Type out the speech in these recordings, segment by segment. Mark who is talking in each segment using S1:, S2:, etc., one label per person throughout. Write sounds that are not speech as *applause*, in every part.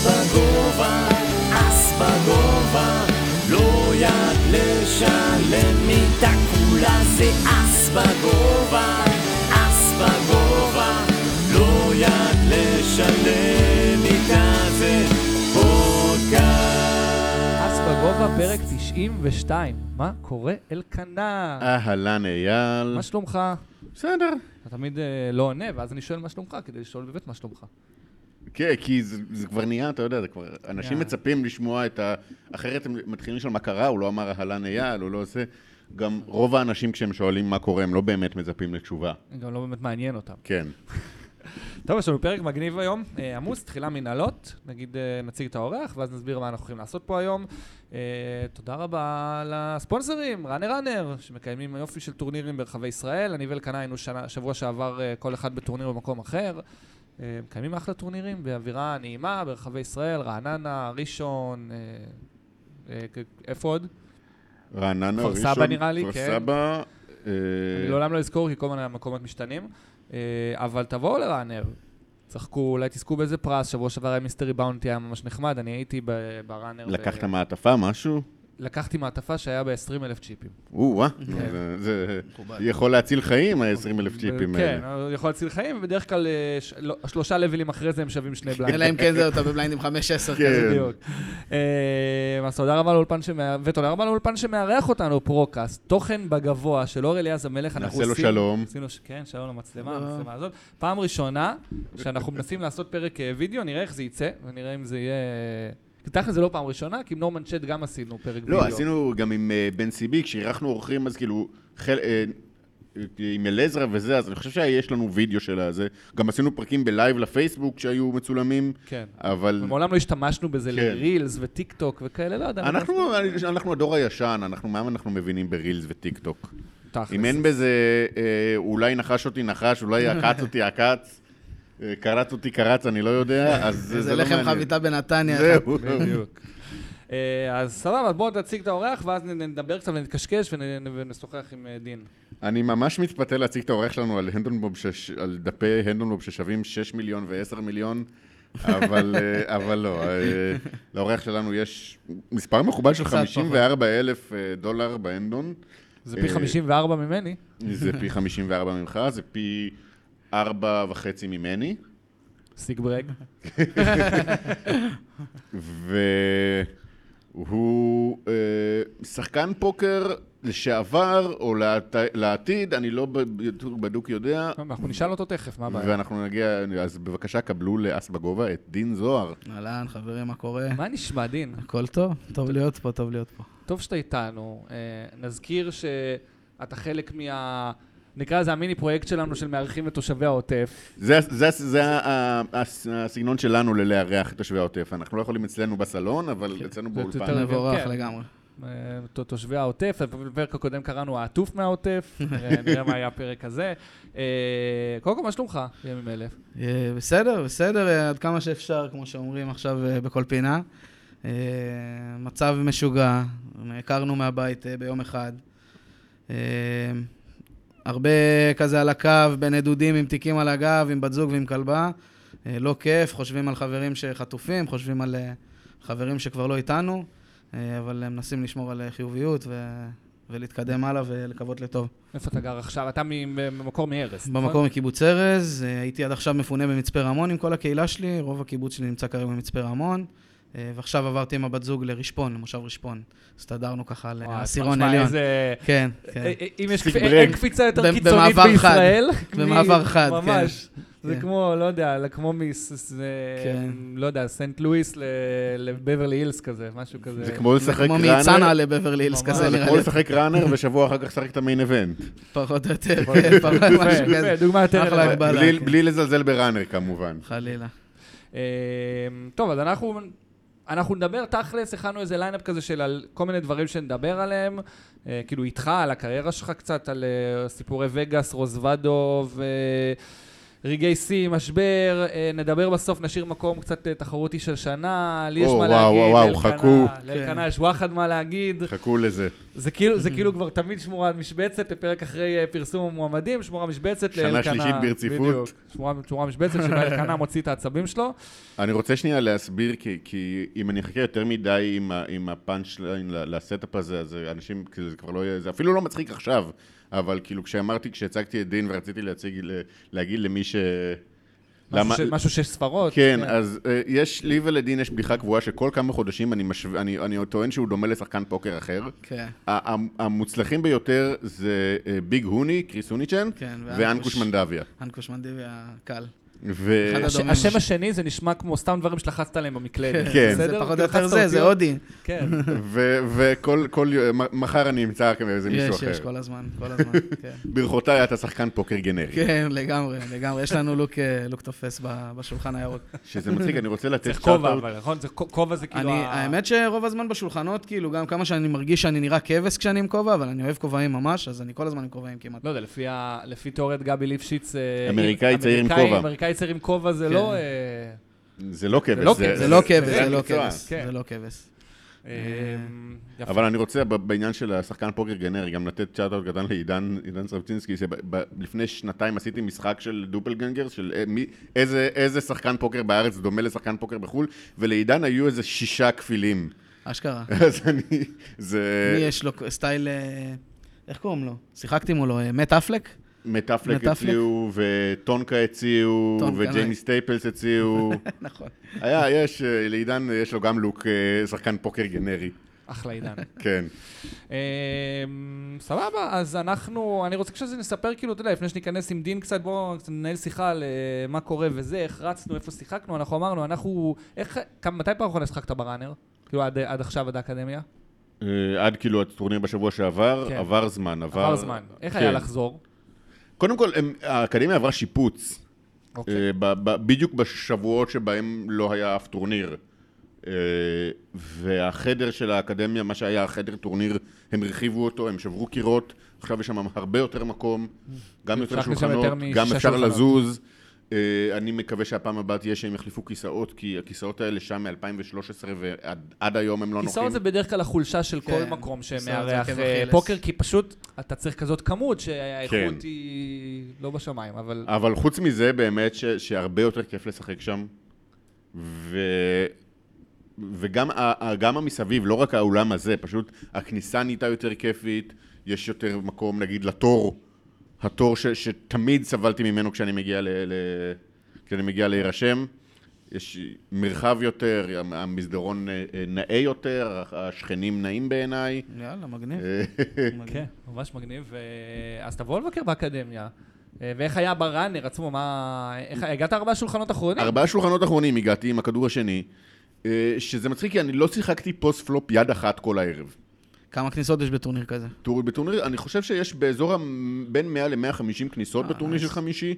S1: בגובה, אס בגובה, לא יד לשלם מיתה כולה זה אס בגובה, אס בגובה, לא יד לשלם מיתה זה פודקאסט.
S2: אס בגובה, פרק 92. מה קורה, אלקנה?
S3: אהלן אייל.
S2: מה שלומך?
S3: בסדר.
S2: אתה תמיד אה, לא עונה, ואז אני שואל מה שלומך, כדי לשאול באמת מה שלומך.
S3: כן, כי זה, זה כבר נהיה, אתה יודע, זה כבר... אנשים
S2: יאללה.
S3: מצפים לשמוע את ה... אחרת הם מתחילים לשאול מה קרה, הוא לא אמר אהלן אייל, הוא לא עושה... גם רוב האנשים כשהם שואלים מה קורה, הם לא באמת מצפים לתשובה.
S2: גם לא באמת מעניין אותם.
S3: כן.
S2: טוב, יש לנו פרק מגניב היום, אה, עמוס, תחילה מנהלות, נגיד אה, נציג את האורח, ואז נסביר מה אנחנו הולכים לעשות פה היום. אה, תודה רבה לספונסרים, ראנר ראנר, שמקיימים יופי של טורנירים ברחבי ישראל. אני ואלקנה היינו שנה, שבוע שעבר אה, כל אחד בטורניר במקום אחר. אה, מקיימים אחלה טורנירים באווירה נעימה ברחבי ישראל, רעננה, ראשון, אה, אה, כ- איפה עוד?
S3: רעננה,
S2: כפר
S3: ראשון...
S2: סבא נראה לי, כן.
S3: כפר סבא... אה,
S2: אני לעולם לא אזכור, כי כל מיני המקומות משתנים. אה, אבל תבואו לראנר. צחקו, אולי תזכו באיזה פרס, שבוע שעבר היה מיסטרי באונטי, היה ממש נחמד, אני הייתי ב- בראנר. ו-
S3: לקחת מעטפה, משהו?
S2: לקחתי מעטפה שהיה ב-20 אלף צ'יפים.
S3: או-אה.
S2: כן.
S3: זה- זה יכול להציל חיים, ה-20 אלף צ'יפים
S2: כן,
S3: האלה.
S2: הוא יכול להציל חיים, ובדרך כלל אה, ש- לא, שלושה לבלים אחרי זה הם שווים שני בליינד.
S4: *laughs* אלא אם כן זהו, אתה בבליינדים 5-10 כזה.
S3: כן.
S2: *laughs* בדיוק. אה, אז תודה רבה לאולפן שמארח, ותודה רבה לאולפן שמארח אותנו, פרוקאסט, תוכן בגבוה של אור אליעז המלך. אנחנו
S3: נעשה לו
S2: עושים-
S3: שלום.
S2: עשינו, ש- כן, שלום למצלמה, המצלמה הזאת. פעם ראשונה שאנחנו מנסים לעשות פרק אה, וידאו, נראה איך זה יצא, ונראה אם זה יהיה... כי תכל'ס זה לא פעם ראשונה, כי עם נורמן צ'ט גם עשינו פרק וידאו.
S3: לא, עשינו גם עם אה, בן סיבי, כשאירחנו אורחים, אז כאילו, חל- אה, עם אלעזרה וזה, אז אני חושב שיש לנו וידאו של הזה. גם עשינו פרקים בלייב לפייסבוק שהיו מצולמים,
S2: כן.
S3: אבל
S2: ומעולם לא השתמשנו בזה
S3: כן.
S2: לרילס וטיק טוק וכאלה, לא יודע. מה
S3: אנחנו אנחנו הדור הישן, אנחנו, מה אנחנו מבינים ברילס וטיק טוק?
S2: תכל'ס.
S3: אם אין בזה, אה, אולי נחש אותי נחש, אולי עקץ אותי עקץ, אה, קרץ אותי קרץ, אני לא יודע, אז זה
S4: זה
S3: לא
S4: לחם
S3: מעניין.
S4: חביתה בנתניה.
S3: זהו.
S2: בדיוק. אה, אז סבבה, בואו נציג את האורח, ואז נ- נדבר קצת ונתקשקש ונ- ונשוחח עם אה, דין.
S3: אני ממש מתפתה להציג את האורח שלנו על הנדלבוב, שש, על דפי הנדלבוב ששווים 6 מיליון ו-10 מיליון, אבל, אה,
S4: *laughs*
S3: אבל לא, אה, לאורח שלנו יש מספר מכובד של
S4: קצת פחות.
S3: 54 אלף אה, דולר בהנדון,
S2: זה
S3: אה,
S2: פי 54 ממני.
S3: זה פי 54 ממך, זה פי 4 וחצי ממני,
S2: סיג ברג.
S3: והוא אה, שחקן פוקר לשעבר או לעת, לעתיד, אני לא בדיוק- בדיוק יודע,
S2: *laughs* אנחנו נשאל אותו תכף, מה הבעיה?
S3: ואנחנו נגיע, אז בבקשה קבלו לאס בגובה את דין זוהר.
S4: אהלן, חברים, מה קורה?
S2: מה נשמע, דין?
S4: הכל טוב? טוב להיות פה, טוב להיות פה.
S2: טוב שאתה איתנו. אה, נזכיר שאתה חלק מה... נקרא לזה המיני פרויקט שלנו של מארחים לתושבי העוטף.
S3: זה, זה, זה ה- ה- הס- הסגנון שלנו ללארח את תושבי העוטף. אנחנו לא יכולים אצלנו בסלון, אבל אצלנו
S2: זה
S3: באולפן.
S2: יותר-
S4: מבורך
S2: כן.
S4: לגמרי.
S2: אה, ת- תושבי העוטף, בפרק הקודם קראנו העטוף
S4: *laughs*
S2: מהעוטף, נראה- נראה מה היה הפרק הזה. אה, קודם כל, מה שלומך בימים אלה?
S4: אה, בסדר, בסדר, אה, עד כמה שאפשר, כמו שאומרים עכשיו אה, בכל פינה. אה, מצב משוגע, הכרנו מהבית אה, ביום אחד. אה, הרבה כזה על הקו, בין נדודים עם תיקים על הגב, עם בת זוג ועם כלבה. אה, לא כיף, חושבים על חברים שחטופים, חושבים על אה, חברים שכבר לא איתנו, אה, אבל אה, מנסים לשמור על אה, חיוביות ו... ולהתקדם הלאה ולקוות לטוב.
S2: איפה אתה גר עכשיו? אתה מ- במקור מארז. נכון?
S4: במקור מקיבוץ ארז, אה, הייתי עד עכשיו מפונה במצפה רמון עם כל הקהילה שלי, רוב הקיבוץ שלי נמצא כרגע במצפה רמון, אה, ועכשיו עברתי עם הבת זוג לרשפון, למושב רשפון. הסתדרנו ככה על
S2: וואי,
S4: העשירון
S2: תשמע,
S4: עליון.
S2: איזה-
S4: כן,
S2: אה,
S4: כן.
S2: אה, אם יש
S3: סיג
S2: קפ-
S3: ברג.
S2: אין קפיצה יותר
S4: ב-
S2: קיצונית
S4: במעבר חד.
S2: בישראל. מ-
S4: במעבר חד, כן.
S2: ממש. זה
S4: כן.
S2: כמו, לא יודע, אלא כמו מיס, ס-
S4: כן.
S2: לא יודע, סנט לואיס ל- לבברלי הילס כזה, משהו כזה.
S3: זה כמו לשחק
S4: כמו
S3: ראנר,
S4: מאיצנה לבברלי הילס
S2: ממש.
S3: זה
S4: כזה, נראה
S3: כמו
S4: לי,
S3: לשחק ראנר ושבוע אחר כך לשחק את המיין איבנט.
S4: פחות או יותר, כן, פחות משהו
S2: *laughs* יפה,
S4: כזה.
S2: יפה, דוגמה יותר...
S4: אחלה
S2: רלוונטית.
S4: הגבלה.
S3: בלי-
S4: כן.
S3: בלי לזלזל בראנר כמובן.
S4: חלילה.
S2: אמ, טוב, אז אנחנו... אנחנו נדבר תכלס, הכנו איזה ליינאפ כזה של על כל מיני דברים שנדבר עליהם, אה, כאילו איתך, על הקריירה שלך קצת, על אה, סיפורי וגאס, רוזוודוב, אה, רגעי שיא, משבר, אה, נדבר בסוף, נשאיר מקום קצת אה, תחרותי של שנה, לי יש
S3: או,
S2: מה
S3: וואו,
S2: להגיד,
S3: וואו,
S2: לאלקנה-
S3: חכו.
S4: כן.
S2: לאלקנה יש וואחד מה להגיד.
S3: חכו לזה.
S2: זה כאילו,
S4: Mm-hmm.
S2: זה כאילו כבר תמיד שמורה משבצת, לפרק אחרי אה, פרסום המועמדים, שמורה משבצת
S3: שנה
S2: לאלקנה.
S3: שלישית ברציפות.
S2: בדיוק. שמורה, שמורה משבצת שבה אלקנה מוציא את העצבים שלו.
S3: אני רוצה שנייה להסביר, כי, כי אם אני אחכה יותר מדי עם, ה- עם הפאנץ' ליין ל- לסטאפ הזה, אז אנשים, כאילו, זה כבר לא יהיה, זה אפילו לא מצחיק עכשיו, אבל כאילו כשאמרתי, כשהצגתי את דין ורציתי להציג, ל- להגיד למי ש...
S2: משהו, ש, משהו שש ספרות.
S3: כן,
S4: לא,
S3: אז אה, יש, לי ולדין יש בדיחה קבועה שכל כמה חודשים אני, משו... אני, אני עוד טוען שהוא דומה לשחקן פוקר אחר.
S4: כן.
S3: ה- ה- המוצלחים ביותר זה אה, ביג הוני, קריס הוניצ'ן,
S4: כן, ואנקוש.
S3: ואנקוש מנדביה.
S4: אנקוש מנדיבי הקל.
S3: ו-
S4: אחד
S2: הש,
S4: הדומים.
S2: השם השני זה נשמע כמו סתם דברים שלחצת עליהם במקלדת.
S3: כן.
S2: בסדר?
S4: זה פחות
S2: כי
S4: או יותר
S2: לחצת
S4: זה, זה
S2: אותיות.
S4: הודי. *laughs*
S2: כן.
S3: ו- וכל כל יום, מ- מחר אני אמצא איזה מישהו
S4: יש,
S3: אחר.
S4: יש, כל הזמן, כל הזמן, כן.
S3: ברכותיי, אתה שחקן פוקר גנרי.
S4: כן, לגמרי, לגמרי. יש לנו לוק, אה, לוק תופס ב- בשולחן הירוק.
S3: שזה מצחיק, אני רוצה לתת
S2: צריך כובע,
S3: שאוט-אאוט.
S2: אבל נכון? זה כ- כובע זה כאילו...
S4: אני,
S2: ה-
S4: האמת שרוב הזמן בשולחנות, כאילו, גם כמה שאני מרגיש שאני נראה כבש כשאני עם כובע, אבל אני אוהב כובעים ממש, אז אני כל הזמן עם כובעים כמעט.
S2: לא יודע, לפי, ה... לפי תיאוריית גבי ליפשיץ... אה,
S3: אמריקאי
S2: אם-
S3: צעיר עם
S2: אמריקאי-
S3: כובע.
S2: אמריקאי צעיר עם כובע זה
S4: כן.
S2: לא... אה,
S3: זה לא
S2: זה לא
S3: כבש.
S2: כבש,
S4: זה לא כבש,
S2: זה
S4: זה לא
S3: מקצוע.
S4: כבש,
S2: כן.
S4: זה לא כבש.
S2: אה, יפה.
S3: אבל אני רוצה ב- בעניין של השחקן פוקר גנרי, גם לתת שאוט-אוט קטן לעידן עידן סרבצינסקי, שלפני שנתיים עשיתי משחק של דופלגנגר, של אה, מי- איזה- איזה שחקן פוקר בארץ דומה לשחקן פוקר בחו"ל, ולעידן היו איזה שישה כפילים. *laughs*
S4: אשכרה.
S3: אז אני... זה...
S4: מי יש לו סטייל... אה, איך קוראים לו? שיחקתי מולו, אה, מאט אפלק?
S3: מת אפלק
S4: מת אפלק?
S3: הציעו, וטונקה הציעו,
S4: טונקה,
S3: וג'יימי
S2: כן.
S4: לא.
S3: סטייפלס
S2: *laughs*
S3: הציעו.
S4: נכון.
S3: היה, יש, אה, לעידן אה, יש לו גם לוק אה, שחקן פוקר גנרי.
S2: אחלה עידן.
S3: כן.
S2: אמ, סבבה, אז אנחנו, אני רוצה כשזה נספר, כאילו, אתה יודע, לפני שניכנס עם דין קצת, בואו קצת ננהל שיחה על אה, מה קורה וזה, איך רצנו, איפה שיחקנו, אנחנו אמרנו, אנחנו, איך, כמה- מתי פעם אחרונה שיחקת בראנר? כאילו, עד- עד עכשיו, עד האקדמיה?
S3: אה, עד כאילו הטורניר בשבוע שעבר,
S2: כן.
S3: עבר זמן, עבר...
S2: עבר זמן. איך היה
S3: כן.
S2: לחזור?
S3: קודם כל, הם- האקדמיה עברה שיפוץ.
S2: אוקיי.
S3: אה, ב- ב- בדיוק בשבועות שבהם לא היה אף טורניר. אה, והחדר של האקדמיה, מה שהיה החדר טורניר, הם הרחיבו אותו, הם שברו קירות, עכשיו יש שם הרבה יותר מקום, גם יותר
S2: הצלחנו שם
S3: שולחנות,
S2: יותר משישה
S3: גם אפשר
S2: שולחנות.
S3: לזוז. אה, אני מקווה שהפעם הבאה תהיה שהם יחליפו כיסאות, כי הכיסאות האלה שם מ-2013 ועד עד היום הם לא נוחים.
S2: כיסאות זה בדרך כלל החולשה של כל
S4: כן.
S2: מקום
S4: כיסאות זה
S2: שמארח
S4: עקב
S2: אה,
S4: אכילס.
S2: פוקר, כי פשוט אתה צריך כזאת כמות שהאיכות
S3: כן.
S2: היא לא בשמיים, אבל...
S3: אבל חוץ מזה, באמת ש, שהרבה יותר כיף לשחק שם, ו, וגם ה, ה, גם המסביב, לא רק האולם הזה, פשוט הכניסה נהייתה יותר כיפית, יש יותר מקום, נגיד, לתור, התור ש, שתמיד סבלתי ממנו כשאני מגיע, ל, ל, כשאני מגיע להירשם. יש מרחב יותר, המ- המסדרון אה, אה, נאה יותר, השכנים נאים בעיניי.
S4: יאללה, מגניב. מגניב.
S2: כן, ממש מגניב. ו- אז תבואו לבקר באקדמיה. אה, ואיך היה בראנר עצמו? מה... איך... הגעת ארבעה שולחנות
S4: כן.
S2: אחרונים?
S3: ארבעה שולחנות אחרונים הגעתי עם הכדור השני, אה, שזה מצחיק כי אני לא שיחקתי פוסט פלופ יד אחת כל הערב.
S4: כמה כניסות יש בטורניר כזה?
S3: טור- בטורניר, אני חושב שיש באזור ה... בין 100 ל-150
S4: אה,
S3: כניסות בטורניר של חמישי.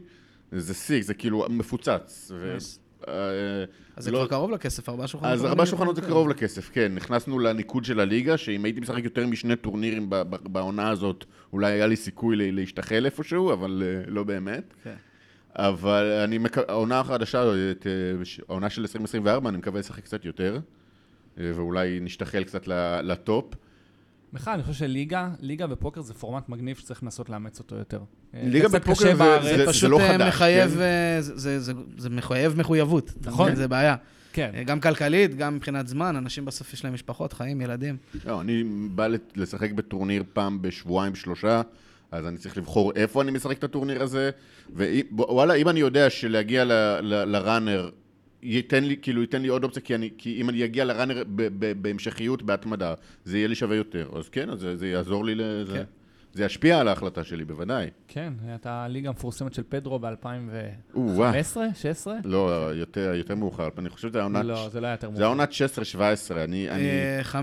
S3: זה שיא, זה כאילו מפוצץ. ו-
S4: Nice.
S3: אה,
S4: אז זה
S3: לא-
S4: כבר קרוב לכסף, ארבעה שולחנות. אה,
S3: אז ארבע
S4: אחרונים.
S3: שולחנות זה קרוב לכסף, כן. נכנסנו לניקוד של הליגה, שאם הייתי משחק יותר משני טורנירים ב- ב- בעונה הזאת, אולי היה לי סיכוי ל- להשתחל איפשהו, אבל אה, לא באמת.
S4: כן.
S3: אבל אני מקו... העונה החדשה, את, אה, ש- העונה של 2024, אני מקווה לשחק קצת יותר, אה, ואולי נשתחל קצת ל- לטופ.
S2: בכלל, אני חושב שליגה, ליגה בפוקר זה פורמט מגניב שצריך לנסות לאמץ אותו יותר. אה,
S3: ליגה
S2: קצת
S3: בפוקר
S2: קשה
S3: זה-
S2: בארץ.
S3: זה-
S4: זה פשוט
S3: לא
S4: אה,
S3: חדש,
S4: מחייב,
S3: כן?
S4: אה, זה- זה- זה- זה מחייב מחויבות. אתה
S2: נכון.
S4: מבין? זה בעיה.
S2: כן.
S4: אה, גם כלכלית, גם מבחינת זמן, אנשים בסוף יש להם משפחות, חיים, ילדים.
S3: לא, אני בא לת- לשחק בטורניר פעם בשבועיים, שלושה, אז אני צריך לבחור איפה אני משחק את הטורניר הזה, ווואלה, אם אני יודע שלהגיע ל- ל- לראנר, ייתן לי, כאילו, ייתן לי עוד אופציה, כי, אני, כי אם אני אגיע לראנר ב- ב- בהמשכיות, בהתמדה, זה יהיה לי שווה יותר. אז כן, אז זה, זה יעזור לי, לזה.
S4: כן.
S3: זה ישפיע על ההחלטה שלי, בוודאי.
S2: כן, הייתה הליגה המפורסמת של פדרו ב-2015,
S3: או-אה.
S2: 16?
S3: לא, יותר, יותר מאוחר. אני חושב שזה היה עונת...
S2: לא, זה לא היה יותר
S3: זה היה
S2: מוכר.
S3: עונת 16-17, אני... אני...
S4: אה,
S2: אה, יכול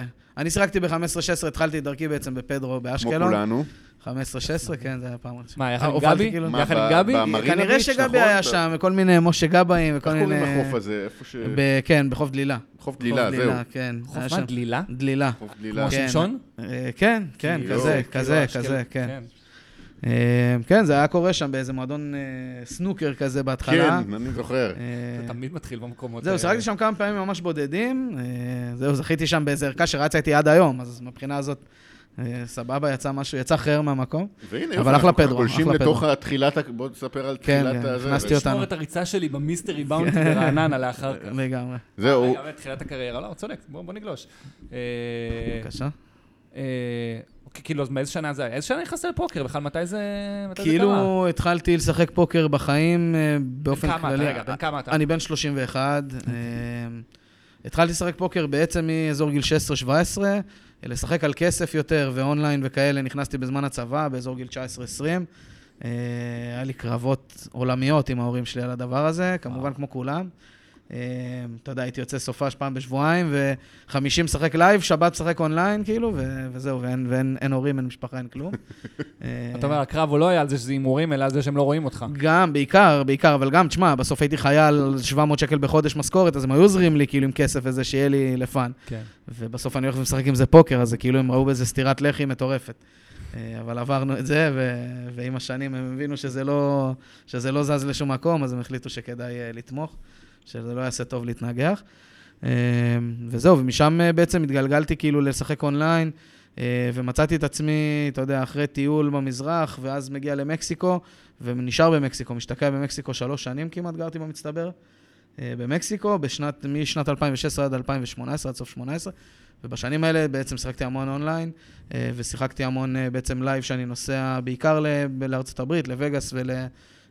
S4: 15-16. אני שיחקתי ב-15-16, התחלתי את דרכי בעצם בפדרו
S3: כמו
S4: באשקלון.
S3: כולנו.
S4: 15-16, כן, זה היה פעם ראשונה.
S2: מה, יחד עם
S4: הובלתי
S2: גבי?
S4: כאילו-
S3: מה,
S2: יחד עם
S3: ב-
S2: גבי?
S3: במרינה ביץ',
S4: כנראה שגבי
S3: נכון?
S4: היה שם, וכל מיני משה גבאים וכל
S3: איך
S4: מיני...
S3: קוראים לחוף הזה? איפה ש...
S4: ב- כן, בחוף דלילה.
S3: חוף דלילה, זהו.
S4: כן.
S2: חוף
S4: היה
S2: מה?
S4: שם.
S2: דלילה?
S4: דלילה.
S3: חוף
S2: כמו
S3: דלילה.
S4: כן.
S2: שמשון?
S4: אה, כן, כן,
S3: כאילו,
S4: כזה,
S2: כאילו
S4: כזה,
S2: אשקלון.
S4: כזה, כן. אה, כן, זה היה קורה שם באיזה מועדון אה, סנוקר כזה בהתחלה.
S3: כן, אני זוכר.
S4: אה,
S2: אתה תמיד מתחיל במקומות
S4: זהו, שיחקתי שם כמה פעמים ממש בודדים. אה, זהו, זכיתי שם באיזה ערכה שרצה איתי עד היום, אז מבחינה הזאת, אה, סבבה, יצא משהו, יצא חרם מהמקום.
S3: והנה,
S4: אבל
S3: יופי,
S4: אחלה
S3: אנחנו ככה
S4: פדרו,
S3: גולשים
S4: אחלה
S3: לתוך
S4: פדרו.
S3: התחילת, ה- בוא תספר על
S4: כן,
S3: תחילת
S4: כן,
S3: הזה.
S4: הכנסתי
S3: ו-
S4: אותה.
S2: לשמור את הריצה שלי
S4: *laughs*
S2: במיסטרי באונטי
S4: כן.
S2: ברעננה לאחר כך.
S4: לגמרי.
S3: זהו,
S2: רגע, באמת, תחילת הקריירה, לא, הוא צודק, בוא בוא נגלוש. אה,
S4: בבקשה.
S2: אה, אוקיי, כאילו, אז מאיזה שנה זה היה? איזה שנה נכנסת לפוקר? בכלל, מתי זה מתי זה קרה?
S4: כאילו התחלתי לשחק פוקר בחיים אה, באופן
S2: כמה אתה?
S4: כללי.
S2: רגע, בן כמה אתה?
S4: אני בן 31. אה, התחלתי לשחק פוקר בעצם מאזור גיל 16-17, אה, לשחק על כסף יותר ואונליין וכאלה, נכנסתי בזמן הצבא, באזור גיל 19-20. אה, היה לי קרבות עולמיות עם ההורים שלי על הדבר הזה, כמובן
S2: וואו.
S4: כמו כולם. אה, אתה יודע, הייתי יוצא סופש פעם בשבועיים, וחמישי משחק לייב, שבת משחק אונליין, כאילו, ו- וזהו, ואין, ואין אין הורים, אין משפחה, אין
S2: *laughs*
S4: כלום. אה,
S2: אתה אומר, הקרב הוא לא היה על זה שזה הימורים, אלא על זה שהם לא רואים אותך.
S4: גם, בעיקר, בעיקר, אבל גם, תשמע, בסוף הייתי חייל על 700 שקל בחודש משכורת, אז הם היו עוזרים לי כאילו עם כסף וזה, שיהיה לי לפאן.
S2: כן.
S4: ובסוף אני הולך ומשחק עם זה פוקר, אז זה כאילו הם ראו בזה סטירת לחי מטורפת. אה, אבל עברנו את זה, ו... ועם השנים הם הבינו שזה לא, שזה לא זז לשום מקום, אז הם החליטו שכדאי אה, לתמוך, שזה לא יעשה טוב להתנגח. אה, וזהו, ומשם אה, בעצם התגלגלתי כאילו לשחק אונליין, אה, ומצאתי את עצמי, אתה יודע, אחרי טיול במזרח, ואז מגיע למקסיקו, ונשאר במקסיקו, משתקע במקסיקו שלוש שנים כמעט, גרתי במצטבר, אה, במקסיקו, בשנת, משנת 2016 עד 2018, עד סוף 18, ובשנים האלה בעצם שיחקתי המון אונליין, אה, ושיחקתי המון אה, בעצם לייב שאני נוסע בעיקר ל- ב- לארצות הברית, לווגאס ול...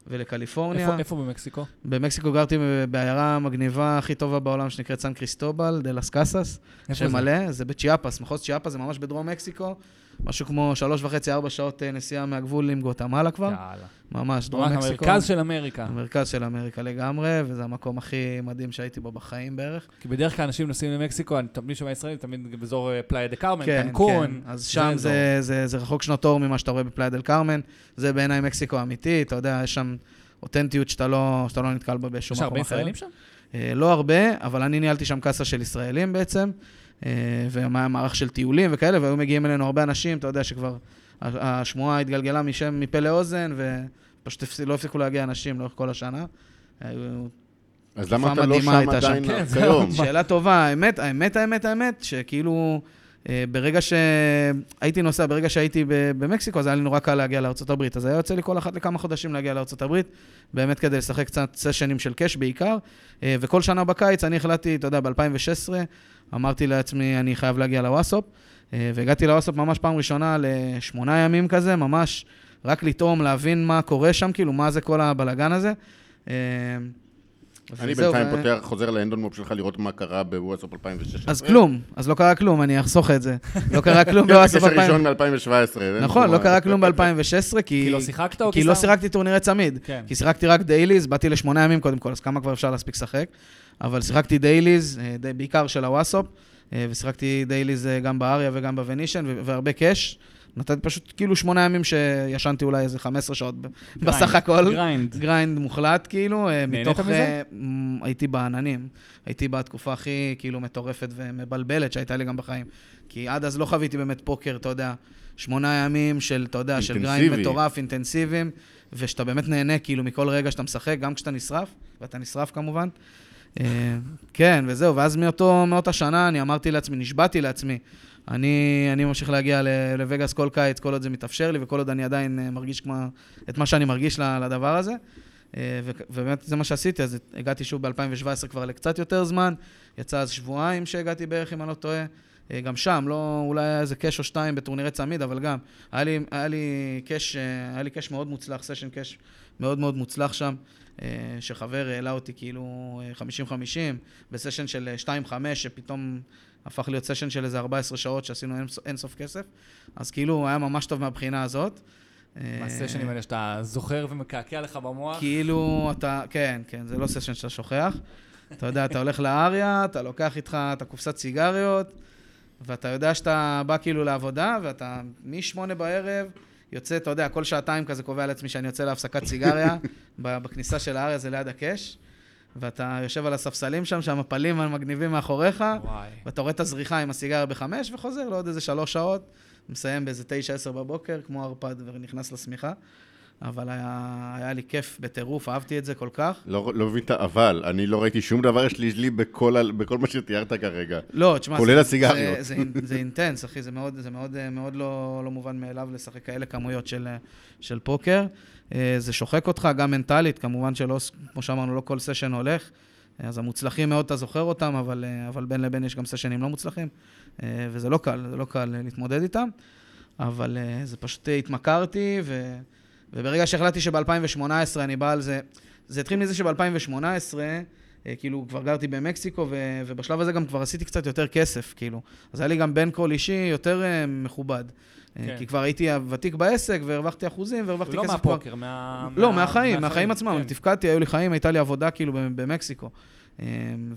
S4: ולקליפורניה.
S2: איפה- איפה במקסיקו?
S4: במקסיקו גרתי בעיירה המגניבה הכי טובה בעולם שנקראת סן קריסטובל, דה לס קאסס.
S2: איפה זה?
S4: שמלא, זה בצ'יאפס, מחוז צ'יאפס, זה ממש בדרום מקסיקו. משהו כמו שלוש וחצי, ארבע שעות אה, נסיעה מהגבול עם גואטמלה כבר.
S2: יאללה.
S4: ממש, דרום
S2: ממש
S4: מקסיקו.
S2: כן. המרכז של אמריקה.
S4: המרכז של אמריקה לגמרי, וזה המקום הכי מדהים שהייתי בו בחיים בערך.
S2: כי בדרך כלל אנשים נוסעים למקסיקו, אני תמיד שומע ישראלים, תמיד באזור אה, פלאיה דה קרמן,
S4: כן,
S2: קנקון.
S4: כן. אז שם זה, זה, זה רחוק שנות אור ממה שאתה רואה בפלאיה דל קרמן. זה בעיניי מקסיקו האמיתי, אתה יודע, יש שם אותנטיות שאתה לא, שאתה לא נתקל בה
S2: יש
S4: בשום
S2: הרבה
S4: מקום אחר.
S2: ישראלים שם?
S4: אה, לא הרבה, אבל אני ניהלתי שם קאסה של ישראלים בעצם, אה, והיה מערך של טיולים וכאלה, והיו מגיעים אלינו הרבה אנשים, אתה יודע שכבר ה- השמועה התגלגלה משם, מפה לאוזן, ופשוט הפס- לא הפסיקו להגיע אנשים לאורך כל השנה. היו
S3: אז למה
S4: תקופה
S3: אתה לא שם
S4: מדהימה הייתה שם.
S3: עדיין
S2: כן, זהו.
S3: כיום?
S4: *laughs* שאלה טובה, האמת, האמת, האמת, האמת, שכאילו, אה, ברגע שהייתי נוסע, ברגע שהייתי ב- במקסיקו, אז היה לי נורא קל להגיע לארה"ב. אז היה יוצא לי כל אחת לכמה חודשים להגיע לארה"ב, באמת כדי לשחק קצת סשנים של קאש בעיקר. אה, וכל שנה בקיץ אני החלטתי, אתה יודע, ב-2016, אמרתי לעצמי, אני חייב להגיע לוואסופ. אה, והגעתי לוואסופ ממש פעם ראשונה לשמונה ימים כזה, ממש רק לטעום, להבין מה קורה שם, כאילו, מה זה כל הבלגן הזה. אה,
S3: אני
S4: וזהו, אה,
S3: בינתיים
S4: ו-
S3: פותח, חוזר לאנדון מוב שלך לראות מה קרה בוואטסאפ 2016.
S4: אז כלום, אז לא קרה כלום, אני אחסוך את זה. לא קרה
S3: גם
S4: כלום
S3: בקשר
S4: בוואטסאפ 2000.
S3: ראשון מ-2017.
S4: נכון, לא קרה כלום
S2: כי
S4: ב-2016, כי...
S2: לא שיחקת או
S4: כי לא שיחקתי טורנירי צמיד.
S2: כן.
S4: כי שיחקתי רק דייליז, באתי לשמונה ימים קודם כל, אז כמה כבר אפשר להספיק לשחק? אבל שיחקתי דייליז, אה, די- בעיקר של הוואסופ, אה, ושיחקתי דייליז אה, גם באריה וגם בוונישן, ו- והרבה קאש. נתתי פשוט כאילו שמונה ימים שישנתי אולי איזה 15 שעות ב- בסך הכל.
S2: גריינד.
S4: גריינד מוחלט, כאילו, אה,
S2: נהנית
S4: מתוך...
S2: מזה?
S4: אה, מ- הייתי בעננים. הייתי בתקופה הכי, כאילו, מטורפת ומבלבלת שהייתה לי גם בחיים. כי עד אז לא חוויתי באמת פוקר, אתה יודע, שמונה ימים של, אתה יודע, של גריינד
S3: אינטנסיבי.
S4: מטורף, אינטנסיביים, ושאתה באמת נהנה, כאילו, מכל רגע שאתה משחק, גם כשאתה נשרף, ואתה נשרף כמובן. אה, כן, וזהו, ואז מאותו, מאותה שנה אני אמרתי לעצמי, נשבעתי לעצמי, אני, אני ממשיך להגיע ל- לווגאס כל קיץ, כל עוד זה מתאפשר לי, וכל עוד אני עדיין אה, מרגיש כמו, את מה שאני מרגיש ל- לדבר הזה. אה, ו- ובאמת זה מה שעשיתי, אז הגעתי שוב ב-2017 כבר לקצת יותר זמן, יצא אז שבועיים שהגעתי בערך, אם אני לא טועה. אה, גם שם, לא, אולי היה איזה קאש או שתיים בטורנירי צמיד, אבל גם, היה לי, היה לי קאש, אה, היה לי קאש מאוד מוצלח, סשן קאש מאוד מאוד מוצלח שם, אה, שחבר העלה אותי כאילו אה, 50-50, בסשן של אה, 2-5, שפתאום הפך להיות סשן של איזה 14 שעות, שעשינו אין- אינסוף כסף, אז כאילו היה ממש טוב מהבחינה הזאת. אה,
S2: מה הסשנים האלה שאתה זוכר ומקעקע לך במוח?
S4: כאילו אתה, כן, כן, זה לא סשן שאתה שוכח. אתה יודע, אתה הולך לאריה, אתה לוקח איתך את הקופסת סיגריות, ואתה יודע שאתה בא כאילו לעבודה, ואתה משמונה בערב יוצא, אתה יודע, כל שעתיים כזה קובע לעצמי שאני יוצא להפסקת סיגריה, ב- בכניסה של האריה זה ליד הקש, ואתה יושב על הספסלים שם, שהמפלים המגניבים מאחוריך,
S2: וואי.
S4: ואתה רואה את הזריחה עם הסיגריה בחמש, וחוזר לעוד איזה שלוש שעות, מסיים באיזה 9-10 בבוקר, כמו ערפד, ונכנס לשמיכה. אבל היה, היה לי כיף בטירוף, אהבתי את זה כל כך.
S3: לא לא מבין את האבל, אני לא ראיתי שום דבר שלילי בכל ה- בכל מה שתיארת כרגע.
S4: לא, תשמע,
S3: כולל
S4: זה-
S3: הסיגריות.
S4: זה, זה, אינ- זה אינטנס, אחי, זה מאוד, זה מאוד, אה, מאוד לא, לא מובן מאליו לשחק כאלה כמויות של, אה, של פוקר. אה, זה שוחק אותך גם מנטלית, כמובן שלא, ס- כמו שאמרנו, לא כל סשן הולך. אה, אז המוצלחים מאוד, אתה זוכר אותם, אבל, אה, אבל בין לבין יש גם סשנים לא מוצלחים, אה, וזה לא קל, זה לא קל אה, להתמודד איתם. אבל אה, זה פשוט אה, התמכרתי, ו, וברגע שהחלטתי שב-2018 אני בא על זה, זה התחיל מזה שב-2018, כאילו, כבר גרתי במקסיקו, ו, ובשלב הזה גם כבר עשיתי קצת יותר כסף, כאילו. אז היה לי גם בן קול אישי יותר אה, מכובד. אה,
S2: כן.
S4: כי כבר הייתי הוותיק בעסק, והרווחתי אחוזים, והרווחתי
S2: לא
S4: כסף כבר...
S2: מהפוקר, מה...
S4: לא, מהחיים, מהחיים עצמם.
S2: כן.
S4: אני תפקדתי, היו לי חיים, הייתה לי עבודה כאילו ב- במקסיקו. אמ,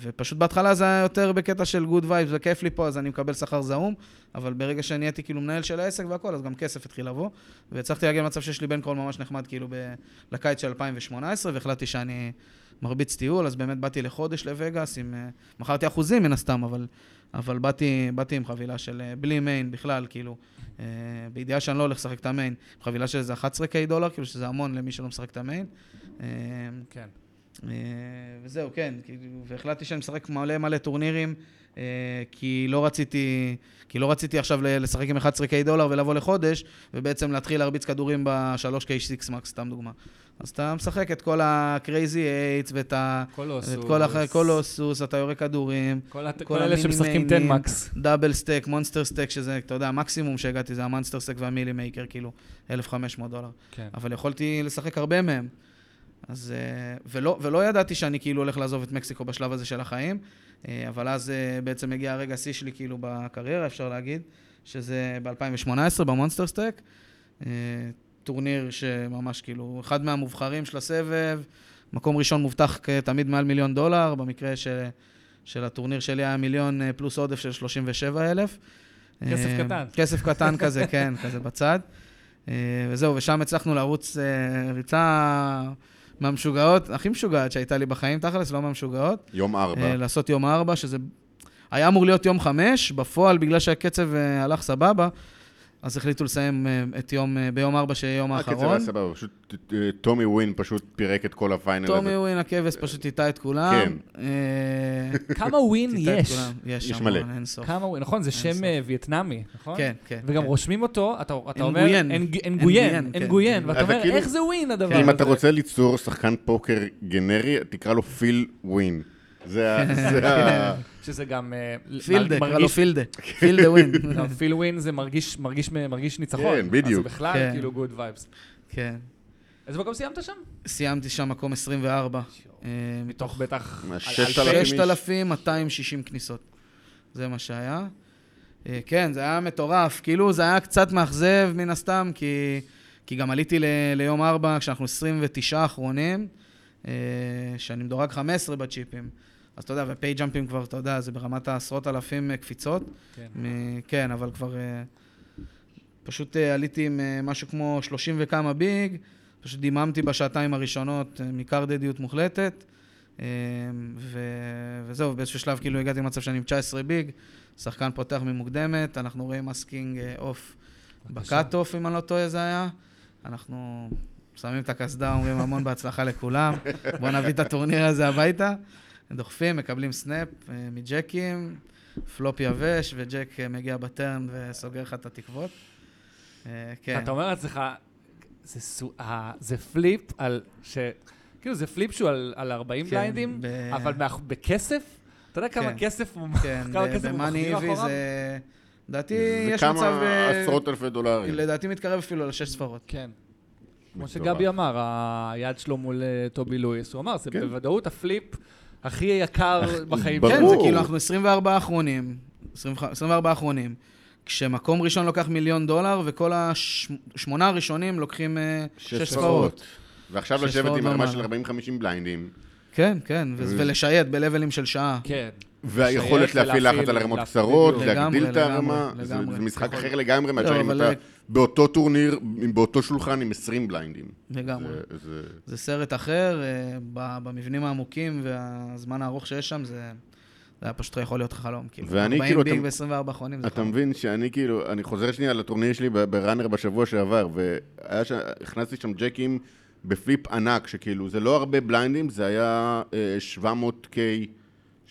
S4: ופשוט בהתחלה זה היה יותר בקטע של גוד וייב, זה כיף לי פה, אז אני מקבל שכר זעום, אבל ברגע שנהייתי כאילו מנהל של העסק והכל, אז גם כסף התחיל לבוא. והצלחתי להגיע למצב שיש לי בן קול ממש נחמד כאילו ב- לקיץ של 2018, והחלטתי שאני מרביץ טיול, אז באמת באתי לחודש לווגאס, עם... אה, מכרתי אחוזים מן הסתם, אבל, אבל באתי, באתי עם חבילה של אה, בלי מיין בכלל, כאילו, אה, בידיעה שאני לא הולך לשחק את המיין, עם חבילה של איזה 11K דולר, כאילו שזה המון למי שלא משחק את המיין. אה,
S2: כן.
S4: אה, וזהו, כן, כאילו, והחלטתי שאני משחק מלא מלא טורנירים, אה, כי לא רציתי, כי לא רציתי עכשיו ל- לשחק עם 11K דולר ולבוא לחודש, ובעצם להתחיל להרביץ כדורים ב-3K6 מקס, סתם דוגמה. אז אתה משחק את כל הקרייזי אייטס ואת ה...
S2: קולוס.
S4: את כל הח- כל אוסוס, אתה יורה כדורים,
S2: כל הת-
S4: כל
S2: כל אלה
S4: המיני
S2: שמשחקים
S4: מיינים.
S2: 10 מקס.
S4: דאבל סטייק, מונסטר סטייק, שזה, אתה יודע, המקסימום שהגעתי זה המונסטר סטייק והמילי מייקר, כאילו, 1,500 דולר.
S2: כן.
S4: אבל יכולתי לשחק הרבה מהם. אז... אה, ולא, ולא ידעתי שאני כאילו הולך לעזוב את מקסיקו בשלב הזה של החיים, אה, אבל אז אה, בעצם הגיע הרגע השיא שלי כאילו בקריירה, אפשר להגיד, שזה ב-2018 במונסטר סטייק. אה, טורניר שממש כאילו, אחד מהמובחרים של הסבב, מקום ראשון מובטח כתמיד מעל מיליון דולר, במקרה של, של הטורניר שלי היה מיליון אה, פלוס עודף של 37 אלף. אה,
S2: כסף קטן.
S4: כסף קטן
S2: *laughs*
S4: כזה, כן, כזה בצד. אה, וזהו, ושם הצלחנו לרוץ אה, ריצה מהמשוגעות, הכי משוגעת שהייתה לי בחיים, תכלס, לא מהמשוגעות.
S3: יום ארבע.
S4: אה, לעשות יום ארבע, שזה היה אמור להיות יום חמש, בפועל, בגלל שהקצב אה, הלך סבבה, אז החליטו לסיים אה, את יום, אה, ביום ארבע, שיהיה יום
S3: הקצב
S4: האחרון.
S3: כן, היה סבבה, פשוט אה, טומי ווין פשוט פירק את כל הפיינל הזה.
S4: טומי ווין הכבש פשוט איתה את כולם.
S3: כן.
S4: אה,
S2: *laughs* *laughs* כמה ווין
S4: איתה את
S2: יש?
S4: כולם. יש
S3: יש
S4: המון,
S3: מלא.
S4: אין סוף.
S2: כמה ווין? נכון, זה
S4: סוף.
S2: שם אה, וייטנאמי, נכון?
S4: כן, כן.
S2: וגם
S4: כן.
S2: רושמים אותו, אתה אתה אומר...
S4: אנגויין.
S2: אנג-
S4: אנגויין,
S2: אנגויין,
S4: כן.
S2: אנגויין, ואתה
S3: אז זה
S2: אומר,
S3: כאילו-
S2: איך זה ווין הדבר הזה?
S3: אם אתה רוצה ליצור שחקן פוקר גנרי, תקרא לו פיל ווין. זה
S4: כן.
S3: ה... זה ה-
S2: שזה גם... אה,
S4: פילדה,
S2: מ-
S4: קרא לו
S2: מרגיש-
S3: *laughs*
S4: פילדה.
S3: כן.
S4: פילדה ווין. *laughs*
S2: לא, פיל ווין זה מרגיש- מרגיש מרגיש ניצחון.
S3: כן, בדיוק.
S2: אז בכלל,
S4: כן.
S2: כאילו, גוד וייבס.
S4: כן.
S2: איזה מקום סיימת שם?
S4: סיימתי שם מקום 24. אה,
S2: מתוך בטח...
S3: מה,
S2: על-
S3: ששת
S2: אלפי-
S3: אלפים?
S4: 6,260 כניסות. זה מה שהיה. אה, כן, זה היה מטורף. כאילו, זה היה קצת מאכזב מן הסתם, כי, כי גם עליתי ל, ליום 4, כשאנחנו 29 אחרונים, אה, שאני מדורג 15 בצ'יפים. אז אתה יודע, ופיי ג'מפים כבר, אתה יודע, זה ברמת העשרות אלפים אה, קפיצות.
S2: כן.
S4: מ- כן, אבל כבר... אה, פשוט אה, עליתי עם אה, משהו כמו 30 וכמה ביג, פשוט דיממתי בשעתיים הראשונות אה, מקרדדיות מוחלטת, אה, ו... וזהו, באיזשהו שלב כאילו הגעתי למצב שאני עם 19 ביג, שחקן פותח ממוקדמת, אנחנו רואים אסקינג אה, אוף
S2: בבקשה.
S4: בקאט אוף, אם אני לא טועה זה היה, אנחנו שמים את הקסדה, אומרים המון בהצלחה לכולם, בואו נביא את הטורניר הזה הביתה, דוחפים, מקבלים סנאפ אה, מג'קים, פלופ יבש, וג'ק אה, מגיע בטרן וסוגר לך את התקוות. אה, כן.
S2: אתה אומר לעצמך, זה סו- ה- זה פליפ על... ש- כאילו, זה פליפ שהוא על- על 40
S4: כן,
S2: בליינדים,
S4: ב-
S2: אבל מאח- בכסף? אתה יודע כמה
S4: כן.
S2: כסף הוא
S4: כן,
S2: *laughs* כמה כסף הוא
S4: במאני אה,
S2: מחזיר
S4: איבי
S2: אחריו?
S4: זה... לדעתי
S3: זה
S4: *laughs* יש מצב...
S3: כמה
S4: אה,
S3: עשרות אלפי דולרים.
S4: לדעתי מתקרב אפילו לשש ספרות.
S2: כן. כמו
S3: מטורף.
S2: שגבי אמר, היד שלו מול אה, טובי לואיס, הוא אמר, זה
S3: כן.
S2: בוודאות הפליפ הכי *laughs* יקר בחיים
S3: ברור.
S4: כן, זה כאילו, אנחנו 24 האחרונים, 25 24 האחרונים, כשמקום ראשון לוקח מיליון דולר, וכל השמונה הראשונים לוקחים אה, שש ספרות.
S3: ועכשיו
S4: שש
S3: לשבת
S4: ספרות
S3: עם הרמה
S4: ומעלה.
S3: של 40-50 בליינדים,
S4: כן, כן, ו- ולשייט בלבלים של שעה.
S2: כן.
S3: והיכולת
S2: שייך
S3: להפעיל
S2: ולהפעיל,
S3: לחץ על הרמות
S2: להפעיל,
S3: קצרות,
S2: בדיוק.
S3: להגדיל
S4: לגמרי,
S3: את הרמה,
S4: לגמרי,
S3: זה
S4: לגמרי.
S3: זה משחק
S4: יכול.
S3: אחר לגמרי מאשר אם
S4: אבל- לא-
S3: אתה באותו טורניר, עם- באותו שולחן עם 20 בליינדים.
S4: לגמרי.
S3: זה- זה-
S4: זה סרט אחר, אה, ב- במבנים העמוקים והזמן הארוך שיש שם, זה, זה היה פשוט יכול להיות לך חלום, כאילו.
S3: ואני,
S4: 40
S3: כאילו,
S4: ביג
S3: אתה-
S4: ב-24 אחרונים זה
S3: אתה
S4: חלום.
S3: מבין שאני כאילו, אני חוזר שנייה לטורניר שלי ב- בראנר בשבוע שעבר, והכנסתי שם ג'קים בפליפ ענק, שכאילו, זה לא הרבה בליינדים, זה היה אה, 700K,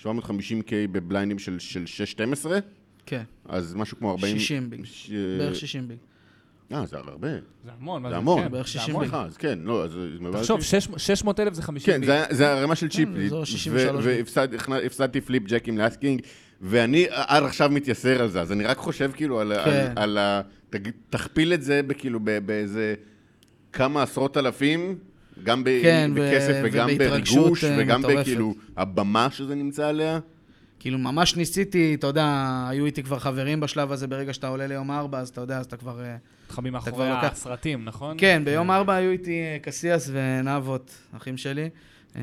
S3: 750K בבליינדים של, של 6-12,
S4: כן,
S3: אז משהו כמו 40...
S4: 60 ביג.
S3: ש...
S4: בערך 60 ביג.
S3: אה, זה הרבה.
S2: זה המון, מה
S3: זה המון.
S2: כן,
S4: בערך
S2: זה
S4: 60
S2: המון.
S4: ביג.
S3: סליחה, אז כן, לא, אז... אז מבלבלתי.
S2: תחשוב, 600 אלף זה 50
S3: כן,
S2: ביג.
S3: זה היה- זה הרמה של צ'יפ ליט,
S4: אזור ה-63
S3: ו- והפסד- הכנ- הפסדתי פליפ ג'קים לאסקינג, ואני עד עכשיו מתייסר על זה, אז אני רק חושב כאילו על ה-
S4: כן.
S3: על- על ה... תג- תכפיל את זה בכאילו ב- באיזה כמה עשרות אלפים, גם ב-
S4: כן, ו-
S3: בכסף וגם
S4: ובהתרגשות,
S3: בריגוש,
S4: אה,
S3: וגם
S4: מטורפת.
S3: בכאילו הבמה שזה נמצא עליה.
S4: כאילו, ממש ניסיתי, אתה יודע, היו איתי כבר חברים בשלב הזה, ברגע שאתה עולה ליום 4, אז אתה יודע, אז אתה כבר... אה,
S2: מתחבאים מאחורי
S4: כבר לוקח-
S2: הסרטים, נכון?
S4: כן, ביום 4 היו איתי אה, קסיאס ונבות, אחים שלי. אה,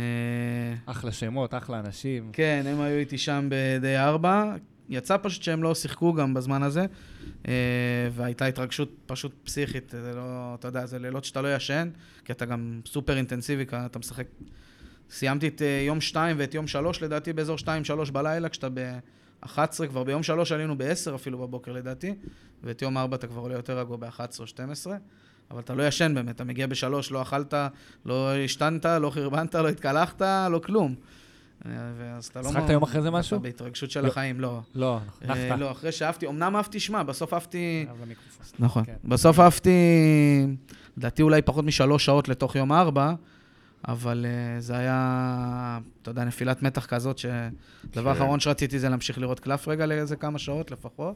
S2: אחלה שמות, אחלה אנשים.
S4: כן, הם היו איתי שם בדי ארבע. יצא פשוט שהם לא שיחקו גם בזמן הזה, אה, והייתה התרגשות פשוט פסיכית. זה לא, אתה יודע, זה לילות שאתה לא ישן, כי אתה גם סופר אינטנסיבי, כי אתה משחק. סיימתי את אה, יום שתיים ואת יום שלוש, לדעתי, באזור שתיים, שלוש בלילה, כשאתה ב-11, כבר ביום שלוש עלינו ב-10 אפילו בבוקר, לדעתי, ואת יום ארבע אתה כבר עולה יותר רגוע ב-11 או 12. אבל אתה לא ישן באמת, אתה מגיע בשלוש, לא אכלת, לא השתנת, לא חרבנת, לא התקלחת, לא כלום. אה, ואז אתה לא...
S2: שחקת
S4: מ-
S2: יום אחרי זה משהו?
S4: אתה בהתרגשות של
S2: לא.
S4: החיים, לא.
S2: לא,
S4: אה,
S2: נחת.
S4: לא, אחרי שאהבתי, אמנם אהבתי, שמע, בסוף אהבתי...
S2: אבל מיקרופון.
S4: נכון.
S2: כן.
S4: בסוף אהבתי, לדעתי אולי פחות משלוש שעות לתוך יום ארבע, אבל אה, זה היה, אתה יודע, נפילת מתח כזאת,
S3: כן.
S4: שדבר האחרון שרציתי זה להמשיך לראות קלף רגע לאיזה כמה שעות לפחות.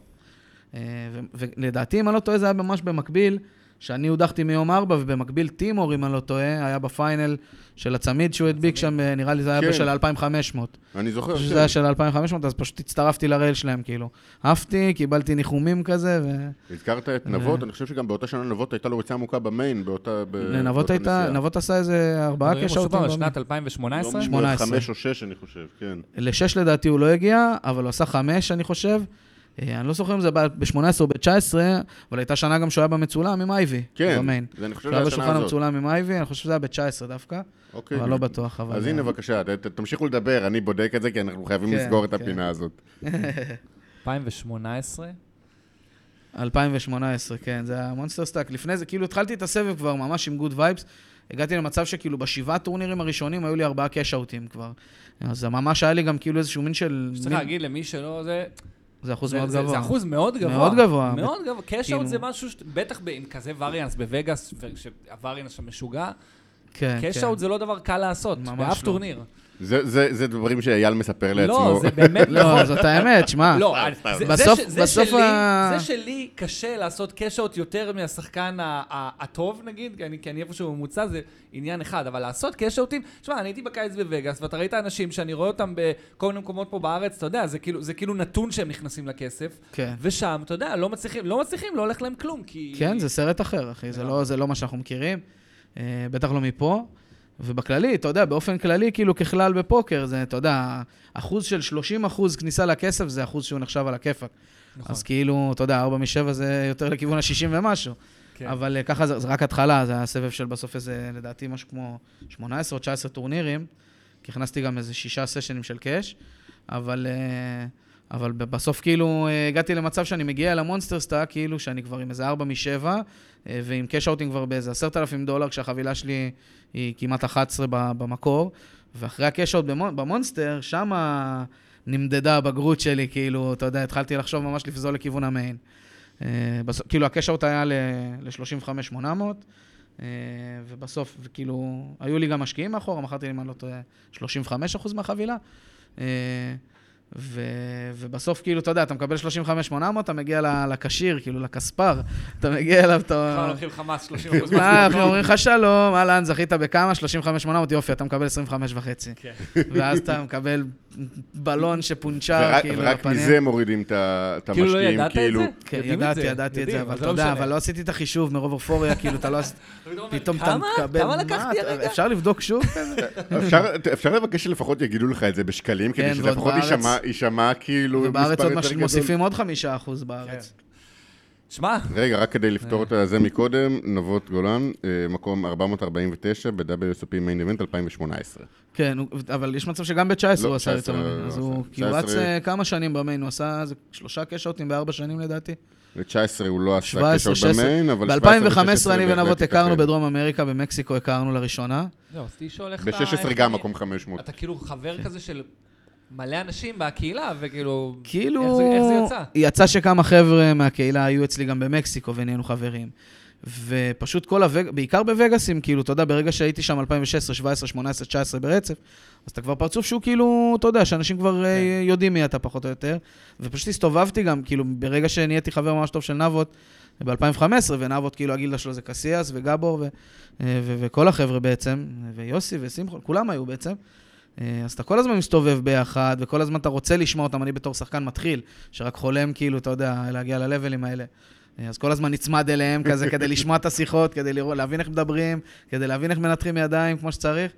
S4: אה, ו- ולדעתי, אם אני לא טועה, זה היה ממש במקביל, שאני הודחתי מיום ארבע, ובמקביל טימור, אם אני לא טועה, היה בפיינל של הצמיד שהוא הדביק שם, אה, נראה לי זה היה
S3: כן. נכון,
S4: של 2,500.
S3: אני זוכר
S4: שזה
S3: שזה
S4: היה של 2,500, אז פשוט הצטרפתי לרייל שלהם, כאילו. עפתי, קיבלתי ניחומים כזה, ו...
S3: הזכרת
S4: אה.
S3: את נבות, אני חושב שגם באותה שנה נבות הייתה לו ריצה עמוקה במיין, באותה... ב-
S4: לנבות
S3: באותה
S4: הייתה,
S3: נסיעה.
S4: נבות עשה איזה ארבעה
S2: מדברים
S4: קשאוטים.
S2: שוב פעם על
S4: במ-
S2: שנת 2018?
S3: לא,
S4: 18.
S3: חמש או שש, אני חושב, כן.
S4: לשש לדעתי הוא לא הגיע, אבל הוא עשה חמש, אני חושב. אה, אני לא זוכר אם זה ב-18 או ב-19, אבל הייתה שנה גם שהוא היה במצולם עם אייבי.
S3: כן,
S4: במיין.
S3: זה אני חושב
S4: שהוא היה
S3: שזה השנה
S4: בשולחן
S3: הזאת.
S4: המצולם עם אייבי, אני חושב שזה היה ב-19 דווקא,
S3: אוקיי.
S4: אבל לא בטוח. אבל-
S3: אז הנה, בבקשה, ת- ת- תמשיכו לדבר, אני בודק את זה, כי אנחנו חייבים
S4: כן,
S3: לסגור את
S4: כן.
S3: הפינה הזאת.
S2: 2018?
S4: 2018, כן, זה היה מונסטר סטאק. לפני זה, כאילו התחלתי את הסבב כבר ממש עם גוד וייבס. הגעתי למצב שכאילו בשבעה טורנירים הראשונים היו לי ארבעה קאש-אוטים כבר. אז זה ממש היה לי גם כאילו איזשהו מין של...
S2: צריך
S4: מין-
S2: להגיד למי שלא זה...
S4: זה אחוז
S2: זה-
S4: מאוד
S2: זה-
S4: גבוה.
S2: זה אחוז מאוד גבוה.
S4: מאוד גבוה.
S2: מאוד גבוה. קאש אאוט
S4: כאילו-
S2: זה משהו, ש- בטח ב- עם כזה וריאנס בווגאס, שהווריאנס שם משוגע,
S4: כן,
S2: קאש
S4: כן.
S2: אאוט זה לא דבר קל לעשות,
S4: ממש
S2: באף
S4: לא.
S2: טורניר.
S3: זה- זה זה דברים שאייל מספר לעצמו.
S2: לא, זה באמת
S4: לא, זאת האמת, שמע.
S2: לא,
S3: סתם,
S2: אני-
S3: סתם.
S2: זה-
S4: אה, בסוף-
S2: זה ש- זה
S4: בסוף
S2: שלי-
S4: ה-
S2: זה שלי קשה לעשות קאש-אוט יותר מהשחקן ה- ה- הטוב, נגיד, כי אני- כי אני איפשהו ממוצע, זה עניין אחד, אבל לעשות קאש-אוטים, תשמע, אני הייתי בקיץ בווגאס, ואתה ראית אנשים שאני רואה אותם בכל מיני מקומות פה בארץ, אתה יודע, זה כאילו- זה כאילו נתון שהם נכנסים לכסף,
S4: כן.
S2: ושם, אתה יודע, לא מצליחים, לא מצליחים, לא הולך להם כלום, כי...
S4: כן, זה סרט אחר, אחי, זה
S2: אה.
S4: לא- זה לא מה שאנחנו מכירים, אה, בטח לא מפה. ובכללי, אתה יודע, באופן כללי, כאילו ככלל בפוקר, זה, אתה יודע, אחוז של 30 אחוז כניסה לכסף, זה אחוז שהוא נחשב על הכיפאק.
S2: נכון.
S4: אז כאילו, אתה יודע, 4 מ-7 זה יותר לכיוון ה-60 ומשהו.
S2: כן.
S4: אבל אה, ככה, זה זה רק התחלה, זה היה סבב של בסוף איזה, לדעתי, משהו כמו 18 או 19 טורנירים, כי הכנסתי גם איזה שישה סשנים של קאש, אבל, אה, אבל ב- בסוף כאילו אה, הגעתי למצב שאני מגיע למונסטר סטאק, כאילו שאני כבר עם איזה 4 מ-7, ועם קאש אאוטים כבר באיזה 10,000 דולר, כשהחבילה שלי היא כמעט 11 ב- במקור, ואחרי הקאש אאוט במו- במונסטר, שמה... נמדדה הבגרות שלי, כאילו, אתה יודע, התחלתי לחשוב ממש לפזול לכיוון המיין. אה, בסוף, כאילו, הקשאוט היה ל-35-800, אה, ובסוף, כאילו, היו לי גם משקיעים מאחורה, מכרתי לי, אם אני לא טועה, 35% מהחבילה. אה, ו, ובסוף, כאילו, אתה יודע, אתה מקבל 35-800, אתה מגיע ל- לקשיר, כאילו, לכספר, אתה מגיע אליו,
S2: כבר לא
S4: אתה...
S2: לוקחים לך מס 30
S4: מה, *laughs* אנחנו אומרים לך שלום, אהלן, זכית בכמה? 35-800, יופי, אתה מקבל 25 וחצי.
S2: כן.
S4: ואז אתה מקבל בלון שפונצ'ר,
S3: ורק-
S4: כאילו,
S3: ורק מזה מורידים את ה- את
S2: כאילו לא
S3: המשקיעים,
S2: ידעת את
S3: כאילו...
S2: זה?
S4: כן,
S2: יודעים את
S4: ידעתי,
S2: זה,
S4: ידעתי את
S2: יודעים,
S4: זה, אבל
S2: זה
S4: אתה
S2: לא
S4: יודע,
S2: משנה.
S4: אבל לא עשיתי את החישוב מרוב אופוריה, כאילו,
S2: *laughs*
S4: אתה לא... עשית- פתאום אתה
S2: כמה?
S4: מקבל...
S2: כמה
S4: מה,
S2: לקחתי
S4: אתה-
S2: הרגע?
S4: אפשר לבדוק
S3: *laughs*
S4: שוב?
S3: כאילו, אפשר- אפשר לבקש שלפחות יגידו לך את זה בשקלים, כדי
S4: כן,
S3: שזה
S4: ועוד
S3: לפחות
S4: בארץ-
S3: יישמע- יישמע כאילו...
S4: ובארץ
S3: מספר יותר
S4: עוד
S3: כן.
S4: מש-
S3: גדול?
S4: מוסיפים עוד חמישה אחוז בארץ.
S2: שמע,
S3: רגע, רק כדי לפתור
S4: אה.
S3: את זה מקודם, נבות גולן, אה, מקום 449 ב-WSOP מיין איבנט 2018.
S4: כן, הוא- אבל יש מצב שגם ב-19
S3: לא,
S4: הוא עשה
S3: 19
S4: יותר מבין,
S3: לא
S4: אז
S3: עשה.
S4: הוא כי הוא
S3: 19
S4: רץ אה, כמה שנים במיין, הוא עשה איזה שלושה קשאוטים בארבע שנים לדעתי.
S3: ל-19 הוא לא עשה
S4: 17,
S3: קשר
S4: 16.
S3: במיין, אבל 17
S4: ב-2015
S3: ו-16
S4: אני
S3: בהחלט
S4: ונבות הכרנו
S3: ייתכן.
S4: בדרום אמריקה, במקסיקו הכרנו לראשונה.
S2: זהו, לא, אז תשאול איך אתה...
S3: ב-16
S2: איך
S3: גם
S2: אתה-
S3: מקום 500.
S2: אתה כאילו חבר כזה של מלא אנשים בקהילה, וכאילו...
S4: כאילו...
S2: איך זה- איך זה יצא?
S4: יצא שכמה חבר'ה מהקהילה היו אצלי גם במקסיקו ונהיינו חברים. ופשוט כל הווגאס, בעיקר בווגאסים, כאילו, אתה יודע, ברגע שהייתי שם 2016, 17, 18, 19 ברצף, אז אתה כבר פרצוף שהוא כאילו, אתה יודע, שאנשים כבר אה,
S2: כן.
S4: יודעים מי אתה פחות או יותר. ופשוט הסתובבתי גם, כאילו, ברגע שנהייתי חבר ממש טוב של נבות, ב-2015, ונבות, כאילו, הגילדה שלו זה קסיאס וגבור ו- אה, ו- וכל החבר'ה בעצם, ויוסי ושמחון, כולם היו בעצם. אה, אז אתה כל הזמן מסתובב ביחד, וכל הזמן אתה רוצה לשמוע אותם, אני בתור שחקן מתחיל, שרק חולם כאילו, אתה יודע, להגיע ללבלים האלה. אה, אז כל הזמן נצמד אליהם כזה, כדי לשמוע את השיחות, כדי לראות, להבין איך מדברים, כדי להבין איך מנתחים ידיים כמו שצריך.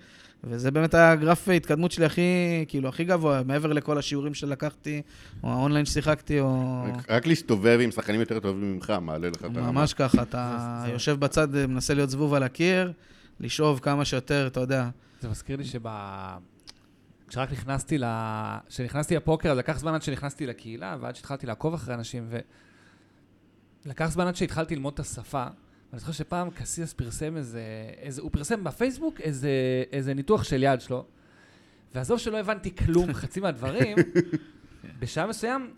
S4: וזה באמת הגרף ההתקדמות שלי הכי, כאילו, הכי גבוה, מעבר לכל השיעורים שלקחתי, או האונליין ששיחקתי, או...
S3: רק- רק להסתובב עם שחקנים יותר טובים ממך, מעלה לך את הרמה.
S4: אה. ממש ככה, אתה
S2: זה- זה-
S4: יושב בצד, אה, מנסה להיות זבוב על הקיר, לשאוב כמה שיותר, אתה יודע.
S2: זה מזכיר לי שב... כשרק נכנסתי ל... כשנכנסתי לפוקר, אז לקח זמן עד שנכנסתי לקהילה, ועד שהתחלתי לעקוב אחרי אנשים, ו... לקח זמן עד שהתחלתי ללמוד את השפה. אני זוכר שפעם קסיאס פרסם איזה, איזה... הוא פרסם בפייסבוק איזה, איזה ניתוח של יד שלו, ועזוב שלא הבנתי
S4: *laughs*
S2: כלום, חצי מהדברים, בשעה מסוים...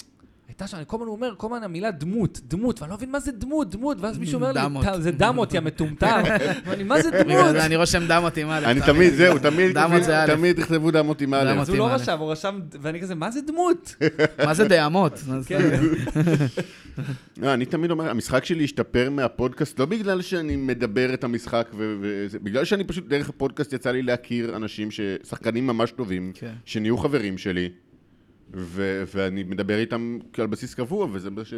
S2: הייתה שם, אני כל הזמן הוא אומר, כל הזמן המילה דמות, דמות, ואני לא מבין מה זה דמות, דמות, ואז מישהו אומר לי,
S4: דמות.
S2: "טה, זה דמות, יא
S4: *laughs*
S2: מטומטם. ואני, מה זה דמות?
S4: אני רושם דם אותי, מה
S3: כן. אני תמיד, זהו, תמיד,
S4: דמות זה א'.
S3: תמיד תכתבו דמות עם א'.
S4: דמות.
S2: אז הוא לא
S4: מתאים,
S2: רשם, הוא רשם, ואני כזה, מה זה
S4: *laughs*
S2: דמות?
S4: מה
S3: *laughs*
S4: זה דהמות?
S2: כן.
S3: לא, אני תמיד אומר, המשחק שלי השתפר מהפודקאסט, לא בגלל שאני מדבר את המשחק, ו- וזה- בגלל שאני פשוט, דרך הפודקאסט יצא לי להכיר אנשים, ש- שחקנים ממש טובים,
S4: כן.
S3: שנהיו חברים שלי, ו- ואני מדבר איתם על בסיס קבוע, וזה מה ש...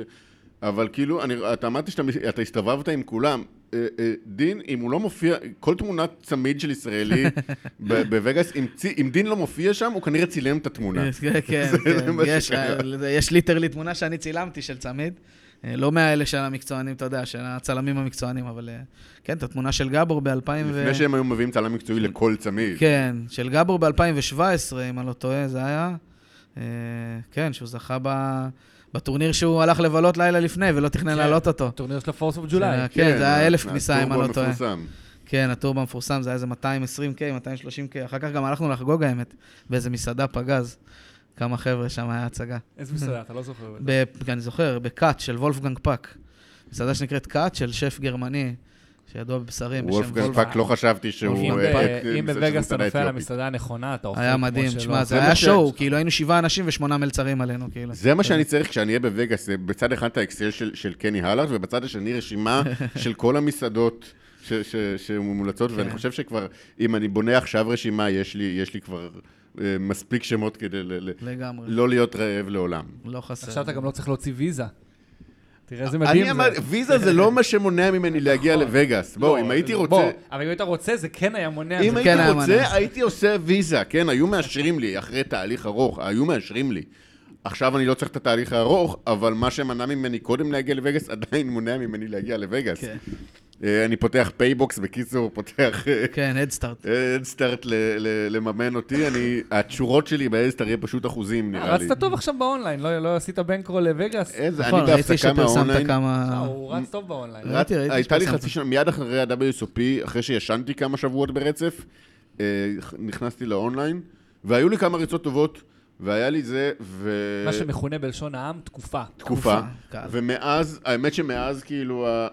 S3: אבל כאילו, אני, אתה אמרת שאתה מס- אתה הסתובבת עם כולם. אה, אה, דין, אם הוא לא מופיע, כל תמונת צמיד של ישראלי
S4: *laughs*
S3: ב- בווגאס, אם, צי- אם דין לא מופיע שם, הוא כנראה צילם את התמונה.
S4: כן, כן,
S3: *laughs* זה מה
S4: יש,
S3: שקרה.
S4: אה, יש ליטרלי תמונה שאני צילמתי של צמיד. אה, לא מהאלה של המקצוענים, אתה יודע, של הצלמים המקצוענים, אבל אה, כן, את התמונה של גבור ב-2000 כן, ו...
S3: לפני שהם היו מביאים צלם מקצועי לכל צמיד.
S4: כן, של גבור ב-2017, אם אני לא טועה, זה היה. אה, כן, שהוא זכה ב... בטורניר שהוא הלך לבלות לילה לפני ולא תכנן
S2: כן.
S4: להעלות אותו.
S2: הטורניר של הפורס אוף ג'ולי.
S4: כן, לא. זה היה אלף כניסה, אם אני
S3: הטורבו
S4: לא טועה.
S3: המפורסם.
S4: כן, הטורבו המפורסם, זה היה איזה 220K, 230K, אחר כך גם הלכנו לחגוג האמת, באיזה מסעדה פגז. כמה חבר'ה שם היה הצגה.
S2: איזה מסעדה, אתה לא זוכר.
S4: ב- אני זוכר, בקאט של וולפגנג פאק. מסעדה שנקראת קאט של שף גרמני, שידוע בבשרים, כן, בשם
S3: וולפגן
S4: וולפגנג.
S3: פאק לא חשבתי
S2: אם
S3: שהוא...
S2: ב-
S3: אה,
S2: אם
S3: מסעדה
S2: בווגאס אתה
S3: מסעדה
S2: לא נופל על
S3: אתיופית.
S2: המסעדה הנכונה, אתה אוכל כמו
S4: היה
S2: שלא.
S4: מדהים, תשמע,
S3: זה
S4: זה היה
S3: מה ש-
S4: שואו, כאילו היינו שבעה אנשים ושמונה מלצרים עלינו, כאילו.
S3: זה מה שאני צריך כשאני אהיה בווגאס, זה בצד אחד את האקסל של של קני הלארד, ובצד השני
S4: *laughs*
S3: רשימה של כל המסעדות ש- ש- שמומלצות, ואני
S4: כן.
S3: חושב שכבר, אם אני בונה עכשיו רשימה, יש לי- יש לי כבר אה, מספיק שמות כדי ל- ל-
S4: לגמרי.
S3: לא להיות רעב לעולם.
S4: לא חסר.
S2: עכשיו אתה גם לא צריך להוציא ויזה. תראה איזה מדהים
S3: אני
S2: זה.
S3: אמרתי, ויזה זה לא מה שמונע ממני להגיע לווגאס. בואו,
S2: לא,
S3: אם הייתי
S2: בוא,
S3: רוצה...
S2: אבל אם היית רוצה, זה כן היה
S3: אם
S2: מונע. זה-
S3: הייתי
S4: כן היה
S3: רוצה,
S4: מנוס.
S3: הייתי עושה ויזה, כן, היו מאשרים לי, אחרי תהליך ארוך, היו מאשרים לי. עכשיו אני לא צריך את התהליך הארוך, אבל מה שמנע ממני קודם להגיע לווגאס, *laughs* עדיין מונע ממני להגיע
S2: לא-
S3: לווגאס.
S4: כן.
S3: אה, אני פותח פייבוקס, בקיצור, פותח אה,
S4: כן, הדסטארט.
S3: אדסטארט ל- ל- לממן אותי, אני, התשורות שלי באדסטארט יהיה פשוט אחוזים, נראה לי. אה,
S2: רצת טוב עכשיו באונליין, לא- לא עשית בנקרול לווגאס?
S3: איזה, אני
S4: נכון, ראיתי
S3: בהפסקה
S4: שפרסמת
S3: מהאונליין.
S2: אה,
S4: כמה...
S2: הוא רץ טוב באונליין.
S4: ראיתי,
S3: רצ-
S4: ראיתי
S3: הייתה לי
S4: שפרסמת.
S3: חצי שנה, מיד אחרי ה-WSOP, אחרי שישנתי כמה שבועות ברצף, אה, נכנסתי לאונליין, והיו לי כמה ריצות טובות, והיה לי זה, ו...
S2: מה שמכונה בלשון העם, תקופה.
S3: תקופה.
S4: קל.
S3: ומאז, האמת שמאז כאילו, ה-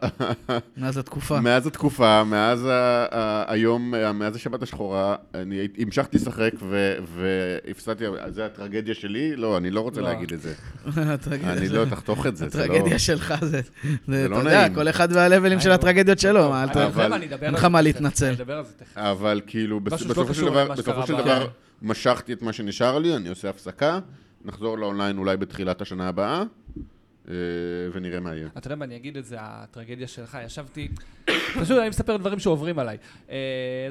S4: מאז
S3: *laughs*
S4: התקופה.
S3: מאז התקופה, מאז ה- ה- היום, אה, מאז השבת השחורה, אני הייתי- המשכתי לשחק ו- והפסדתי, אבל זה הטרגדיה שלי? לא, אני לא רוצה
S2: לא.
S3: להגיד
S4: *laughs*
S3: את זה.
S4: *laughs* הטרגדיה
S3: אני
S4: של-
S3: לא, תחתוך את זה, זה לא...
S4: הטרגדיה שלך זה, זה,
S3: לא
S4: אתה יודע,
S3: נעים.
S4: כל אחד והלבלים
S2: לא-
S4: של הטרגדיות שלו, מה, אל
S2: אני
S4: ת-
S3: אבל-
S2: חושב, אני אדבר
S4: אין
S2: על
S4: לך
S2: זה
S4: מה
S2: תכף,
S4: להתנצל.
S2: אני אדבר על זה תכף.
S3: אבל כאילו, בס-
S2: משהו שלא
S3: בסופו של
S2: קשור
S3: דבר,
S2: למה
S3: בסופו
S2: שקרה
S3: של
S2: ב-
S3: דבר,
S2: כן.
S3: משכתי את מה שנשאר לי, אני עושה הפסקה, נחזור לאונליין אולי בתחילת השנה הבאה, אה, ונראה מה יהיה.
S2: אתה יודע מה, אני אגיד את זה, הטרגדיה שלך, ישבתי, פשוט אני מספר דברים שעוברים עליי. אה,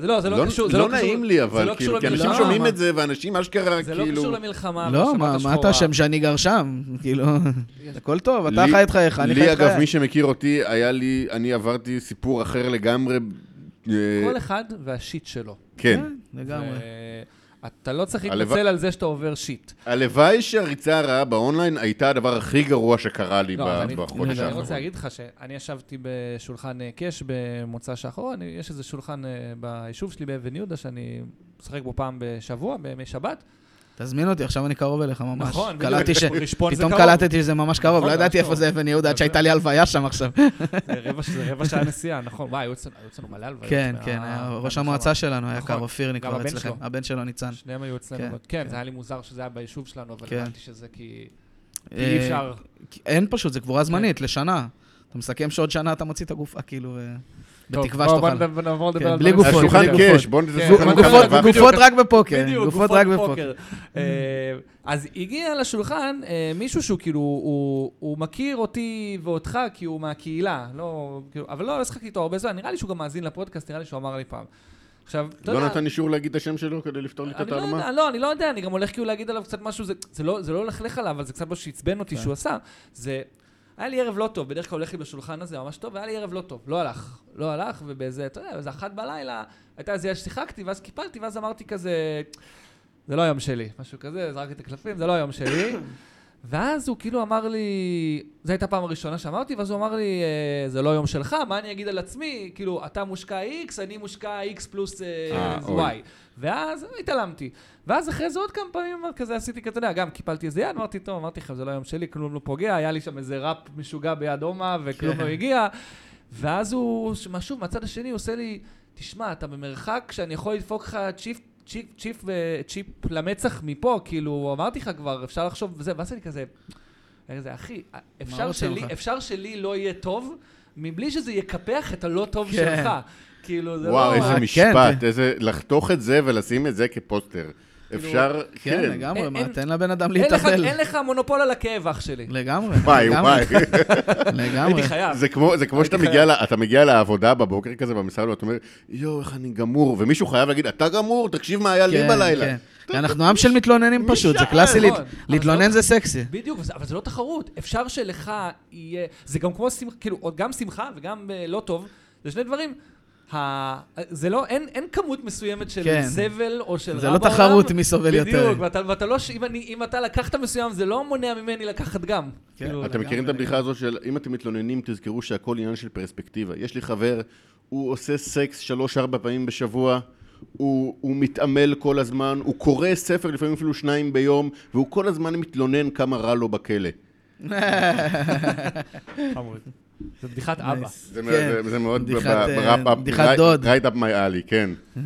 S2: זה לא, זה לא קשור, זה
S3: לא
S2: קשור-
S3: נעים לי,
S2: זה
S3: אבל,
S2: לא
S3: כאילו,
S2: קשור
S3: כי אנשים
S2: למלחמה.
S3: שומעים
S4: מה-
S3: את זה, ואנשים אשכרה,
S2: זה לא
S3: כאילו...
S2: קשור למלחמה,
S4: לא,
S2: בשבת
S4: מה, מה
S2: השחורה.
S4: אתה אשם שאני גר שם? *laughs* כאילו, הכל טוב, אתה
S3: לי-
S4: חי את חייך, אני חי
S3: לי,
S4: את חיי.
S3: אגב, מי שמכיר אותי, היה לי, אני עברתי סיפור אחר לגמרי. אה,
S2: כל אחד והשיט שלו.
S3: כן.
S4: כן, לגמרי.
S2: ו- אתה לא צריך
S3: הלוואי-
S2: להתנצל על זה שאתה עובר שיט.
S3: הלוואי שהריצה הרעה באונליין הייתה הדבר הכי גרוע שקרה לי
S2: לא,
S3: ב-
S2: אבל אני-
S3: בחודש
S2: אני רוצה
S3: האחרון.
S2: להגיד לך שאני ישבתי בשולחן אה, קש במוצא שאחרון, יש איזה שולחן אה, ביישוב שלי באבן יהודה שאני משחק בו פעם בשבוע, בימי שבת.
S4: תזמין אותי, עכשיו אני קרוב אליך ממש.
S2: נכון, בדיוק.
S4: קלטתי
S2: *laughs*
S4: ש...
S2: רשפון זה
S4: פתאום
S2: קרוב.
S4: קלטתי שזה ממש קרוב,
S2: נכון,
S4: לא ידעתי
S2: ממש
S4: איפה זה אבן יהודה, עד
S2: אז-
S4: שהייתה לי הלוויה שם
S2: *laughs*
S4: עכשיו.
S2: זה רבע- זה רבע שעה נסיעה, נכון. וואי, היו אצלנו- היו אצלנו מלא הלוויות. אה,
S4: כן,
S2: מה-
S4: כן, היה ראש
S2: מהמלחמה.
S4: המועצה שלנו היה
S2: נכון,
S4: קר אופירני
S2: גם
S4: כבר
S2: הבן
S4: אצלכם.
S2: שלו.
S4: הבן שלו ניצן.
S2: שניהם היו אצלנו.
S4: כן,
S2: מאוד. כן,
S4: כן.
S2: זה היה לי מוזר שזה היה ביישוב שלנו, אבל
S4: כן.
S2: הבנתי שזה כי כי
S4: אה,
S2: אי אפשר...
S4: כי אין פשוט, זה
S2: כן.
S4: קבורה זמנית, לשנה. אתה מסכם שעוד שנה אתה מוציא את הגופה, כאילו, אה,
S2: טוב,
S4: בתקווה
S2: בוא- בוא
S4: שתאכל.
S2: נדבר- נעבור לדבר
S4: כן,
S2: על
S4: בלי
S2: דברים
S4: גופות,
S2: אחרים.
S3: שולחן
S4: בלי גופות.
S3: קש, בואו נעשה
S2: כן,
S3: שולחן
S2: גופות-
S3: קש.
S4: גופות-
S3: אבל-
S2: בדיוק.
S4: גופות רק
S2: *laughs*
S4: בפוקר,
S2: בדיוק,
S4: גופות רק בפוקר.
S2: אה, אז הגיע לשולחן אה, מישהו שהוא כאילו, הוא- הוא מכיר אותי ואותך כי הוא מהקהילה, לא, כאילו, אבל לא, לא שחקתי איתו הרבה זמן, נראה לי שהוא גם מאזין לפודקאסט, נראה לי שהוא אמר לי פעם. עכשיו, אתה
S3: לא
S2: יודע...
S3: נתן אישור להגיד את השם שלו כדי לפתור לי את
S2: אני לא
S3: התעלומה?
S2: יודע, לא, אני לא יודע, אני גם הולך כאילו להגיד עליו קצת משהו, זה, זה, לא, זה לא ללכלך עליו, אבל זה קצת משהו שעצבן אותי שהוא עשה. זה... היה לי ערב לא טוב, בדרך כלל הולך לי בשולחן הזה ממש טוב, והיה לי ערב לא טוב, לא הלך. לא הלך, ובאיזה, אתה יודע, באיזה אחת בלילה, הייתה איזה, שיחקתי, ואז קיפלתי, ואז אמרתי כזה, זה לא היום שלי, משהו כזה, זרקתי את הקלפים, זה לא היום שלי. ואז הוא כאילו אמר לי, זו הייתה הפעם הראשונה שאמרתי, ואז הוא אמר לי, "אה, זה לא יום שלך, מה אני אגיד על עצמי? כאילו, אתה מושקע X, אני מושקע X פלוס אה,
S3: אה,
S2: Y. ואז התעלמתי. ואז אחרי זה עוד כמה פעמים אמר- כזה עשיתי, כזה, אתה יודע, גם קיפלתי איזה יד, אמרתי, טוב, אמרתי לכם, זה לא היום שלי, כלום לא פוגע, היה לי שם איזה ראפ משוגע ביד אומה, וכלום לא הגיע. ואז הוא, ש- מה, שוב, מהצד השני, הוא עושה לי, תשמע, אתה במרחק שאני יכול לדפוק לך צ'יפ, צ'יפ, צ'יפ וצ'יפ למצח מפה, כאילו, אמרתי לך כבר, אפשר לחשוב וזה, ואז אני כזה, אני כזה, אחי, אה, אפשר
S4: רוצה
S2: שלי,
S4: ממך?"
S2: אפשר שלי לא יהיה טוב, מבלי שזה יקפח את הלא טוב
S4: כן.
S2: שלך. כאילו, זה
S3: וואו,
S2: לא...
S3: איזה
S4: כן,
S3: משפט,
S4: כן.
S3: איזה... לחתוך את זה ולשים את זה כפוסטר. אפשר,
S4: כן,
S3: כן.
S4: לגמרי,
S2: אין-
S4: מה,
S2: אין-
S4: תן לבן אדם
S2: אין לך,
S4: להתאבל.
S2: אין לך מונופול על הכאב, אח שלי.
S4: לגמרי,
S3: וואי,
S4: לגמרי,
S3: וואי.
S4: *laughs* לגמרי.
S2: הייתי חייב.
S3: זה כמו, זה כמו שאתה מגיע, ל, אתה מגיע לעבודה בבוקר כזה במשרד ואתה אומר, יואו, איך אני גמור, ומישהו חייב להגיד, אתה גמור, תקשיב מה היה לי בלילה.
S4: כן. אנחנו עם של מתלוננים פשוט, זה
S3: שאל?
S4: קלאסי, להת-
S2: נכון. אבל
S4: להתלונן
S2: לא-
S4: זה סקסי.
S2: בדיוק, אבל זה- אבל זה לא תחרות. אפשר שלך יהיה... זה גם כמו שמחה, כאילו, עוד גם שמחה וגם אה, לא טוב, זה שני דברים. ה... זה לא, אין, אין כמות מסוימת של
S4: כן.
S2: זבל או של רע
S4: זה
S2: בעולם.
S4: לא תחרות מי סובל יותר.
S2: בדיוק, ואתה, ואתה לא... ש- אם, אני, אם אתה לקחת מסוים, זה לא מונע ממני לקחת גם.
S4: כן.
S2: כאילו,
S3: אתם מכירים את הבדיחה הזאת של אם אתם מתלוננים, תזכרו שהכל עניין של פרספקטיבה. יש לי חבר, הוא עושה סקס שלוש-ארבע פעמים בשבוע, הוא, הוא מתעמל כל הזמן, הוא קורא ספר לפעמים אפילו שניים ביום, והוא כל הזמן מתלונן כמה רע לו בכלא.
S2: חמוד. *laughs* זה בדיחת אבא.
S3: זה,
S4: כן.
S3: מאוד- זה, זה מאוד
S4: בדיחת,
S3: בראפ
S4: אה,
S3: אפ,
S4: בדיחת דוד.
S3: רייט אפ מי עלי, כן.
S2: אמ,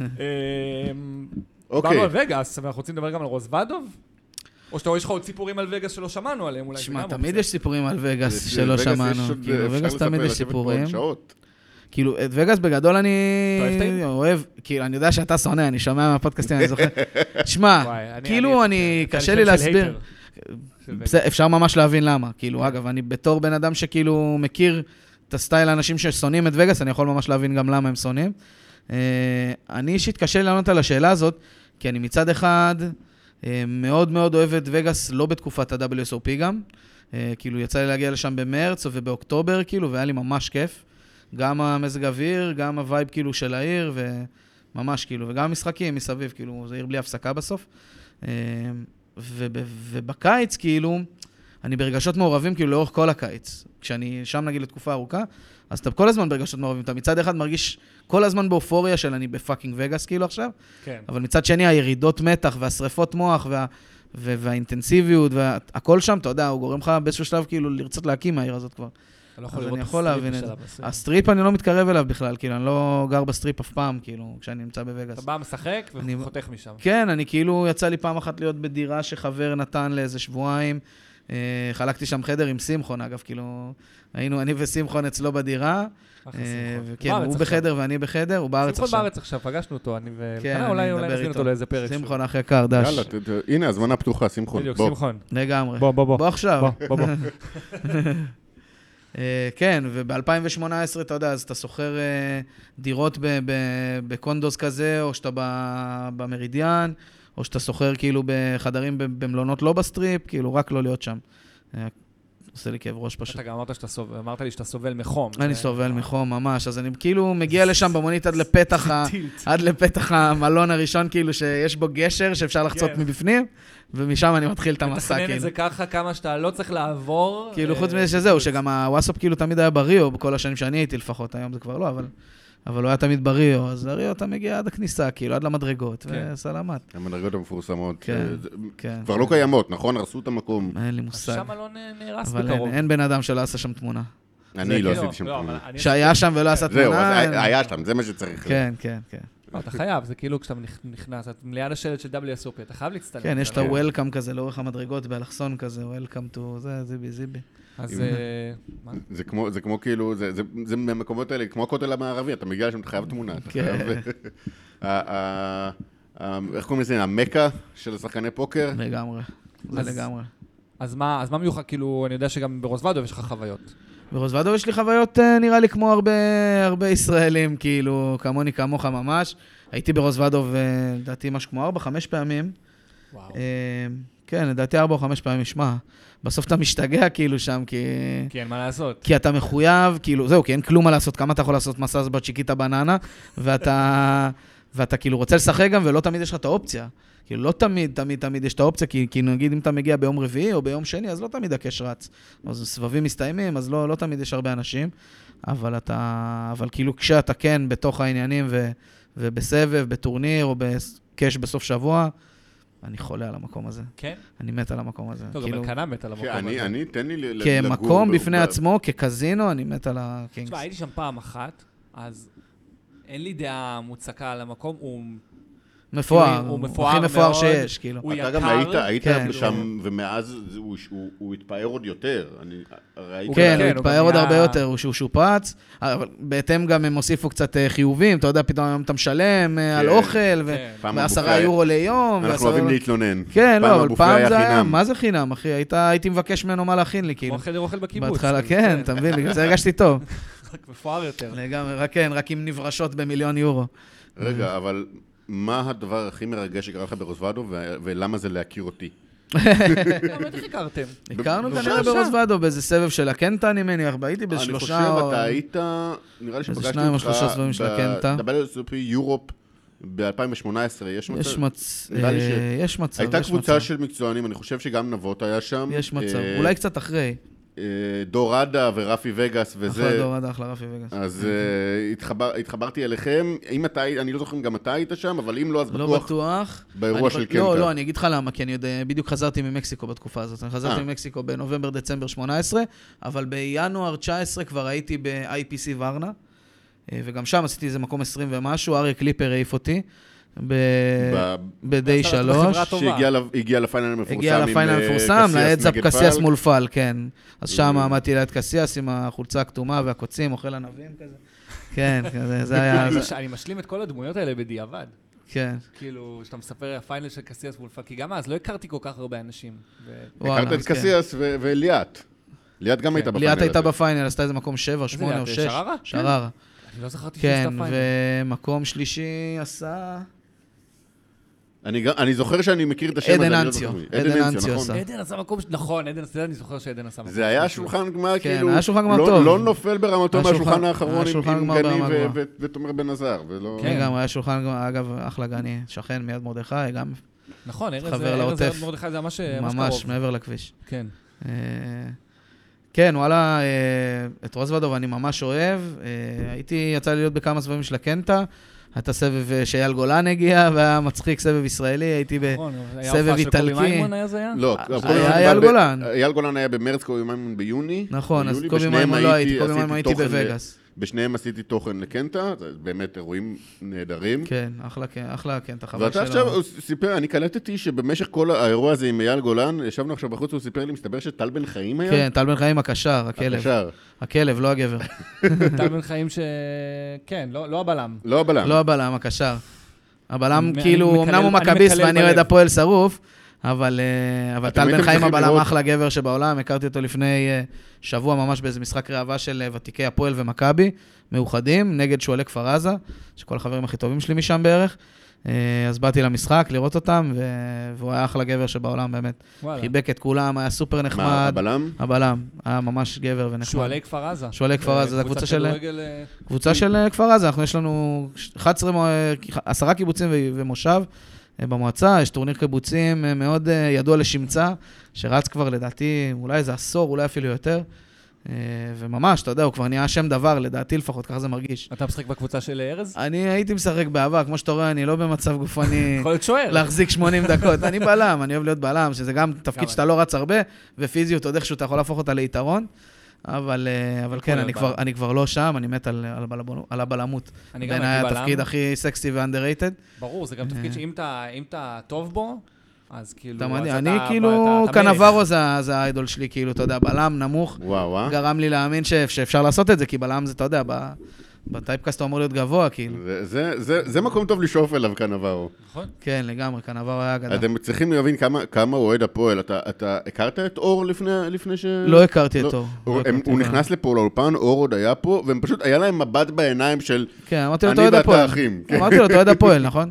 S3: אוקיי.
S2: דיברנו על וגאס, אבל אנחנו רוצים לדבר גם על רוזוודוב? או שאתה, יש לך עוד סיפורים על וגאס שלא שמענו עליהם, אולי. זה
S4: תשמע,
S2: גם
S4: תמיד
S2: אופציה.
S4: יש סיפורים על וגאס
S3: זה-
S4: שלא
S3: וגאס יש
S4: שמענו.
S3: עוד-
S4: כאילו,
S3: אפשר
S4: וגאס
S3: לספר,
S4: תמיד יש
S3: לשבת פה עוד
S4: סיפורים.
S3: שעות.
S4: כאילו, את וגאס בגדול אני
S2: אתה אוהב את העיר?
S4: אוהב, כאילו, אני יודע שאתה שונא, אני שומע מהפודקאסטים, אני
S2: *laughs*
S4: זוכר. שמע,
S2: וואי, אני- כן,
S4: כאילו, אני,
S2: אתה
S4: קשה
S2: שם
S4: לי
S2: של
S4: להסביר.
S2: הייטר. של וגאס.
S4: בסדר, אפשר ממש להבין למה. כאילו, אגב, אני בתור בן אדם שכאילו מכיר את הסטייל האנשים ששונאים את וגאס, אני יכול ממש להבין גם למה הם שונאים. אה, אני אישית קשה לי לענות על השאלה הזאת, כי אני מצד אחד אה, מאוד מאוד אוהב את וגאס, לא בתקופת ה-WSOP גם. אה, כאילו, יצא לי להגיע לשם במרץ ובאוקטובר, כאילו, והיה לי ממש כיף. גם המזג אוויר, גם הווייב כאילו של העיר, וממש כאילו, וגם המשחקים מסביב, כאילו, זו עיר בלי הפסקה בסוף. אה, וב- ובקיץ, כאילו, אני ברגשות מעורבים כאילו לאורך כל הקיץ. כשאני שם נגיד לתקופה ארוכה, אז אתה כל הזמן ברגשות מעורבים. אתה מצד אחד מרגיש כל הזמן באופוריה של אני בפאקינג וגאס כאילו עכשיו,
S2: כן.
S4: אבל מצד שני הירידות מתח והשריפות מוח וה, וה, והאינטנסיביות והכל שם, אתה יודע, הוא גורם לך באיזשהו שלב כאילו לרצות להקים מהעיר הזאת כבר.
S2: אתה לא יכול
S4: אז
S2: לראות
S4: אני
S2: את
S4: יכול
S2: הסטריט
S4: להבין את
S2: בשלב
S4: זה.
S2: מסוים.
S4: הסטריפ אני לא מתקרב אליו בכלל, כאילו, אני לא גר בסטריפ אף פעם, כאילו, כשאני נמצא
S2: אתה
S4: בווגאס.
S2: בא, משחק
S4: אני-
S2: וחותך משם.
S4: כן, אני כאילו, יצא לי פעם אחת להיות בדירה שחבר נתן לאיזה שבועיים, אה, חלקתי שם חדר עם שמחון, אגב, כאילו, היינו אני ושמחון אצלו בדירה.
S2: אחלה
S4: אה,
S2: שמחון.
S4: וכן,
S2: בארץ
S4: הוא
S2: עכשיו.
S4: בחדר ואני בחדר, הוא בארץ
S2: שמחון
S4: עכשיו.
S2: בארץ עכשיו, פגשנו אותו, אני ו... אה,
S4: כן, אני
S2: אולי אולי
S4: מדבר
S2: נזמין
S4: איתו.
S2: אותו לאיזה פרק.
S4: שמחון אח יקר, דש.
S3: יאללה, ת- ת- הנה, הזמנה פתוחה,
S2: שוב.
S3: שמחון.
S2: בדיוק,
S3: בוא.
S2: שמחון.
S4: לגמרי.
S2: בוא, בוא, בוא.
S4: בוא עכשיו.
S2: בוא, בוא, בוא.
S4: אה, כן, וב-2018, אתה יודע, אז אתה שוכר אה, דירות ב- ב- בקונדוס כזה, או שאתה ב- במרידיאן, או שאתה שוכר כאילו בחדרים ב- במלונות לא בסטריפ, כאילו, רק לא להיות שם. אה, עושה לי כאב ראש
S2: *laughs*
S4: פשוט.
S2: אתה גם אמרת שאתה סובל, אמרת לי שאתה סובל מחום.
S4: אני
S2: זה-
S4: סובל מחום ממש, אז אני כאילו מגיע לשם במונית עד
S2: *laughs*
S4: לפתח, ה... עד לפתח המלון הראשון, כאילו שיש בו גשר שאפשר לחצות
S2: כן.
S4: מבפנים, ומשם אני מתחיל את המסע,
S2: תכנן
S4: כאילו.
S2: את זה ככה כמה שאתה לא צריך לעבור.
S4: כאילו,
S2: אה,
S4: חוץ מזה שזהו, שגם הוואסאפ כאילו תמיד היה בריו, בכל השנים שאני הייתי לפחות, היום זה כבר לא, אבל... אבל הוא היה תמיד בריו, אז לריו אתה מגיע עד הכניסה, כאילו, עד למדרגות,
S2: כן.
S4: וסלמת.
S3: המדרגות המפורסמות.
S4: כן, אה,
S3: אה, זה-
S4: כן.
S3: כבר לא קיימות, נכון? הרסו את המקום.
S4: אין לי
S2: אז
S4: מושג.
S2: שם לא נ- נהרס
S4: אבל אין-
S2: בקרוב.
S4: אין בן אדם שלא עשה שם תמונה.
S3: אני
S4: כן.
S2: כאילו-
S3: לא עשיתי שם
S2: לא, אבל
S3: כלום.
S2: אני-
S4: שהיה שם ולא עשה
S3: זהו, אז
S4: תמונה. אין-
S3: היה שם, זה מה שצריך.
S4: כן, כן, כן.
S2: לא, אתה חייב, זה כאילו כשאתה נכ- נכנס, אתה ליד השלט של WSOP, אתה חייב להצטלם.
S4: כן, יש את
S2: אתה לא-
S4: ה-Welcome כזה לאורך המדרגות באלכסון כזה, Welcome to זה, זיבי זיבי.
S2: אז... אה, מה?
S3: זה כמו, זה כמו כאילו, זה, זה, זה מהמקומות האלה, כמו הכותל המערבי, אתה מגיע לשם, אתה חייב תמונה, אתה
S4: כן.
S3: חייב... ה- ה- ה- איך קוראים לזה? המכה של השחקני פוקר?
S4: לגמרי. זה
S2: אז-
S4: לגמרי.
S2: אז מה אז מה מיוחד? כאילו, אני יודע שגם ברוזוודו יש לך חוויות.
S4: ברוזוודו יש לי חוויות, אה, נראה לי, כמו הרבה, הרבה ישראלים, כאילו, כמוני, כמוך ממש. הייתי ברוזוודו, לדעתי, משהו כמו ארבע, חמש פעמים.
S2: וואו.
S4: אה, כן, לדעתי ארבע או חמש פעמים, שמע, בסוף אתה משתגע כאילו שם, כי...
S2: כי אין מה לעשות.
S4: כי אתה מחויב, כאילו, זהו, כי אין כלום מה לעשות, כמה אתה יכול לעשות מסע בצ'יקיטה בננה, ואתה, ואתה כאילו רוצה לשחק גם, ולא תמיד יש לך את האופציה. כאילו, לא תמיד, תמיד, תמיד יש את האופציה, כי, כי נגיד אם אתה מגיע ביום רביעי או ביום שני, אז לא תמיד הקש רץ. אז סבבים מסתיימים, אז לא, לא תמיד יש הרבה אנשים, אבל אתה, אבל כאילו כשאתה כן בתוך העניינים ו, ובסבב, בטורניר או בקש בסוף שבוע, אני חולה על המקום הזה.
S2: כן?
S4: אני מת על המקום הזה. כאילו,
S2: טוב, לא, גם אלקנה מת על המקום הזה.
S3: אני, אני, תן לי ל- לגור...
S4: כמקום
S3: ב-
S4: כן, בפני
S3: ב-
S4: עצמו, כקזינו, אני מת על הקינגס.
S2: תשמע, הייתי שם פעם אחת, אז אין לי דעה מוצקה על המקום, הוא...
S4: מפואר,
S2: הוא
S4: הוא
S2: מפואר
S4: הכי מפואר
S2: מאוד.
S4: שיש, כאילו.
S2: הוא
S3: אתה
S2: יקר.
S3: גם היית, היית
S4: כן.
S3: שם, ומאז זה- הוא, הוא, הוא התפאר עוד יותר. אני ראיתי...
S4: כן,
S2: כן,
S4: הוא
S2: הוא
S4: התפאר
S2: גם
S4: עוד
S2: נהיה-
S4: הרבה יותר, הוא שהוא שופץ, אבל בהתאם גם הם הוסיפו קצת אה, חיובים, אתה יודע, פתאום היום אתה משלם אה, על
S3: כן.
S4: אוכל, ו-
S2: כן.
S3: פעם
S4: ועשרה
S3: הבוקר-
S4: יורו ליום.
S3: אנחנו
S4: ועשרה-
S3: אוהבים להתלונן.
S4: כן, לא, אבל
S3: הבופר
S4: פעם זה היה,
S3: חינם.
S4: מה זה חינם, אחי? היית- הייתי מבקש ממנו מה להכין לי,
S2: כמו
S4: כאילו.
S2: חדר אוכל בקיבוץ.
S4: בהתחלה,
S2: כאילו,
S4: כן, אתה מבין, בגלל זה הרגשתי טוב.
S2: *laughs* רק מפואר יותר.
S4: לגמרי, רק כן, רק עם נברשות במיליון יורו.
S3: רגע, אבל מה הדבר הכי מרגש שקרה לך ברוזוודו, ו- ולמה זה להכיר אותי?
S2: גם בטח הכרתם.
S4: הכרנו
S3: בבקשה,
S4: כנראה
S3: בבקשה.
S4: ברוזוודו באיזה סבב של הקנטה, אני מניח, הייתי באיזה
S3: אני
S4: שלושה...
S3: חושב,
S4: או-
S3: אתה היית, נראה לי
S4: איזה
S3: שפגשתי
S4: שניים או
S3: אותך
S4: שלושה סבבים כן, של הקנטה.
S3: ב-WSOP יורופ ב-2018, יש מצב?
S4: יש מצב,
S3: נראה לי ש-
S4: אה, יש מצב.
S3: הייתה
S4: יש
S3: קבוצה
S4: מצב.
S3: של מקצוענים, אני חושב שגם נבות היה שם.
S4: יש מצב,
S3: אה,
S4: אולי קצת אחרי.
S3: אה, דור עדה ורפי וגאס
S4: אחלה
S3: וזה.
S4: דור אוקיי. עד אחלה רפי וגאס.
S3: אז אה, התחבר- התחברתי אליכם, אם אתה, היית- אני לא זוכר אם גם אתה היית שם, אבל אם לא, אז
S4: לא
S3: בטוח.
S4: בטוח.
S3: באירוע
S4: אני-
S3: של קנטה.
S4: לא, לא, אני אגיד לך למה, כי אני יודע, בדיוק חזרתי ממקסיקו בתקופה הזאת. אני חזרתי
S3: אה.
S4: ממקסיקו בנובמבר-דצמבר 18, אבל בינואר 19 כבר הייתי ב-IPC ורנה, אה, וגם שם עשיתי איזה מקום 20 ומשהו, אריה קליפר העיף אותי,
S3: ב-
S4: ב-day
S2: אתה בחברה
S4: 3.
S2: טובה.
S3: שהגיע ל- הגיע לפיינל המפורסם.
S4: אה, הגיע
S3: עם,
S4: לפיינל
S3: אה,
S4: המפורסם,
S3: קסיאס
S4: לעדזאפ
S3: נגד אה.
S4: קסיאס
S3: פלק.
S4: מול פל, כן. אז שם עמדתי ליד קסיאס עם החולצה הכתומה והקוצים, אוכל ענבים
S3: *laughs*
S4: כזה. כן, כזה, זה היה...
S2: אני מש- אני משלים את כל הדמויות האלה בדיעבד.
S4: כן,
S2: כאילו, כשאתה מספר הפיינל של קסיאס מול פאק, כי גם אז לא הכרתי כל כך הרבה אנשים. ו-
S4: וואלה.
S3: הכרת את
S4: אז כן.
S3: קסיאס ו- וליאת. ליאת גם הייתה בפיינל
S4: ליאת הייתה
S3: הזה.
S4: בפיינל, עשתה איזה מקום 7, 8 או
S2: ליאת?
S4: 6.
S2: שררה?
S4: שררה.
S2: אני לא זכרתי שיש
S4: כן,
S2: את הפיינל.
S4: ומקום שלישי עשה...
S3: אני גם- אני זוכר שאני מכיר את השם
S4: עדן
S3: הזה. אני לא
S4: אנציו.
S3: זוכר מי.
S4: עדן
S3: עדן
S4: אנציו
S3: אנציו, נכון.
S4: עשה.
S2: עדן עשה מקום... ש- נכון, עדן, אתה יודע, אני זוכר שעדן עשה מקום.
S3: זה היה
S2: שלישי.
S3: שולחן גמר,
S4: כן,
S3: כאילו,
S4: היה שולחן גמר
S3: לא-
S4: טוב.
S3: לא נופל ברמתו
S4: היה
S3: מהשולחן
S4: שולחן-
S3: האחרון
S4: היה
S3: עם-
S4: שולחן
S3: עם
S4: גמר
S3: גני
S4: ברמה
S3: ו-
S4: גבוהה.
S3: ו- ותומר בן עזר, ולא...
S2: כן.
S4: כן, גם היה שולחן, גם- אגב, אחלה גני, שכן מיד מרדכי, גם
S2: נכון, ארז
S4: חבר
S2: ארז
S4: לעוטף.
S2: מרדכי זה ממש
S4: אה,
S2: אה, ממש קרוב.
S4: ממש מעבר לכביש.
S2: כן.
S4: אה, כן, וואלה, אה, את רוזוודוב אני ממש אוהב. אה, הייתי, יצא לי להיות בכמה סבבים של הקנטה. הייתה סבב אה, שאייל גולן הגיע, *laughs* והיה מצחיק סבב ישראלי, הייתי ב...
S2: נכון, היה
S4: אה, סבב
S2: הופעה של קובי
S4: איטלקי.
S2: מימון היה זה היה?
S3: לא,
S4: אה, היה
S3: לא, קובי מימון
S4: אייל
S3: ב-
S4: גולן.
S3: אייל גולן היה במרץ, קובי מימון ביוני.
S4: נכון, אז
S3: ביולי,
S4: קובי
S3: בשניהם
S4: מימון לא הייתי, קובי
S3: עשיתי
S4: מימון הייתי
S3: תוכן ל-
S4: בווגאס.
S3: בשניהם עשיתי תוכן לקנטה, זה באמת אירועים נהדרים.
S4: כן, אחלה, כן, אחלה, כן, את החוויה
S3: ואתה
S4: שלו.
S3: עכשיו, הוא סיפר, אני קלטתי שבמשך כל האירוע הזה עם אייל גולן, ישבנו עכשיו בחוץ, הוא סיפר לי, מסתבר שטל בן חיים היה?
S4: כן, טל בן חיים הקשר, הכלב.
S3: הקשר.
S4: הכלב, לא הגבר.
S2: טל בן חיים ש... כן, לא לא הבלם.
S3: לא הבלם.
S4: לא הבלם, הקשר. הבלם,
S2: אני- אני
S4: כאילו,
S2: מקלל-
S4: אמנם הוא
S2: אני
S4: מכביסט
S2: מקלל
S4: ואני אוהד
S2: בלב.
S4: הפועל שרוף, אבל אה, אבל
S3: אתם
S4: טל בן
S3: הייתם
S4: חיים
S3: צריכים
S4: הבלם
S3: לראות-
S4: אחלה גבר שבעולם, הכרתי אותו לפני אה, שבוע ממש באיזה משחק ראווה של אה, ותיקי הפועל ומכבי, מאוחדים, נגד שועלי כפר עזה, שכל החברים הכי טובים שלי משם בערך. אה, אז באתי למשחק לראות אותם, ו- והוא היה אחלה גבר שבעולם, באמת.
S2: וואלה.
S4: חיבק את כולם, היה סופר נחמד.
S3: מה, הבלם?
S4: הבלם, היה ממש גבר ונחמד.
S2: שועלי כפר עזה.
S4: נכון. שועלי כפר עזה, זה הקבוצה של-
S2: קבוצת כדורגל, אה,
S4: קבוצה של אה, כפר עזה, אנחנו יש לנו 11, מו- אה, עשרה קיבוצים ו- ומושב אה, במועצה, יש טורניר קיבוצים אה, מאוד אה, ידוע לשמצה, שרץ כבר לדעתי אולי איזה עשור, אולי אפילו יותר, אה, וממש, אתה יודע, הוא כבר נהיה שם דבר, לדעתי לפחות, ככה זה מרגיש.
S2: אתה משחק בקבוצה של ארז?
S4: אני הייתי משחק בעבר, כמו שאתה רואה, אני לא
S2: *laughs*
S4: במצב גופני
S2: יכול להיות שוער. *laughs*
S4: להחזיק 80 דקות. אני בלם, אני אוהב להיות בלם, שזה גם תפקיד
S2: אני.
S4: שאתה לא רץ הרבה, ופיזיות עוד איכשהו אתה יכול להפוך אותה ליתרון. אבל, אה, אבל כן,
S2: להיות
S4: אני כבר,
S2: בלם.
S4: אני כבר לא שם, אני מת על, על, הבלבונו- על הבלמות.
S2: אני גם
S4: בעיניי
S2: הייתי בלם.
S4: התפקיד הכי סקסי ואנדררייטד.
S2: ברור, זה גם תפקיד שאם אתה- אם אתה טוב בו, אז כאילו...
S4: אתה
S2: אז
S4: מדהים.
S2: אתה-
S4: אני
S2: אתה-
S4: כאילו,
S2: אתה מלך.
S4: קנברו זה, זה האיידול שלי, כאילו, אתה יודע, בלם נמוך,
S3: וואו, אה? וואו.
S4: גרם לי להאמין ש, שאפשר לעשות את זה, כי בלם זה, אתה יודע, ב- בטייפקאסט הוא אמור להיות גבוה, כאילו.
S3: זה- זה- זה- זה מקום טוב לשאוף אליו כאן עברו.
S2: נכון.
S4: כן, לגמרי, קנברו היה אגדה.
S3: אתם צריכים להבין כמה- כמה הוא אוהד הפועל. אתה- אתה הכרת את אור לפני לפני ש...
S4: לא הכרתי את
S3: לא.
S4: אור.
S3: הוא-
S4: לא
S3: הם-
S4: הכרתי
S3: הוא
S4: אותו.
S3: נכנס לפה לאולפן, אור עוד היה פה, והם פשוט, היה להם מבט בעיניים של...
S4: כן, אמרתי לו,
S3: אני
S4: אתה אוהד
S3: ואתה
S4: הפועל.
S3: אחים, כן.
S4: אמרתי לו, אתה אוהד הפועל, נכון?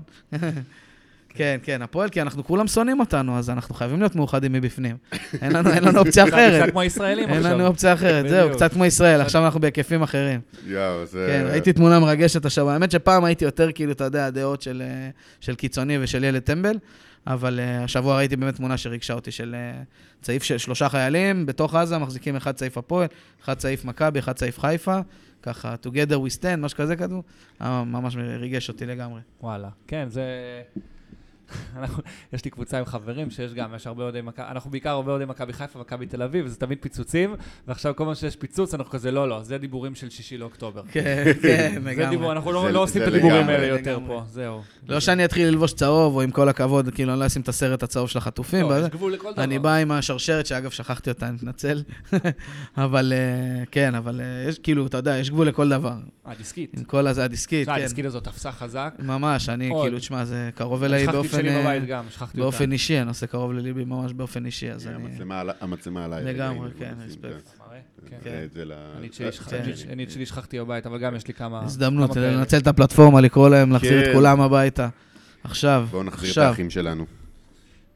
S4: כן, כן, הפועל, כי אנחנו כולם שונאים אותנו, אז אנחנו חייבים להיות מאוחדים מבפנים. אין לנו אין לנו אופציה
S2: אתה- אתה
S4: אחרת.
S2: כמו הישראלים
S4: אין
S2: עכשיו.
S4: לנו אופציה אחרת, זהו,
S2: בדיוק.
S4: קצת כמו ישראל, עכשיו אנחנו בהיקפים אחרים.
S3: יואו, זה...
S4: כן, ראיתי תמונה מרגשת השבוע. האמת שפעם הייתי יותר, כאילו, אתה יודע, הדעות של, אה, של קיצוני ושל ילד טמבל, אבל אה, השבוע ראיתי באמת תמונה שריגשה אותי של אה, צעיף של שלושה חיילים בתוך עזה, מחזיקים אחד צעיף הפועל, אחד צעיף מכבי, אחד צעיף חיפה, ככה, together we stand, משהו כזה כתוב. אה, ממש ריגש אותי לגמרי.
S2: וואלה, כן, זה... *laughs* אנחנו, יש לי קבוצה עם חברים שיש גם, יש הרבה אוהדי מכבי, אנחנו בעיקר הרבה אוהדי מכבי חיפה ומכבי תל אביב, וזה תמיד פיצוצים, ועכשיו כל פעם שיש פיצוץ אנחנו כזה לא, לא, זה דיבורים של שישי לאוקטובר.
S4: כן, כן,
S2: *laughs* זה דיבור,
S4: לגמרי.
S2: אנחנו
S3: זה-
S2: לא, לא עושים את
S3: זה
S2: הדיבורים
S3: לגמרי.
S2: האלה יותר
S4: לגמרי.
S2: פה, זהו.
S4: לא שאני אתחיל ללבוש צהוב, או עם כל הכבוד, כאילו, אני לא אשים את הסרט הצהוב של החטופים.
S2: לא,
S4: אבל-
S2: יש גבול לכל דבר.
S4: אני בא עם השרשרת, שאגב, שכחתי אותה, אני מתנצל. *laughs* אבל אה, כן, אבל אה, יש, כאילו, אתה יודע, יש גבול לכל דבר.
S2: הדיסקית.
S4: עם כל הזה, הדיסקית,
S2: תשמע,
S4: כן.
S2: הדיסקית הזאת תפסה חזק.
S4: ממש, אני,
S2: לא, עוד.
S4: כאילו, תשמע, זה קרוב
S2: אני
S4: אליי
S2: שכחתי את
S4: באופן...
S2: שלי
S4: אה,
S2: בבית גם, שכחתי אותה.
S4: באופן אישי, הנושא קרוב לליבי ממש באופן אישי, אז אני...
S3: המצלמה על- המצלמה עליי.
S4: לגמרי,
S3: רגע, הנה,
S4: כן,
S3: בוא נשים את זה.
S4: רספקט.
S2: מראה? כן.
S3: נראה את זה ל-
S2: אני את שלי שכח-
S4: כן.
S2: אני את ש- אני את שלי שכחתי בבית, אבל גם יש לי כמה...
S4: הזדמנות, אה,
S2: כמה כאלה.
S4: לנצל את הפלטפורמה, לקרוא להם, להחזיר
S3: כן.
S4: את כולם הביתה. עכשיו,
S3: בואו נחזיר את
S4: עכשיו. אה,
S3: האחים שלנו.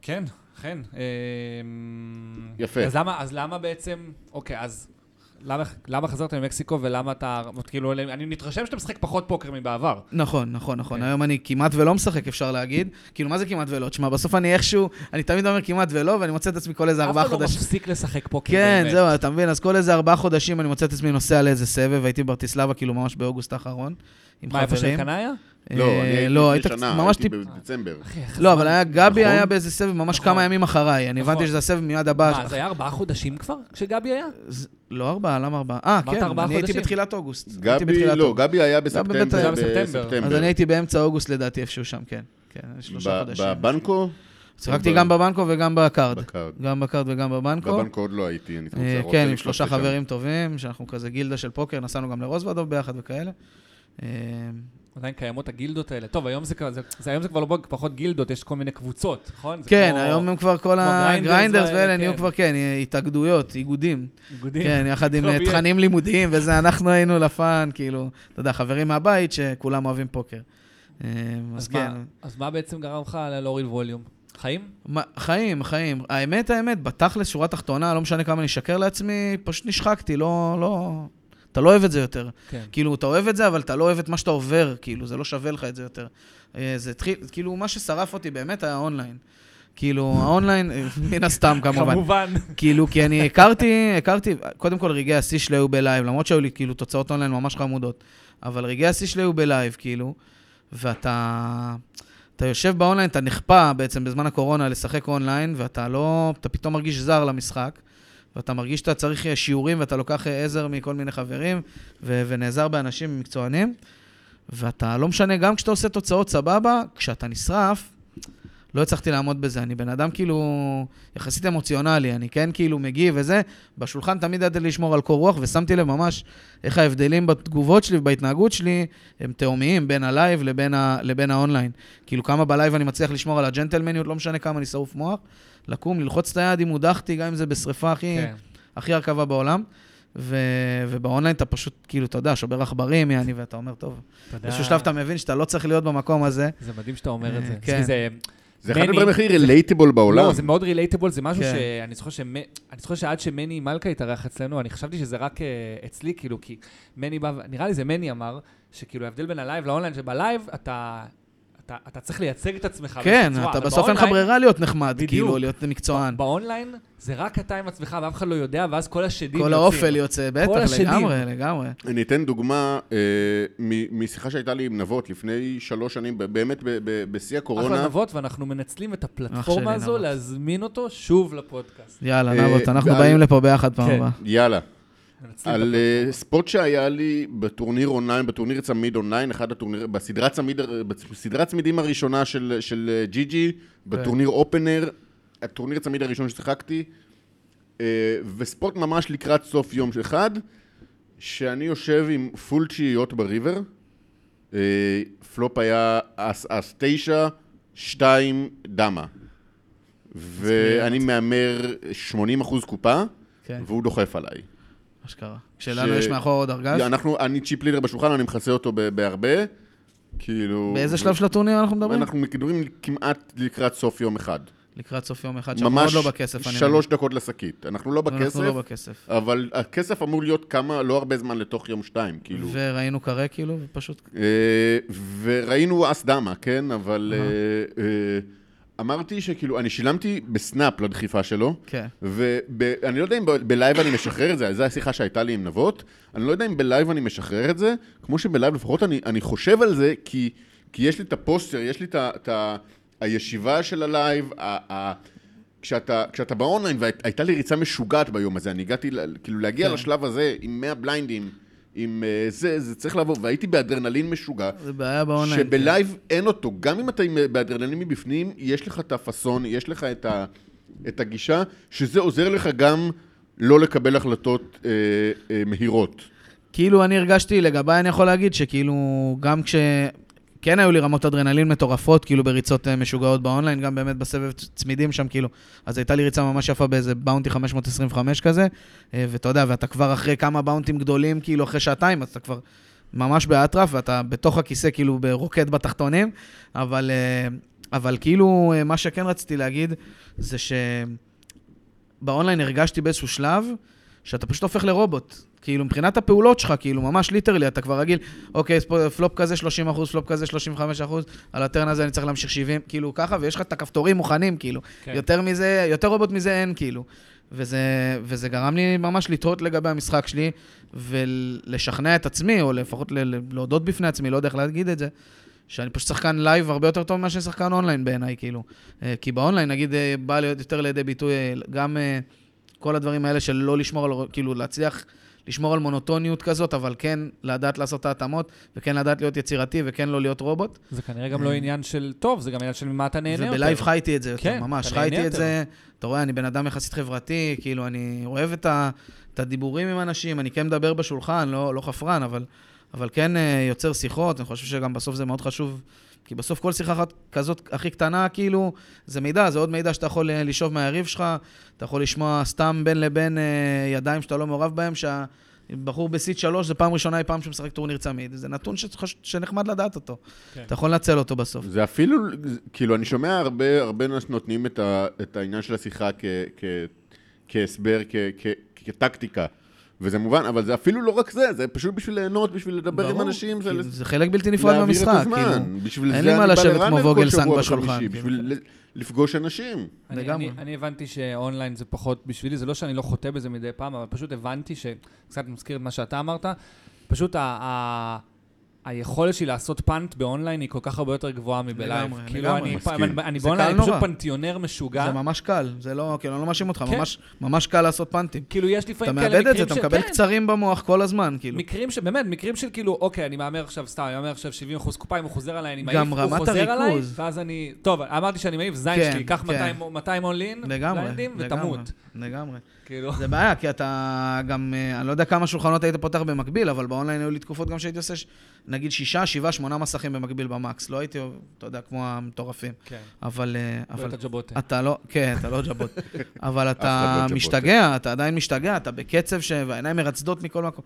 S2: כן, אכן. אמ,
S3: יפה.
S2: אז למה, אז למה בעצם, אוקיי, אז למה, למה חזרת ממקסיקו ולמה אתה, כאילו, אני מתרשם שאתה משחק פחות פוקר מבעבר.
S4: נכון, נכון, נכון.
S2: כן.
S4: היום אני כמעט ולא משחק, אפשר להגיד. כאילו, מה זה כמעט ולא? תשמע, בסוף אני איכשהו, אני תמיד אומר כמעט ולא, ואני מוצא את עצמי כל איזה
S2: אף
S4: ארבעה
S2: אחד לא
S4: חודשים.
S2: מפסיק לשחק פוקר
S4: כן,
S2: באמת.
S4: זהו, אתה מבין? אז כל איזה ארבעה חודשים אני מוצא את עצמי נוסע לאיזה סבב, הייתי בברטיסלבה כאילו ממש באוגוסט האחרון, עם
S2: מה, איפה של
S4: חברים.
S2: קנאיה?
S4: אה,
S3: לא, אני הייתי
S4: לא,
S3: לפני
S4: היית
S3: שנה,
S4: ממש
S3: הייתי
S4: טיפ-
S3: בדצמבר.
S2: אחי, איך
S4: לא,
S2: זמן?
S4: אבל היה, גבי
S3: נכון.
S4: היה באיזה סבב ממש
S2: נכון.
S4: כמה ימים אחריי, אני
S2: נכון.
S4: הבנתי שזה הסבב מיד הבא.
S2: מה, זה היה ארבעה חודשים כבר כשגבי היה?
S4: זה- לא ארבעה, למה ארבעה? אה,
S2: אמרת
S4: כן,
S2: ארבעה
S4: אני הייתי
S2: חודשים.
S4: בתחילת אוגוסט. הייתי
S3: גבי,
S4: בתחילת
S3: לא,
S4: אוגוסט.
S3: גבי היה
S4: בבית- זה
S3: בספטמבר.
S4: היה
S2: בספטמבר.
S4: אז אני הייתי באמצע אוגוסט לדעתי איפשהו שם, כן. כן, שלושה
S3: ב-
S4: חודשים.
S3: בבנקו?
S4: שיחקתי
S3: ב-
S4: גם בבנקו וגם בקארד.
S3: בקארד.
S4: גם בקארד וגם בבנקו.
S3: בבנקו עוד לא הייתי, אני צריך
S4: אה,
S3: לראות
S4: כן,
S3: שאני
S4: עם שלושה
S3: נכנסתי
S4: חברים טובים, שאנחנו כזה גילדה של פוקר, נסענו גם לרוזוודוב ביחד וכאלה. אה,
S2: עדיין קיימות הגילדות האלה. טוב, היום זה כבר- זה- זה- היום זה כבר לא בו- פחות גילדות, יש כל מיני קבוצות, נכון? זה
S4: כן,
S2: כמו
S4: היום הם כבר כל
S2: כמו גריינדרס
S4: הגריינדרס
S2: והאלה,
S4: ואלה נהיו
S2: כן.
S4: כבר, כן, התאגדויות,
S2: *laughs*
S4: איגודים.
S2: איגודים.
S4: כן, יחד עם
S2: טוב,
S4: אה,
S2: יהיה.
S4: תכנים לימודיים וזה, אנחנו היינו לפאן, כאילו, אתה יודע, חברים מהבית שכולם אוהבים פוקר. אה, אז
S2: אז
S4: כן.
S2: מה- אז מה בעצם גרם לך להוריד ווליום? חיים?
S4: מה- חיים, חיים. האמת, האמת, בתכלס, שורה תחתונה, לא משנה כמה אני אשקר לעצמי, פשוט נשחקתי, לא, לא... אתה לא אוהב את זה יותר.
S2: כן.
S4: כאילו, אתה אוהב את זה, אבל אתה לא אוהב את מה שאתה עובר, כאילו, זה לא שווה לך את זה יותר. אה, זה התחיל, כאילו, מה ששרף אותי באמת היה האונליין. כאילו, האונליין, אה, מן הסתם, כמובן.
S2: כמובן.
S4: כאילו, כי אני הכרתי, הכרתי, קודם כל רגעי השיא שלי היו בלייב, למרות שהיו לי כאילו תוצאות אונליין ממש חמודות, אבל רגעי השיא שלי היו בלייב, כאילו, ואתה... אתה יושב באונליין, אתה נחפה בעצם בזמן הקורונה לשחק אונליין, ואתה לא... אתה פתאום מרגיש זר למשחק, ואתה מרגיש שאתה צריך אה, שיעורים, ואתה לוקח אה, עזר מכל מיני חברים, ו- ונעזר באנשים מקצוענים, ואתה לא משנה, גם כשאתה עושה תוצאות סבבה, כשאתה נשרף, לא הצלחתי לעמוד בזה. אני בן אדם כאילו יחסית אמוציונלי, אני כן כאילו מגיב וזה. בשולחן תמיד ידעתי לשמור על קור רוח, ושמתי לב ממש איך ההבדלים בתגובות שלי ובהתנהגות שלי הם תהומיים בין הלייב לבין, ה- לבין האונליין. כאילו כמה בלייב אני מצליח לשמור על הג'נטלמניות, לא משנה כמה אני שרוף מוח. לקום, ללחוץ את היד אם הודחתי, גם אם זה בשריפה הכי,
S2: כן.
S4: הכי הרכבה בעולם. ו... ובאונליין אתה פשוט, כאילו, אתה יודע, שובר עכברים, יעני, ואתה אומר, טוב, באיזשהו שלב אתה מבין שאתה לא צריך להיות במקום הזה.
S2: זה מדהים שאתה אומר את זה.
S4: אה, כן.
S2: כי זה
S3: זה אחד
S2: מני-
S3: הדברים הכי רילייטיבול בעולם.
S2: לא, זה מאוד רילייטבול, זה משהו
S4: כן.
S2: שאני זוכר שמ- אני זוכר שעד שמני מלכה התארח אצלנו, אני חשבתי שזה רק אה, אצלי, כאילו, כי מני בא, ו- נראה לי זה מני אמר, שכאילו ההבדל בין הלייב לאונליין, שבלייב אתה... אתה, אתה צריך לייצג את עצמך.
S4: כן,
S2: באיזושהי צורה,
S4: אתה
S2: אבל
S4: בסוף אין לך
S2: באונליין-
S4: ברירה להיות נחמד,
S2: בדיוק.
S4: כאילו, להיות מקצוען.
S2: באונליין זה רק אתה עם עצמך ואף אחד לא יודע, ואז כל השדים
S4: כל האופל יוצא, בטח,
S2: השדים.
S4: לגמרי, לגמרי.
S3: אני אתן דוגמה אה, מ- משיחה שהייתה לי עם נבות לפני שלוש שנים, ב- באמת ב- ב- בשיא
S2: אחלה
S3: הקורונה.
S2: נבות, ואנחנו מנצלים את
S4: אח
S2: הפלטפורמה
S4: שלי
S2: הזו
S4: נבות.
S2: להזמין אותו שוב לפודקאסט.
S4: יאללה,
S3: אה,
S4: נבות, אנחנו
S3: ועל-
S4: באים לפה ביחד פעם
S2: כן.
S4: הבאה.
S3: יאללה.
S2: מנצלים את
S3: על אה, ספוט שהיה לי בטורניר אונליין, בטורניר צמיד אונליין, אחד הטורניר, בסדרת צמיד, בסדרת צמידים הראשונה של, של אה, ג'י ג'י, בטורניר אופנר, הטורניר צמיד הראשון ששיחקתי, אה, וספוט ממש לקראת סוף יום אחד, שאני יושב עם פול תשיעיות בריבר, אה, פלופ היה אס אס תשע, שתיים דמה, ואני מהמר 80% קופה,
S4: כן.
S3: והוא דוחף עליי.
S4: מה שקרה. כשלנו
S3: ש-
S4: יש מאחור עוד ארגז.
S3: אנחנו, אני צ'יפ לידר בשולחן, אני מכסה אותו ב- בהרבה. כאילו...
S4: באיזה שלב של הטורניר אנחנו מדברים?
S3: אנחנו מדברים כמעט לקראת סוף יום אחד.
S4: לקראת סוף יום אחד, שאנחנו עוד
S3: ממש
S4: לא בכסף. אני
S3: שלוש דקות לשקית. אנחנו לא
S4: מבין.
S3: בכסף,
S4: אנחנו לא בכסף.
S3: אבל הכסף אמור להיות כמה, לא הרבה זמן לתוך יום שתיים, כאילו.
S4: וראינו קרה, כאילו, ופשוט...
S3: אה, וראינו אס דמה, כן? אבל אה, אה, אמרתי שכאילו, אני שילמתי בסנאפ לדחיפה שלו.
S4: כן.
S3: ואני לא יודע אם ב- בלייב אני משחרר את זה, זו השיחה שהייתה לי עם נבות, אני לא יודע אם בלייב אני משחרר את זה, כמו שבלייב לפחות אני, אני חושב על זה, כי, כי יש לי את הפוסטר, יש לי את, ה- את ה- הישיבה של הלייב, ה, ה, כשאתה, כשאתה באונליין, והייתה לי ריצה משוגעת ביום הזה, אני הגעתי, ל- כאילו להגיע
S4: כן.
S3: לשלב הזה עם 100 בליינדים, עם אה, זה, זה צריך לעבור, והייתי באדרנלין משוגע,
S4: זה בעיה באונליין.
S3: שבלייב אין אותו. גם אם אתה עם- אה, באדרנלין מבפנים, יש לך את הפאסון, יש לך את, ה, את הגישה, שזה עוזר לך גם לא לקבל החלטות אה, אה, מהירות.
S4: כאילו, אני הרגשתי, לגביי אני יכול להגיד שכאילו, גם כש... כן היו לי רמות אדרנלין מטורפות, כאילו בריצות אה, משוגעות באונליין, גם באמת בסבב צ- צמידים שם, כאילו. אז הייתה לי ריצה ממש יפה באיזה באונטי 525 כזה, אה, ואתה יודע, ואתה כבר אחרי כמה באונטים גדולים, כאילו אחרי שעתיים, אז אתה כבר ממש באטרף, ואתה בתוך הכיסא, כאילו ברוקד בתחתונים, אבל, אה, אבל כאילו, אה, מה שכן רציתי להגיד, זה ש... באונליין הרגשתי באיזשהו שלב שאתה פשוט הופך לרובוט. כאילו, מבחינת הפעולות שלך, כאילו, ממש ליטרלי, אתה כבר רגיל, אוקיי, ספו- פלופ כזה 30 אחוז, פלופ כזה 35 אחוז, על הטרן הזה אני צריך להמשיך 70, כאילו, ככה, ויש לך את הכפתורים מוכנים, כאילו.
S2: כן.
S4: כן. יותר מזה, יותר רובוט מזה אין, כאילו. וזה, וזה גרם לי ממש לתהות לגבי המשחק שלי, ולשכנע את עצמי, או לפחות ל- ל- להודות בפני עצמי, לא יודע איך להגיד את זה, שאני פשוט שחקן לייב הרבה יותר טוב ממה ששחקן אונליין בעיניי, כאילו. אה, כי באונליין, נגיד, אה, בא להיות יותר לידי ביטוי אה, גם אה, כל הדברים האלה של לא לשמור על, כאילו, להצליח לשמור על מונוטוניות כזאת, אבל כן לדעת לעשות את ההתאמות, וכן לדעת להיות יצירתי, וכן לא להיות רובוט.
S2: זה כנראה
S4: אה.
S2: גם לא עניין של טוב, זה גם עניין של ממה אתה נהנה יותר.
S4: ובלייב חייתי את זה יותר,
S2: כן,
S4: ממש.
S2: אתה נהנה
S4: חייתי את
S2: יותר.
S4: זה, אתה רואה, אני בן אדם יחסית חברתי, כאילו, אני אוהב את, ה, את הדיבורים עם אנשים, אני כן מדבר בשולחן, לא, לא חפרן, אבל, אבל כן אה, יוצר שיחות, אני חושב שגם בסוף זה מאוד חשוב, כי בסוף כל שיחה אחת כזאת הכי קטנה, כאילו, זה מידע, זה עוד מידע שאתה יכול אה, לשאוב מהיריב שלך, אתה יכול לשמוע סתם בין לבין אה, ידיים שאתה לא מעורב בהם, שה... בחור בסיט שלוש, זה פעם ראשונה אי פעם שהוא משחק טורניר צמיד. זה נתון שחש- שנחמד לדעת אותו.
S2: כן.
S4: אתה יכול לנצל אותו בסוף.
S3: זה אפילו, כאילו, אני שומע הרבה, הרבה אנשים נותנים את, ה, את העניין של השיחה כ, כ, כהסבר, כ, כ, כטקטיקה. וזה מובן, אבל זה אפילו לא רק זה, זה פשוט בשביל ליהנות, בשביל לדבר עם אנשים,
S4: זה...
S3: זה
S4: זה חלק בלתי נפרד
S3: להעביר את
S4: מהמשחק,
S3: הזמן.
S4: כאילו.
S3: בשביל
S4: אין
S3: זה
S4: לי מה
S3: אני בא
S4: לשבת
S3: לראנר
S4: כמו
S3: כל
S4: ווגלסנג
S3: שבוע
S4: בשולחן,
S3: בחמישי,
S4: כאילו.
S3: בשביל ל- לפגוש אנשים.
S2: אני-
S4: לגמרי.
S2: אני, אני הבנתי שאונליין זה פחות בשבילי, זה לא שאני לא חוטא בזה מדי פעם, אבל פשוט הבנתי ש... קצת מזכיר את מה שאתה אמרת, פשוט ה... ה... היכולת שלי לעשות פאנט באונליין היא כל כך הרבה יותר גבוהה מבלייב.
S4: לגמרי,
S2: כאילו,
S4: לגמרי.
S2: אני,
S3: מסכים.
S2: אני, אני
S4: זה
S2: באונליין,
S4: קל
S2: אני פשוט
S4: נורא.
S2: פנטיונר משוגע.
S4: זה ממש קל, זה לא, כאילו, אני לא מאשים אותך,
S2: כן.
S4: ממש- ממש קל לעשות פאנטים.
S3: כן,
S2: כאילו, יש לפעמים
S4: אתה
S2: כאלה
S4: מאבד את זה,
S2: מקרים
S4: אתה
S2: של-
S4: מקבל
S2: כן,
S4: קצרים במוח כל הזמן, כאילו.
S2: מקרים ש... באמת, מקרים של כאילו, אוקיי, אני מהמר עכשיו סתם, אני מהמר עכשיו 70 אחוז קופה, אם הוא חוזר עליי, אני מעיף,
S4: גם
S2: הוא
S4: רמת
S2: חוזר עליי,
S4: הריכוז.
S2: ואז אני... טוב, אמרתי שאני מעיף, זין
S4: כן,
S2: שלי, קח
S4: כן.
S2: 200 200 אונלין,
S4: לגמרי,
S2: בליינדים,
S4: לגמרי,
S2: ותמות.
S4: לגמרי.
S2: כאילו,
S4: זה בעיה, כי אתה גם, אה, אני לא יודע כמה שולחנות היית פותח במקביל, אבל באונליין היו לי תקופות גם שהייתי עושה, ש- נגיד, שישה, שבעה, שמונה מסכים במקביל במקס. לא הייתי, אתה יודע, כמו המטורפים.
S2: *laughs* כן,
S4: אבל... אה, אבל
S2: אבל... אתה ג'בוטה.
S4: אתה לא, כן, אתה לא ג'בוט.
S2: *laughs*
S4: אבל
S3: אחד לא
S4: אתה
S3: ג'בוט.
S4: משתגע, אתה עדיין משתגע, אתה בקצב ש... והעיניים מרצדות מכל מקום.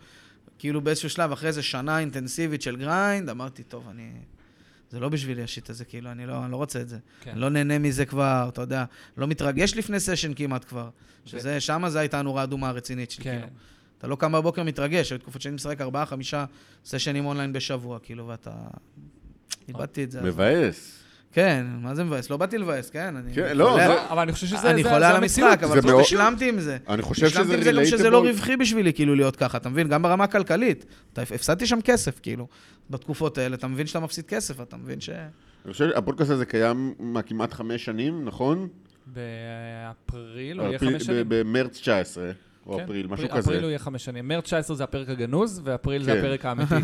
S4: כאילו באיזשהו שלב, אחרי איזה שנה אינטנסיבית של גריינד, אמרתי, טוב, אני... זה לא בשבילי השיט הזה, כאילו, אני לא, אני לא רוצה את זה.
S2: כן.
S4: אני לא נהנה מזה כבר, אתה יודע, לא מתרגש לפני סשן כמעט כבר. שזה, שמה זה הייתה הנורה האדומה הרצינית שלי,
S2: כן.
S4: כאילו. אתה לא קם בבוקר מתרגש, היו תקופות שאני משחק ארבעה, חמישה סשנים אונליין בשבוע, כאילו, ואתה...
S2: אוקיי.
S4: איבדתי את זה. אז-
S3: מבאס.
S4: כן, מה זה מבאס? לא באתי לבאס, כן, אני...
S3: כן, לא,
S4: חולה-
S3: זה-
S2: אבל אני חושב שזה זה-
S4: אני
S2: זה
S4: חולה על
S2: המציאות.
S4: המשחק,
S3: זה
S4: אבל
S3: מאוד-
S4: פשוט השלמתי עם זה.
S3: אני חושב שזה
S4: השלמתי עם זה גם שזה
S3: relatable.
S4: לא רווחי בשבילי, כאילו, להיות ככה, אתה מבין? גם ברמה הכלכלית. אתה- הפסדתי שם כסף, כאילו. בתקופות האלה, אתה מבין שאתה מפסיד כסף, אתה מבין ש...
S3: אני חושב שהפודקאסט הזה קיים מה, כמעט חמש שנים, נכון?
S2: באפריל, הוא לא, יהיה
S3: אה, אפריל-
S2: חמש שנים.
S3: ב- במרץ 19, או
S2: כן,
S3: אפריל, משהו
S2: אפריל הוא
S3: כזה.
S2: יהיה חמש שנים. מרץ 19 זה הפרק הגנוז, ואפריל זה
S3: כן. *laughs*
S2: הפרק האמיתי.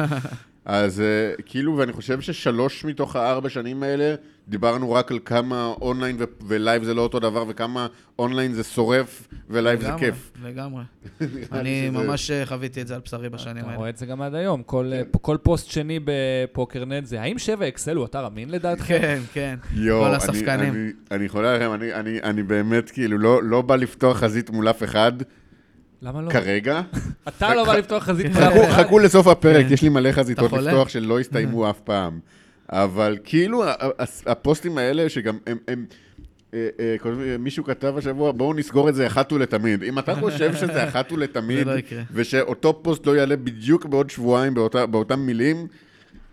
S3: אז אה, כאילו, ואני חושב ששלוש מתוך הארבע שנים האלה, דיברנו רק על כמה אונליין ו- ולייב זה לא אותו דבר, וכמה אונליין זה שורף ולייב זה
S4: לגמרי,
S3: כיף. *laughs*
S4: לגמרי.
S3: לי
S4: אני
S3: שזה-
S4: ממש אה, חוויתי את זה על בשרי בשנים
S2: אתה
S4: האלה.
S2: רואה את זה גם עד היום.
S3: כן.
S2: כל, אה, כל פוסט שני בפוקרנט זה, האם 7 אקסל הוא אתר אמין לדעתכם?
S4: כן,
S3: *laughs*
S4: כן.
S3: יואו,
S4: כל
S3: אני-
S4: השחקנים.
S3: אני- אני חולה עליכם, אני- אני- אני באמת כאילו לא- לא בא לפתוח חזית מול אף אחד
S2: למה לא?
S3: כרגע.
S2: אתה לא בא לפתוח חזית
S3: חכו- *laughs*
S2: מול אף אחד.
S3: חכו לסוף הפרק,
S4: כן.
S3: יש לי מלא חזיתות
S4: אתה חולה? אה.
S3: לפתוח שלא הסתיימו אף פעם. אבל כאילו, ה- ה- הפוסטים האלה שגם הם... הם אה, אה, כותב- מישהו כתב השבוע, בואו נסגור את זה אחת ולתמיד. אם אתה חושב שזה אחת ולתמיד,
S4: זה לא יקרה.
S3: ושאותו פוסט לא יעלה בדיוק בעוד שבועיים באותה- באותן מילים,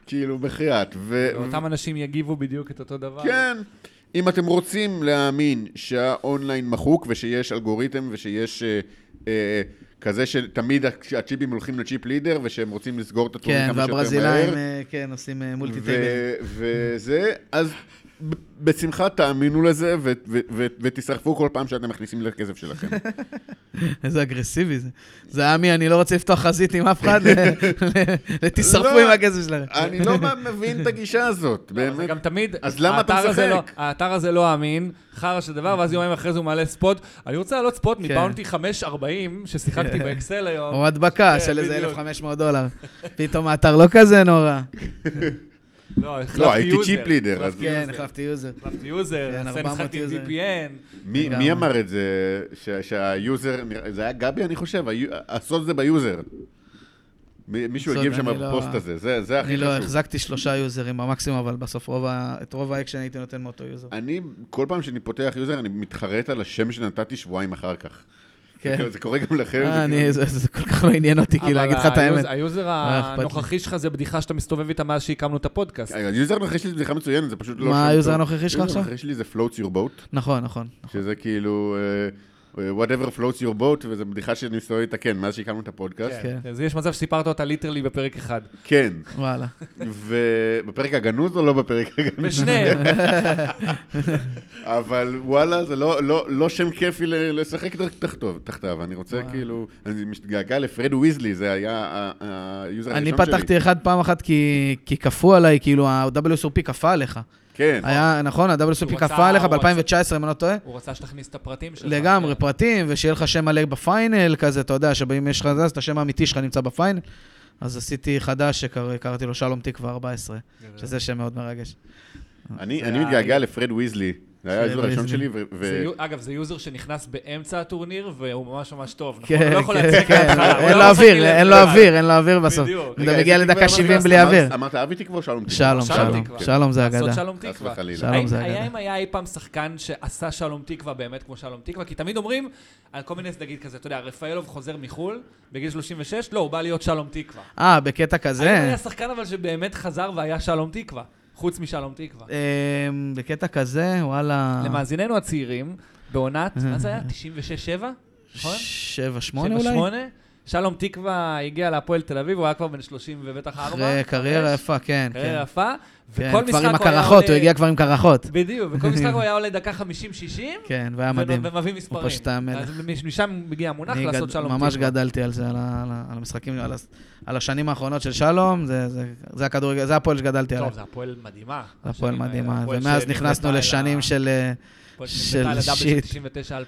S3: כאילו, בחייאת. ו-
S4: לא
S2: ואותם אנשים יגיבו בדיוק את אותו דבר.
S3: כן. אם אתם רוצים להאמין שהאונליין מחוק ושיש אלגוריתם ושיש אה, אה, כזה שתמיד הצ- הצ'יפים הולכים לצ'יפ לידר ושהם רוצים לסגור את התחומים
S4: כן,
S3: כמה שיותר
S4: והברזילאים,
S3: מהר.
S4: אה, כן, עושים מולטי טייבל.
S3: ו- וזה, אז ב- בשמחה תאמינו לזה ו- ו- ו- ותיסחפו כל פעם שאתם מכניסים לכסף
S4: *laughs*
S3: שלכם.
S4: *laughs* איזה אגרסיבי זה. זה עמי, אני לא רוצה לפתוח חזית עם אף
S3: *laughs*
S4: אחד, *laughs* תשרפו
S3: לא.
S4: עם הכסף שלכם.
S3: אני לא מבין את הגישה הזאת,
S2: לא, אבל זה
S3: באמת.
S2: גם תמיד,
S3: אז למה אתה
S2: האתר הזה
S3: משחק?
S2: לא- האתר הזה לא אמין, חרא של דבר, ואז יומיים אחרי זה הוא מעלה ספוט. אני רוצה לעלות
S3: כן.
S2: ספוט מבאונטי 540, ששיחקתי
S3: *laughs*
S4: כן.
S2: באקסל היום.
S4: או הדבקה
S2: כן,
S4: של איזה
S2: בדיוק.
S4: 1,500 דולר. פתאום האתר לא כזה נורא.
S2: לא, החלפתי
S3: לא, הייתי
S2: יוזר.
S3: צ'יפ לידר, אז-
S2: החלפתי
S4: כן,
S2: יוזר.
S4: החלפתי יוזר.
S2: החלפתי יוזר,
S4: כן,
S2: עשה
S4: 400
S2: משחקתי עם
S4: יוזר.
S2: VPN.
S3: מי
S4: גם.
S3: מי אמר את זה? ש- שהיוזר, זה היה גבי אני חושב, היו- הסוד זה ביוזר. מי- מישהו
S4: הסוד,
S3: הגיב שם
S4: אני לא-
S3: בפוסט הזה, זה זה הכי
S4: אני לא,
S3: חשוב.
S4: החזקתי שלושה יוזרים במקסימום, אבל בסוף רוב ה- את רוב האקשן הייתי נותן מאותו יוזר.
S3: אני, כל פעם שאני פותח יוזר, אני מתחרט על השם שנתתי שבועיים אחר כך.
S4: כן.
S3: *laughs* זה קורה גם לכם. זה
S4: אה,
S3: כאילו-
S4: אני, זה- זה כל כך לא עניין אותי, כאילו,
S2: אבל
S4: להגיד לך את
S2: היוז-
S4: האמת.
S2: היוזר
S4: לא אכפת לי.
S2: הנוכחי שלך זה בדיחה שאתה מסתובב איתה מאז שהקמנו את הפודקאסט.
S3: היוזר הנוכחי שלי זה בדיחה מצוינת, זה פשוט לא...
S4: מה
S3: שם
S4: היוזר
S3: טוב.
S4: הנוכחי שלך
S3: היוזר
S4: עכשיו?
S3: הנוכחי שלי זה floats your boat,
S4: נכון, נכון.
S3: שזה כאילו... אה, whatever floats your boat, וזו בדיחה שאני מסתובב איתה, כן, מאז שהקמנו את הפודקאסט.
S4: כן.
S2: אז יש מצב שסיפרת אותה ליטרלי בפרק
S4: *laughs*
S2: אחד.
S3: כן. *laughs*
S4: וואלה.
S3: ובפרק הגנוז או לא בפרק הגנוז?
S4: *laughs*
S2: בשניהם.
S3: אבל וואלה, זה לא, לא, לא שם כיפי ל- לשחק תחתיו, תחתיו. אני רוצה
S4: וואו.
S3: כאילו... אני מתגעגע לפרד ויזלי, זה היה ה- ה- היוזר
S4: אני
S3: הראשון שלי.
S4: פתחתי אחד פעם אחת כי כי כפו עליי, כאילו, ה-WSOP כפה עליך.
S3: כן.
S4: היה, נכון, ה-WSOP
S2: הוא רצה-
S4: כפה עליך
S2: הוא רצה-
S4: ב-2019, אם אני לא טועה.
S2: הוא רצה שתכניס את הפרטים שלך. כן.
S4: לגמרי, פרטים, ושיהיה לך שם מלא בפיינל כזה, אתה יודע, שאם יש לך זה, אז את השם האמיתי שלך נמצא בפיינל. אז עשיתי חדש שקראתי לו שלום תקווה 14,
S3: כן.
S4: שזה שם מאוד מרגש.
S3: אני,
S2: זה
S3: אני
S2: היה-
S3: מתגעגע לפרד ויזלי, זה היה
S4: פרד
S3: האזור הראשון
S4: ויזלי.
S3: שלי, ו- ו-
S2: זה יו- אגב, זה יוזר שנכנס באמצע הטורניר, והוא ממש ממש טוב, נכון? הוא
S4: כן,
S2: לא יכול
S4: כן,
S2: להציג
S4: כן,
S2: מההתחלה, הוא
S4: אין
S2: לא
S4: לו
S2: משחק
S4: אוויר,
S2: לי
S4: אין לו
S2: לבד.
S4: אוויר, אין לו אוויר בסוף.
S2: בדיוק. כן,
S4: אתה
S3: רגע,
S4: מגיע
S3: איזה
S4: לדקה
S3: תקווה
S4: 70
S3: אמרת?
S4: בלי
S3: אמרת-
S4: אוויר.
S3: אמרת אבי תקווה או שלום תקווה?
S4: שלום,
S2: שלום
S4: שלום.
S3: כן.
S2: תקווה.
S4: שלום זה
S2: לעשות
S4: אגדה.
S2: שלום
S3: חס
S2: תקווה.
S3: וחלילה.
S4: שלום
S2: האם-
S4: זה
S2: היה
S4: אגדה.
S2: אם היה אי פעם שחקן שעשה שלום תקווה באמת כמו שלום תקווה? כי תמיד אומרים על כל מיני, נגיד כזה, אתה יודע, רפאלוב חוזר מחו"ל בגיל 36, לא, הוא בא להיות שלום תקווה.
S4: אה, בקטע
S2: האם
S4: כזה?
S2: היה שחקן אבל שבאמת חזר והיה שלום תקווה, חוץ משלום תקווה.
S4: אמ, בקטע כזה, וואלה...
S2: למאזיננו
S4: אה.
S2: הצעירים, בעונת, מה זה היה? 96-7? נכון?
S4: 7-8
S2: 7-8?
S4: אולי?
S2: שלום תקווה הגיע להפועל תל אביב, הוא היה כבר בן 30 ובטח 4.
S4: אחרי קריירה יפה, כן.
S2: קריירה
S4: כן.
S2: יפה.
S4: כן,
S2: וכל
S4: כבר
S2: משחק
S4: עם
S2: הוא היה
S4: הקרחות,
S2: עולה...
S4: הוא הגיע כבר עם קרחות.
S2: בדיוק,
S4: *laughs*
S2: וכל משחק הוא היה עולה דקה 50-60.
S4: כן, והיה מדהים.
S2: ומביא מספרים.
S4: פשוט היה מלך.
S2: אז מש- משם מגיע המונח
S4: אני
S2: לעשות
S4: גד-
S2: שלום
S4: ממש
S2: תקווה.
S4: גדלתי על זה, על ה- על ה- על המשחקים, על הס- על השנים האחרונות של שלום, זה- זה- זה הכדורגל, זה הפועל שגדלתי עליו.
S2: טוב, זה הפועל מדהימה.
S4: זה הפועל
S2: השנים האלה,
S4: מדהימה.
S2: הפועל
S4: ומאז
S2: שנבנתה
S4: נכנסנו
S2: על ה-
S4: לשנים של... אה,
S2: הפועל
S4: של
S2: שנבנתה על הדאבל של
S4: שיט.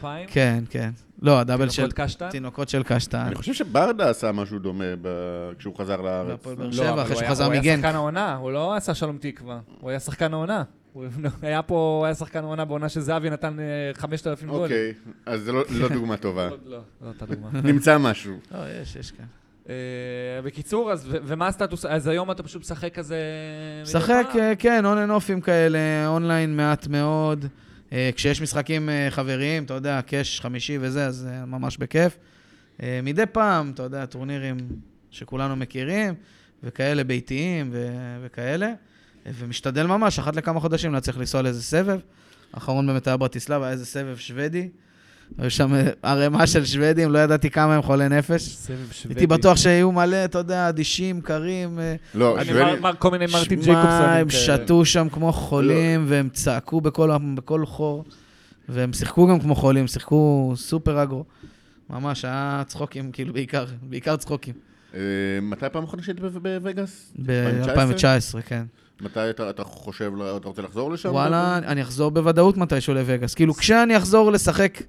S2: 99-2000.
S4: כן, כן. לא, הדאבל של...
S2: של קשטן.
S4: תינוקות של קשטן.
S3: אני חושב שברדה עשה משהו דומה ב- כשהוא חזר לארץ.
S4: והפועל באר
S2: לא,
S4: שבע,
S2: אבל
S4: אחרי
S2: הוא
S4: שהוא
S2: היה-
S4: חזר
S2: הוא היה
S4: מגנט.
S2: שחקן העונה, הוא לא עשה שלום תקווה. הוא היה שחקן העונה. הוא *laughs* היה פה, הוא היה שחקן העונה בעונה שזהבי נתן אה, 5,000 גולים.
S3: אוקיי, אז זה לא- לא דוגמה
S4: *laughs*
S3: טובה.
S2: עוד לא, זאת הדוגמה.
S3: נמצא משהו.
S4: לא, יש, יש כאן.
S2: אה, בקיצור, אז ו- ומה הסטטוס? אז היום אתה פשוט משחק כזה... מדי
S4: משחק,
S2: פעם?
S4: אה, כן, און אנד אופים כאלה, אונליין מעט מאוד. אה, כשיש משחקים אה, חבריים, אתה יודע, קאש חמישי וזה, אז אה, ממש בכיף. אה, מדי פעם, אתה יודע, טורנירים שכולנו מכירים, וכאלה ביתיים ו- וכאלה. אה, ומשתדל ממש, אחת לכמה חודשים להצליח לנסוע לאיזה סבב. האחרון באמת היה ברטיסלב, היה איזה סבב שוודי. היו שם אה, ערימה של שוודים, לא ידעתי כמה הם חולי נפש.
S2: סבב שוודי.
S4: אה, הייתי בטוח שיהיו מלא, אתה יודע, אדישים, קרים. אה,
S3: לא,
S2: אני
S3: שוודי-
S2: מר- מר- כל מיני מרטין
S4: שמע,
S2: ג'ייקובסון. כן.
S4: הם שתו שם כמו חולים, והם צעקו בכל, בכל חור, והם שיחקו גם כמו חולים, שיחקו סופר אגרו. ממש, היה צחוקים, כאילו, בעיקר, בעיקר צחוקים.
S3: אה, מתי פעם אחרונה שהיית ב- בווגאס? 2019?
S4: ב-2019, כן.
S3: מתי אתה אתה חושב, ל- אתה רוצה לחזור לשם?
S4: וואלה, אני אחזור בוודאות מתישהו לווגאס. כאילו, כשאני אחזור לשחק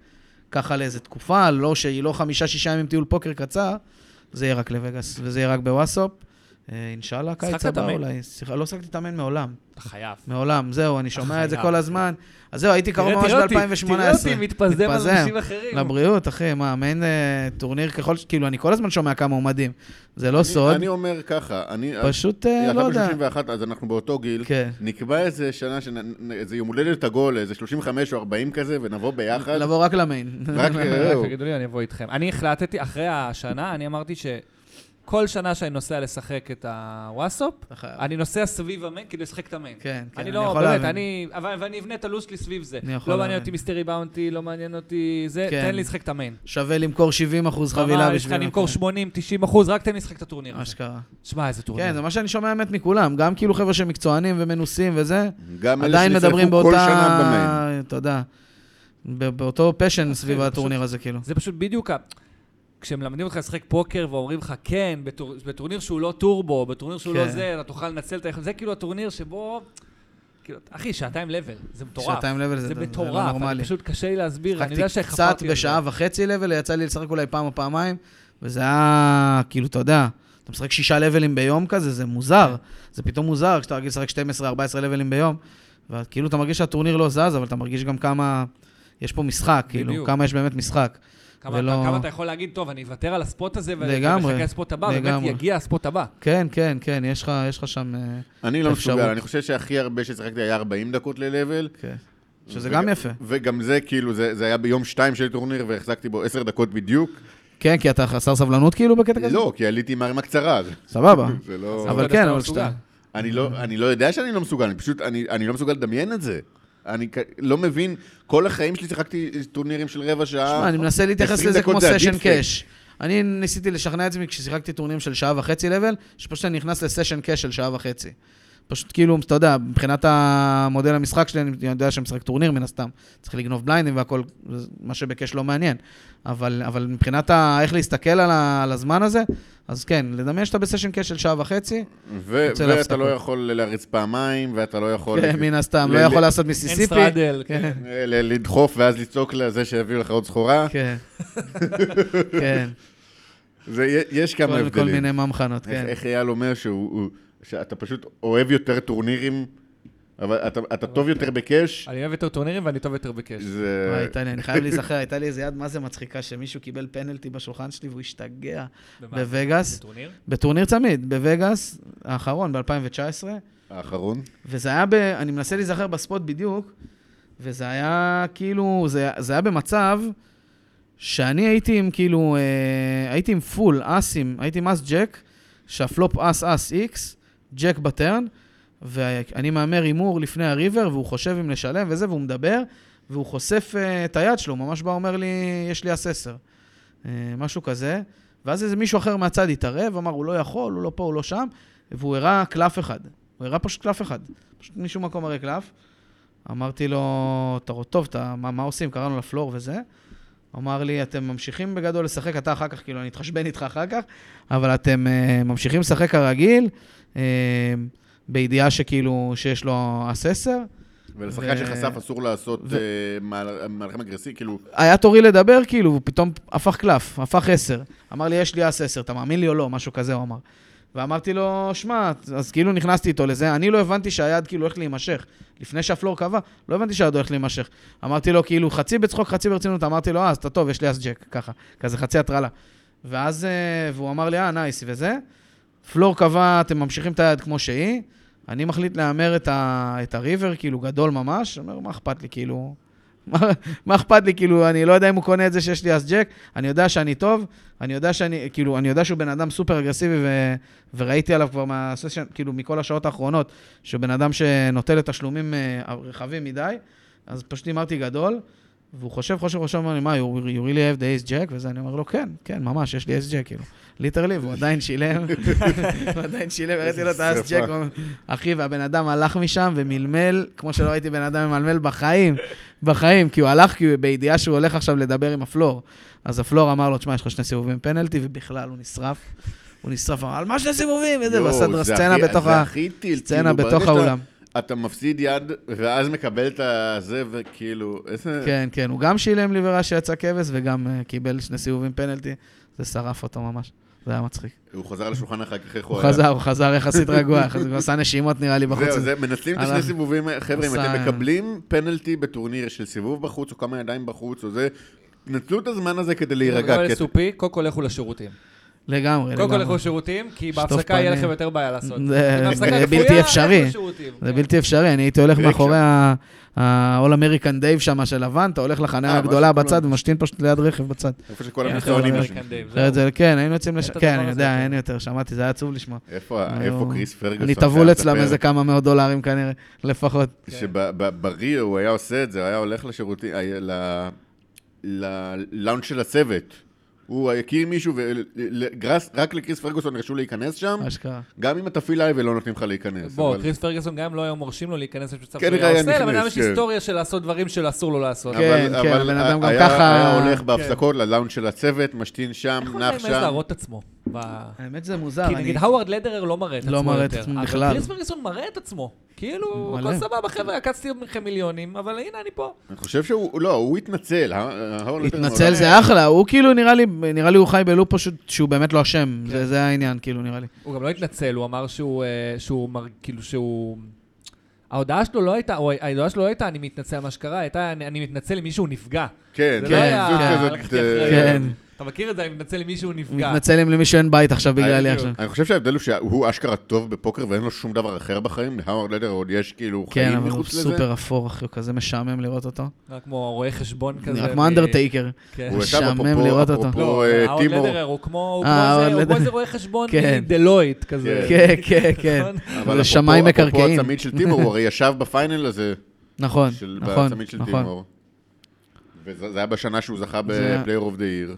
S4: ככה לאיזה תקופה, לא שהיא לא חמישה-שישה ימים טיול פוקר קצר, זה יהיה רק לווגאס, וזה יהיה רק בוואטסאפ. אה, אינשאללה, קיץ
S2: שחקת
S4: הבא
S2: מאמן?
S4: אולי. שיח- לא שחקתי להתאמן מעולם.
S2: אתה חייב.
S4: מעולם, זהו, אני שומע את זה
S2: חייב.
S4: כל הזמן. אז זהו, הייתי קרוב
S2: תראה-
S4: ממש
S2: תראה אותי,
S4: ב-2018.
S2: תראה אותי מתפזם על אנשים אחרים.
S4: לבריאות, אחי, מה, מעין אה, טורניר ככל ש... כאילו, אני כל הזמן שומע כמה הוא מדהים. זה לא
S3: אני-
S4: סוד,
S3: אני אומר ככה, אני...
S4: פשוט אה, לא יודע.
S3: אתה ב-31, אז אנחנו באותו גיל.
S4: כן.
S3: נקבע איזה שנה, שנ- איזה יום הולדת עגול, איזה 35 או 40 כזה, ונבוא ביחד.
S4: לבוא רק למיין.
S3: רק
S2: כן,
S3: אה,
S2: רק
S3: כן, זהו.
S2: תגידו לי, אני אבוא איתכם. אני החלטתי, אחרי השנה, אני אמרתי שכל שנה שאני נוסע לשחק את הוואסופ,
S4: *laughs* אתה חייב.
S2: אני נוסע סביב המיין, כאילו לשחק את המיין.
S4: כן, כן,
S2: אני
S4: אני
S2: לא,
S4: יכול
S2: באמת,
S4: להבין.
S2: אני... אבל אבל אני אבנה את הלו"ז שלי סביב זה.
S4: אני יכול
S2: לא מעניין
S4: להבין.
S2: אותי מיסטרי באונטי, לא מעניין אותי זה,
S4: כן.
S2: תן לי לשחק את המיין.
S4: שווה למכור 70 אחוז חבילה
S2: חבילה
S4: בשביל...
S2: אני אמכור
S4: זה.
S2: 80-90 אחוז, רק תן לי לשחק את הטורניר הזה.
S4: אשכרה.
S2: שמע, איזה טורניר.
S4: כן, זה מה שאני שומע האמת מכולם. גם כאילו חבר'ה שהם מקצוענים ומנוסים וזה,
S3: גם אלה
S4: עדיין מדברים
S3: שנשרפו כל שנה במיין.
S4: באותה... אתה יודע, ב- באותו פשן סביב הטורניר הזה, כאילו.
S2: זה פשוט בדיוק ה... כשמלמדים אותך לשחק פוקר ואומרים לך, כן, בטור... בטורניר שהוא לא טורבו, בטורניר שהוא כן. לא
S4: כן.
S2: זה, אתה תוכל לנצל את היכולת, זה כאילו הטורניר שבו... כאילו, אחי, שעתיים לבל, זה מטורף.
S4: שעתיים level זה-
S2: זה
S4: זה לא
S2: מטורף, אני
S4: נורמלי.
S2: פשוט קשה לי להסביר, אני
S4: שיחקתי
S2: יודע שחפרתי...
S4: קצת
S2: על זה.
S4: בשעה וחצי לבל, יצא לי לשחק אולי פעם או פעמיים, וזה היה, כאילו, אתה יודע, אתה משחק שישה לבלים ביום כזה, זה מוזר. זה פתאום מוזר כשאתה רגיל לשחק 12-14 לבלים ביום, וכאילו אתה מרגיש שהטורניר לא זז, אבל אתה מרגיש גם כמה... יש פה משחק, כאילו,
S2: בדיוק.
S4: כמה יש באמת משחק.
S2: כמה,
S4: ולא-
S2: אתה, כמה אתה יכול להגיד, טוב, אני אוותר על הספוט הזה, ו-
S4: לגמרי,
S2: ומחכה לספוט הבא, ובאמת
S4: לגמרי.
S2: יגיע הספוט הבא.
S4: כן, כן, כן, יש לך, יש לך שם... אה,
S3: אני לא
S4: אפשרות.
S3: מסוגל, אני חושב שהכי הרבה ששיחקתי היה 40 דקות ל-level.
S4: כן. שזה גם יפה.
S3: וגם זה, כאילו, זה זה היה ביום 2 של טורניר, והחזקתי בו 10 דקות בדיוק.
S4: כן, כי אתה חסר סבלנות כאילו בקטע כזה?
S3: לא, כי עליתי עם ערימה קצרה. זה-
S4: סבבה.
S3: זה לא...
S2: אתה
S4: אבל
S2: יודע שאתה
S4: כן,
S2: לא
S4: אבל
S2: מסוגל.
S4: כשאתה...
S3: אני לא, אני לא יודע שאני לא מסוגל, אני פשוט, אני, אני לא מסוגל לדמיין את זה. אני כ- לא מבין, כל החיים שלי שיחקתי טורנירים של רבע שעה.
S4: שמע, אני מנסה להתייחס
S3: 20
S4: לזה
S3: דקות
S4: כמו
S3: זה כן.
S4: סשן
S3: הדיפ-פייק.
S4: קאש. אני ניסיתי לשכנע את עצמי כששיחקתי טורנירים של שעה וחצי לבל, שפשוט אני נכנס לסשן קאש של שעה וחצי. פשוט כאילו, אתה יודע, מבחינת המודל המשחק שלי, אני יודע שאני משחק טורניר מן הסתם. צריך לגנוב בליינדים והכל, זה- מה שבקאש לא מעניין. אבל, אבל מבחינת ה, איך להסתכל על, ה, על הזמן הזה, אז כן, לדמיין שאתה בסשן קאש של שעה וחצי,
S3: ו-
S4: יוצא
S3: ואתה
S4: להפסקות.
S3: לא יכול להריץ פעמיים, ואתה לא יכול...
S4: כן, מן הסתם,
S3: ל-
S4: לא
S3: ל-
S4: יכול לעשות
S2: אין
S4: מיסיסיפי.
S2: סטרדל, כן.
S3: ל- לדחוף ואז לצעוק לזה שהביאו לך עוד סחורה. *laughs*
S4: כן, כן,
S3: זה, י- יש כמה
S4: כל- כל
S3: הבדלים.
S4: מיני ממחנות,
S3: איך-
S4: כן.
S3: איך אייל אומר שהוא, הוא- שאתה פשוט אוהב יותר טורנירים, אבל אתה- אתה טוב יותר בקאש.
S2: אני אוהב יותר טורנירים ואני טוב יותר בקאש.
S3: זה...
S4: וואי, טלי, אני חייב להיזכר, הייתה לי איזה יד מה זה מצחיקה, שמישהו קיבל פנלטי בשולחן שלי והוא השתגע
S2: במה?
S4: בווגאס,
S2: בטורניר?
S4: בטורניר צמיד, בווגאס, האחרון, ב-2019,
S3: *laughs* האחרון.
S4: וזה היה ב... אני מנסה להיזכר בספוט בדיוק, וזה היה כאילו, זה, זה היה במצב שאני הייתי עם כאילו, אה, הייתי עם פול אסים, הייתי עם אס ג'ק, שהפלופ אס אס איקס, ג'ק בטרן, ואני מהמר הימור לפני הריבר, והוא חושב אם לשלם וזה, והוא מדבר, והוא חושף אה, את היד שלו, ממש בא אומר לי, יש לי אס עשר. אה, משהו כזה, ואז איזה מישהו אחר מהצד התערב, אמר, הוא לא יכול, הוא לא פה, הוא לא שם, והוא הראה קלף אחד. הוא הראה פשוט קלף אחד. פשוט משום מקום הראה קלף. אמרתי לו, אתה רואה טוב, אתה, מה, מה עושים? קראנו לפלור וזה. הוא אמר לי, אתם ממשיכים בגדול לשחק, אתה אחר כך, כאילו, אני אתחשבן איתך אחר כך, אבל אתם uh, ממשיכים לשחק כרגיל, uh, בידיעה שכאילו, שיש לו אס עשר.
S3: ולשחקן
S4: ו-
S3: שחשף אסור לעשות
S4: ו-
S3: אה, מהל- מהלכים אגרסיבי, כאילו,
S4: היה תורי לדבר, כאילו, הוא פתאום הפך קלף, הפך עשר. אמר לי, יש לי אס עשר, אתה מאמין לי או לא? משהו כזה הוא אמר. ואמרתי לו, שמע, אז כאילו נכנסתי איתו לזה, אני לא הבנתי שהיד כאילו הולכת להימשך. לפני שהפלור קבע, לא הבנתי שהיד הולכת להימשך. אמרתי לו, כאילו, חצי בצחוק, חצי ברצינות, אמרתי לו, אה, אז אתה טוב, יש לי אס ג'ק, ככה, כזה חצי הטרלה. ואז, אה, והוא אמר לי, אה, נייס, וזה. פלור קבע, אתם ממשיכים את היד כמו שהיא, אני מחליט להמר את, ה, את הריבר, כאילו, גדול ממש, אומר, מה אכפת לי, כאילו... מה- מה אכפת לי, כאילו, אני לא יודע אם הוא קונה את זה שיש לי אס ג'ק, אני יודע שאני טוב, אני יודע שאני, כאילו, אני יודע שהוא בן אדם סופר אגרסיבי, ו, וראיתי עליו כבר מהסשן, כאילו, מכל השעות האחרונות, שהוא בן אדם שנוטה לתשלומים אה, רחבים מדי, אז פשוט הימרתי גדול, והוא חושב, חושב, חושב, אומר לי, מה, you, you really have the ace jack? וזה, אני אומר לו, כן, כן, ממש, יש לי אס ג'ק, כאילו, ליטרלי, והוא עדיין שילם, הוא עדיין שילם, הראיתי לו את האס ג'ק,
S3: שרפה.
S4: הוא אומר, אחי, והבן אדם הלך משם ומלמל, כמו שלא ראיתי בן אדם ממלמל בחיים, בחיים, כי הוא הלך, כי הוא בידיעה שהוא הולך עכשיו לדבר עם הפלור. אז הפלור אמר לו, תשמע, יש לך שני סיבובים פנלטי, ובכלל, הוא נשרף. הוא נשרף, אמר, על מה שני סיבובים? וזה,
S3: יואו,
S4: ועשה
S3: זה
S4: סצנה
S3: הכי-
S4: בתוך
S3: זה
S4: ה...
S3: הכי טיל,
S4: סצנה
S3: כאילו,
S4: בתוך
S3: ברגע שאתה-
S4: האולם.
S3: אתה מפסיד יד, ואז מקבל את הזה, וכאילו, איזה...
S4: כן, כן, הוא גם שילם לי וראה שיצא כבש, וגם אה, קיבל שני סיבובים פנלטי. זה שרף אותו ממש. זה היה מצחיק.
S3: הוא חזר לשולחן אחר כך, איך הוא
S4: הוא
S3: היה.
S4: חזר, הוא חזר יחסית רגוע, יחסית- הוא עשה נשימות נראה לי בחוץ.
S3: זהו, זה, מנצלים את השני
S4: הלך.
S3: סיבובים, האלה. חבר'ה, אם אתם
S4: עשה-
S3: מקבלים פנלטי בטורניר של סיבוב בחוץ, או כמה ידיים בחוץ, או זה, תנצלו את הזמן הזה כדי להירגע.
S2: רגע,
S3: כי-
S2: סופי, קודם כל לכו לשירותים.
S4: לגמרי,
S2: קודם כל
S4: לגמרי.
S2: לכו לשירותים, כי
S4: שטוף
S2: בהפסקה יהיה
S4: פנים.
S2: לכם יותר בעיה לעשות.
S4: זה-
S2: אם ההפסקה
S4: זה בלתי
S2: כפויה,
S4: אפשרי.
S2: לכו לשירותים.
S4: זה בלתי אפשרי, אני הייתי הולך
S3: ריק
S4: מאחורי ה-all American Dave שם של לבן, אתה הולך
S3: אה,
S4: לחניה
S3: משהו
S4: הגדולה
S3: כלום.
S4: בצד ומשתין פשוט ליד רכב בצד.
S3: איפה שכל
S2: כן,
S3: המקצוענים
S2: חבר'ה,
S3: יושבים.
S2: אמריקן דייב,
S4: אחרת
S2: זהו.
S4: זה- כן, היינו יוצאים לשם,
S2: את
S4: כן,
S2: הדבר
S4: אני
S2: הזה,
S4: יודע,
S2: כן.
S4: אין יותר, שמעתי, זה היה עצוב לשמוע.
S3: איפה ה-
S4: היו-
S3: איפה קריס פרגוסון?
S4: לא. אני
S3: שהיה
S4: טבול אצלם
S3: מספר
S4: איזה כמה מאות דולרים כנראה, *laughs* לפחות.
S3: שבבריא הוא היה עושה את זה, היה הולך לשירותים, היה ל- ללאונג' של הצוות. הוא הכיר מישהו, ורק לקריס פרגוסון הרשו להיכנס שם,
S4: מה שקרה.
S3: גם אם אתה פיל אייב ולא נותנים לך להיכנס.
S2: בוא,
S3: אבל-
S2: קריס פרגוסון גם אם לא היו מורשים לו להיכנס למצב
S3: כן,
S2: שהוא
S3: היה
S2: היה עושה, לבן
S3: נכנס,
S2: אדם יש
S3: כן.
S2: היסטוריה של לעשות דברים שאסור לו לעשות.
S4: כן.
S3: אבל- אבל
S4: הבן אדם גם
S3: היה-
S4: ככה- כן.
S3: היה הולך בהפסקות ללאונג' של הצוות, משתין שם,
S2: איך הוא
S3: נח
S2: נח
S3: שם.
S2: להראות את עצמו? ב-
S4: האמת זה מוזר,
S2: כי
S4: אה, אני-
S2: נגיד האווארד לדרר לא מראה את עצמו
S4: לא
S2: יותר.
S4: מראה את עצמו בכלל.
S2: אבל קריס פרגוסון מראה את עצמו. כאילו,
S4: מלא.
S2: הכל סבבה, חבר'ה, עקצתי מכם מיליונים, אבל הנה, אני פה.
S3: אני חושב שהוא, לא, הוא התנצל. ה- ההוא לא-
S4: התנצל
S2: אה,
S4: זה אחלה, הוא כאילו נראה לי, נראה לי הוא חי בלופ פשוט שהוא באמת לא אשם,
S2: כן.
S4: זה- זה העניין, כאילו נראה לי.
S2: הוא גם לא התנצל, הוא אמר שהוא, אה, שהוא מר, כאילו שהוא... ההודעה שלו לא הייתה, או ההודעה שלו לא הייתה, אני מתנצל על מה שקרה, הייתה, אני, אני מתנצל אם מישהו נפגע.
S3: כן,
S2: זה
S3: כן,
S2: לא היה,
S3: זוג כזאת,
S2: הלכתי
S3: אה,
S2: אחרי...
S4: כן.
S2: אתה מכיר את זה, אני מתנצל אם מישהו
S4: הוא
S2: נפגע.
S4: מתנצל אם למישהו אין בית עכשיו בגללי
S3: אני-
S4: עכשיו.
S3: אני חושב שההבדל הוא שהוא אשכרה טוב בפוקר ואין לו שום דבר אחר בחיים, להאוורד לדר עוד יש כאילו
S4: כן,
S3: חיים
S4: אבל הוא
S3: מחוץ לזה.
S4: סופר אפור, אחי, הוא כזה משעמם לראות אותו.
S2: נראה כמו רואה חשבון כזה.
S4: נראה כמו
S2: מ-
S4: אנדרטייקר.
S2: כן.
S3: הוא ישב
S4: משעמם
S3: אפרופו-
S4: לראות אותו.
S3: אפרופו
S2: לא,
S3: אה,
S2: האורד
S3: טימו,
S2: לדרר, הוא כמו הוא
S4: אה,
S2: כמו איזה-
S4: האורד
S2: הוא כמו
S4: לדרר.
S2: איזה רואה חשבון
S4: כן.
S2: מדלויט כזה.
S4: כן, כן,
S3: *laughs*
S4: כן.
S2: נכון?
S3: אבל
S4: זה
S3: אפרופו-
S4: שמאי
S3: אפרופו
S4: מקרקעין.
S3: הצמיד של טימור, הוא הרי ישב בפיינל הזה,
S4: נכון,
S3: של-
S4: נכון,
S3: בצמיד של
S4: נכון.
S3: טימור. וזה זה היה בשנה שהוא זכה
S4: זה היה-
S3: בפלייר אוף דה עיר.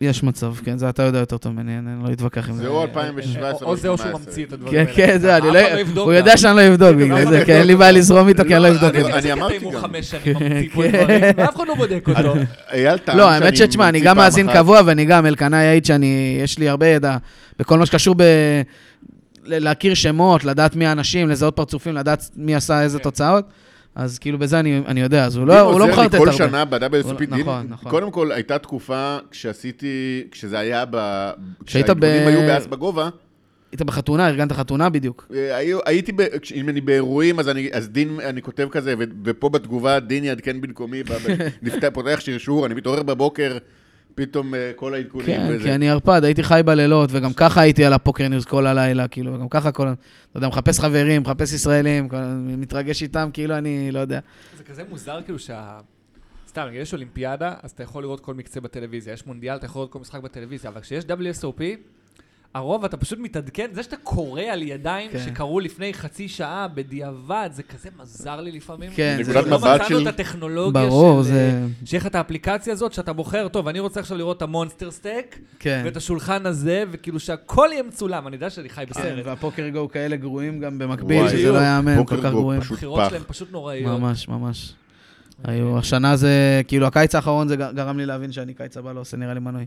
S4: יש מצב, כן, זה אתה יודע יותר טוב ממני, אני לא אתווכח עם זה.
S3: זה או 2017
S2: או
S3: או
S2: זה או שהוא
S3: 2018.
S2: ממציא את הדברים
S4: כן,
S2: האלה.
S4: כן, זהו, אני
S2: אף
S4: לא...
S2: אחד יבדוק
S4: הוא
S2: גם.
S4: יודע שאני לא אבדוק בגלל זה, כן, אין לי בעיה לזרום איתו, כי אני לא אבדוק את
S3: אני-
S4: זה.
S2: אני
S3: אמרתי
S2: אמרתי גם.
S3: גם.
S2: חמש שנים
S4: כן,
S2: ממציא פה
S4: כן.
S2: דברים, ואף אחד לא בודק אותו.
S3: אייל טען
S4: לא,
S3: שאני
S4: האמת שתשמע, אני
S3: ממציא
S4: גם
S3: פעם
S4: מאזין
S3: אחת.
S4: קבוע, ואני גם, אלקנה יעיד שאני, יש לי הרבה ידע בכל מה שקשור ב... ל- להכיר שמות, לדעת מי האנשים, לזהות פרצופים, לדעת מי עשה
S2: כן.
S4: איזה תוצאות. אז כאילו בזה אני אני יודע, אז הוא לא-
S3: דימו
S4: הוא לא
S3: עוזר לי
S4: מחרטט
S3: כל
S4: הרבה.
S3: שנה
S4: הוא-
S3: ב-WSOP
S4: נכון,
S3: דין.
S4: נכון.
S3: קודם כל, הייתה תקופה כשעשיתי, כשזה היה ב...
S4: כשהיית
S3: כשהאיגודים
S4: ב-
S3: היו באס בגובה, היית
S4: היית בחתונה, ארגנת חתונה בדיוק.
S3: אה, היו- הייתי, ב- כש- אם אני באירועים, אז אני, אז דין, אני כותב כזה, ו- ופה בתגובה, דין יעדכן במקומי, ב-
S4: *laughs*
S3: ב- נפתח, פותח שרשור, אני מתעורר בבוקר, פתאום אה, כל העדכונים
S4: כן,
S3: וזה.
S4: כי אני ערפד, הייתי חי בלילות, וגם ככה הייתי על הפוקר ניוז כל הלילה, כאילו, וגם ככה כל... אתה יודע, מחפש חברים, מחפש ישראלים, כל- מתרגש איתם, כאילו, אני לא יודע.
S2: זה כזה מוזר כאילו שה... סתם, נגיד יש אולימפיאדה, אז אתה יכול לראות כל מקצה בטלוויזיה. יש מונדיאל, אתה יכול לראות כל משחק בטלוויזיה. אבל כשיש WSOP, הרוב אתה פשוט מתעדכן, זה שאתה קורא על ידיים
S4: כן.
S2: שקרו לפני חצי שעה בדיעבד, זה כזה מזר לי לפעמים.
S4: כן,
S2: זה
S4: זה-
S3: נקודת
S2: לא
S3: מבט
S2: מצאנו
S3: של-
S2: את הטכנולוגיה
S4: ברור,
S2: של...
S4: זה-
S2: אה, שיהיה לך את האפליקציה הזאת שאתה בוחר, טוב, אני רוצה עכשיו לראות את המונסטר סטייק,
S4: כן.
S2: ואת השולחן הזה, וכאילו שהכל יהיה מצולם, אני יודע שאני חי
S4: כן,
S2: בסרט.
S4: והפוקר גו כאלה גרועים גם במקביל,
S3: וואי,
S4: שזה לא יאמן,
S3: פוקר
S4: כל כך
S3: גו
S4: גרועים.
S3: פשוט
S2: הבחירות
S3: פח.
S2: שלהם פשוט נוראיות.
S4: ממש, ממש.
S2: אוקיי.
S4: היו, השנה זה, כאילו, הקיץ האחרון זה ג- גרם לי להבין שאני קיץ הבא לא עושה נראה לי מנוי.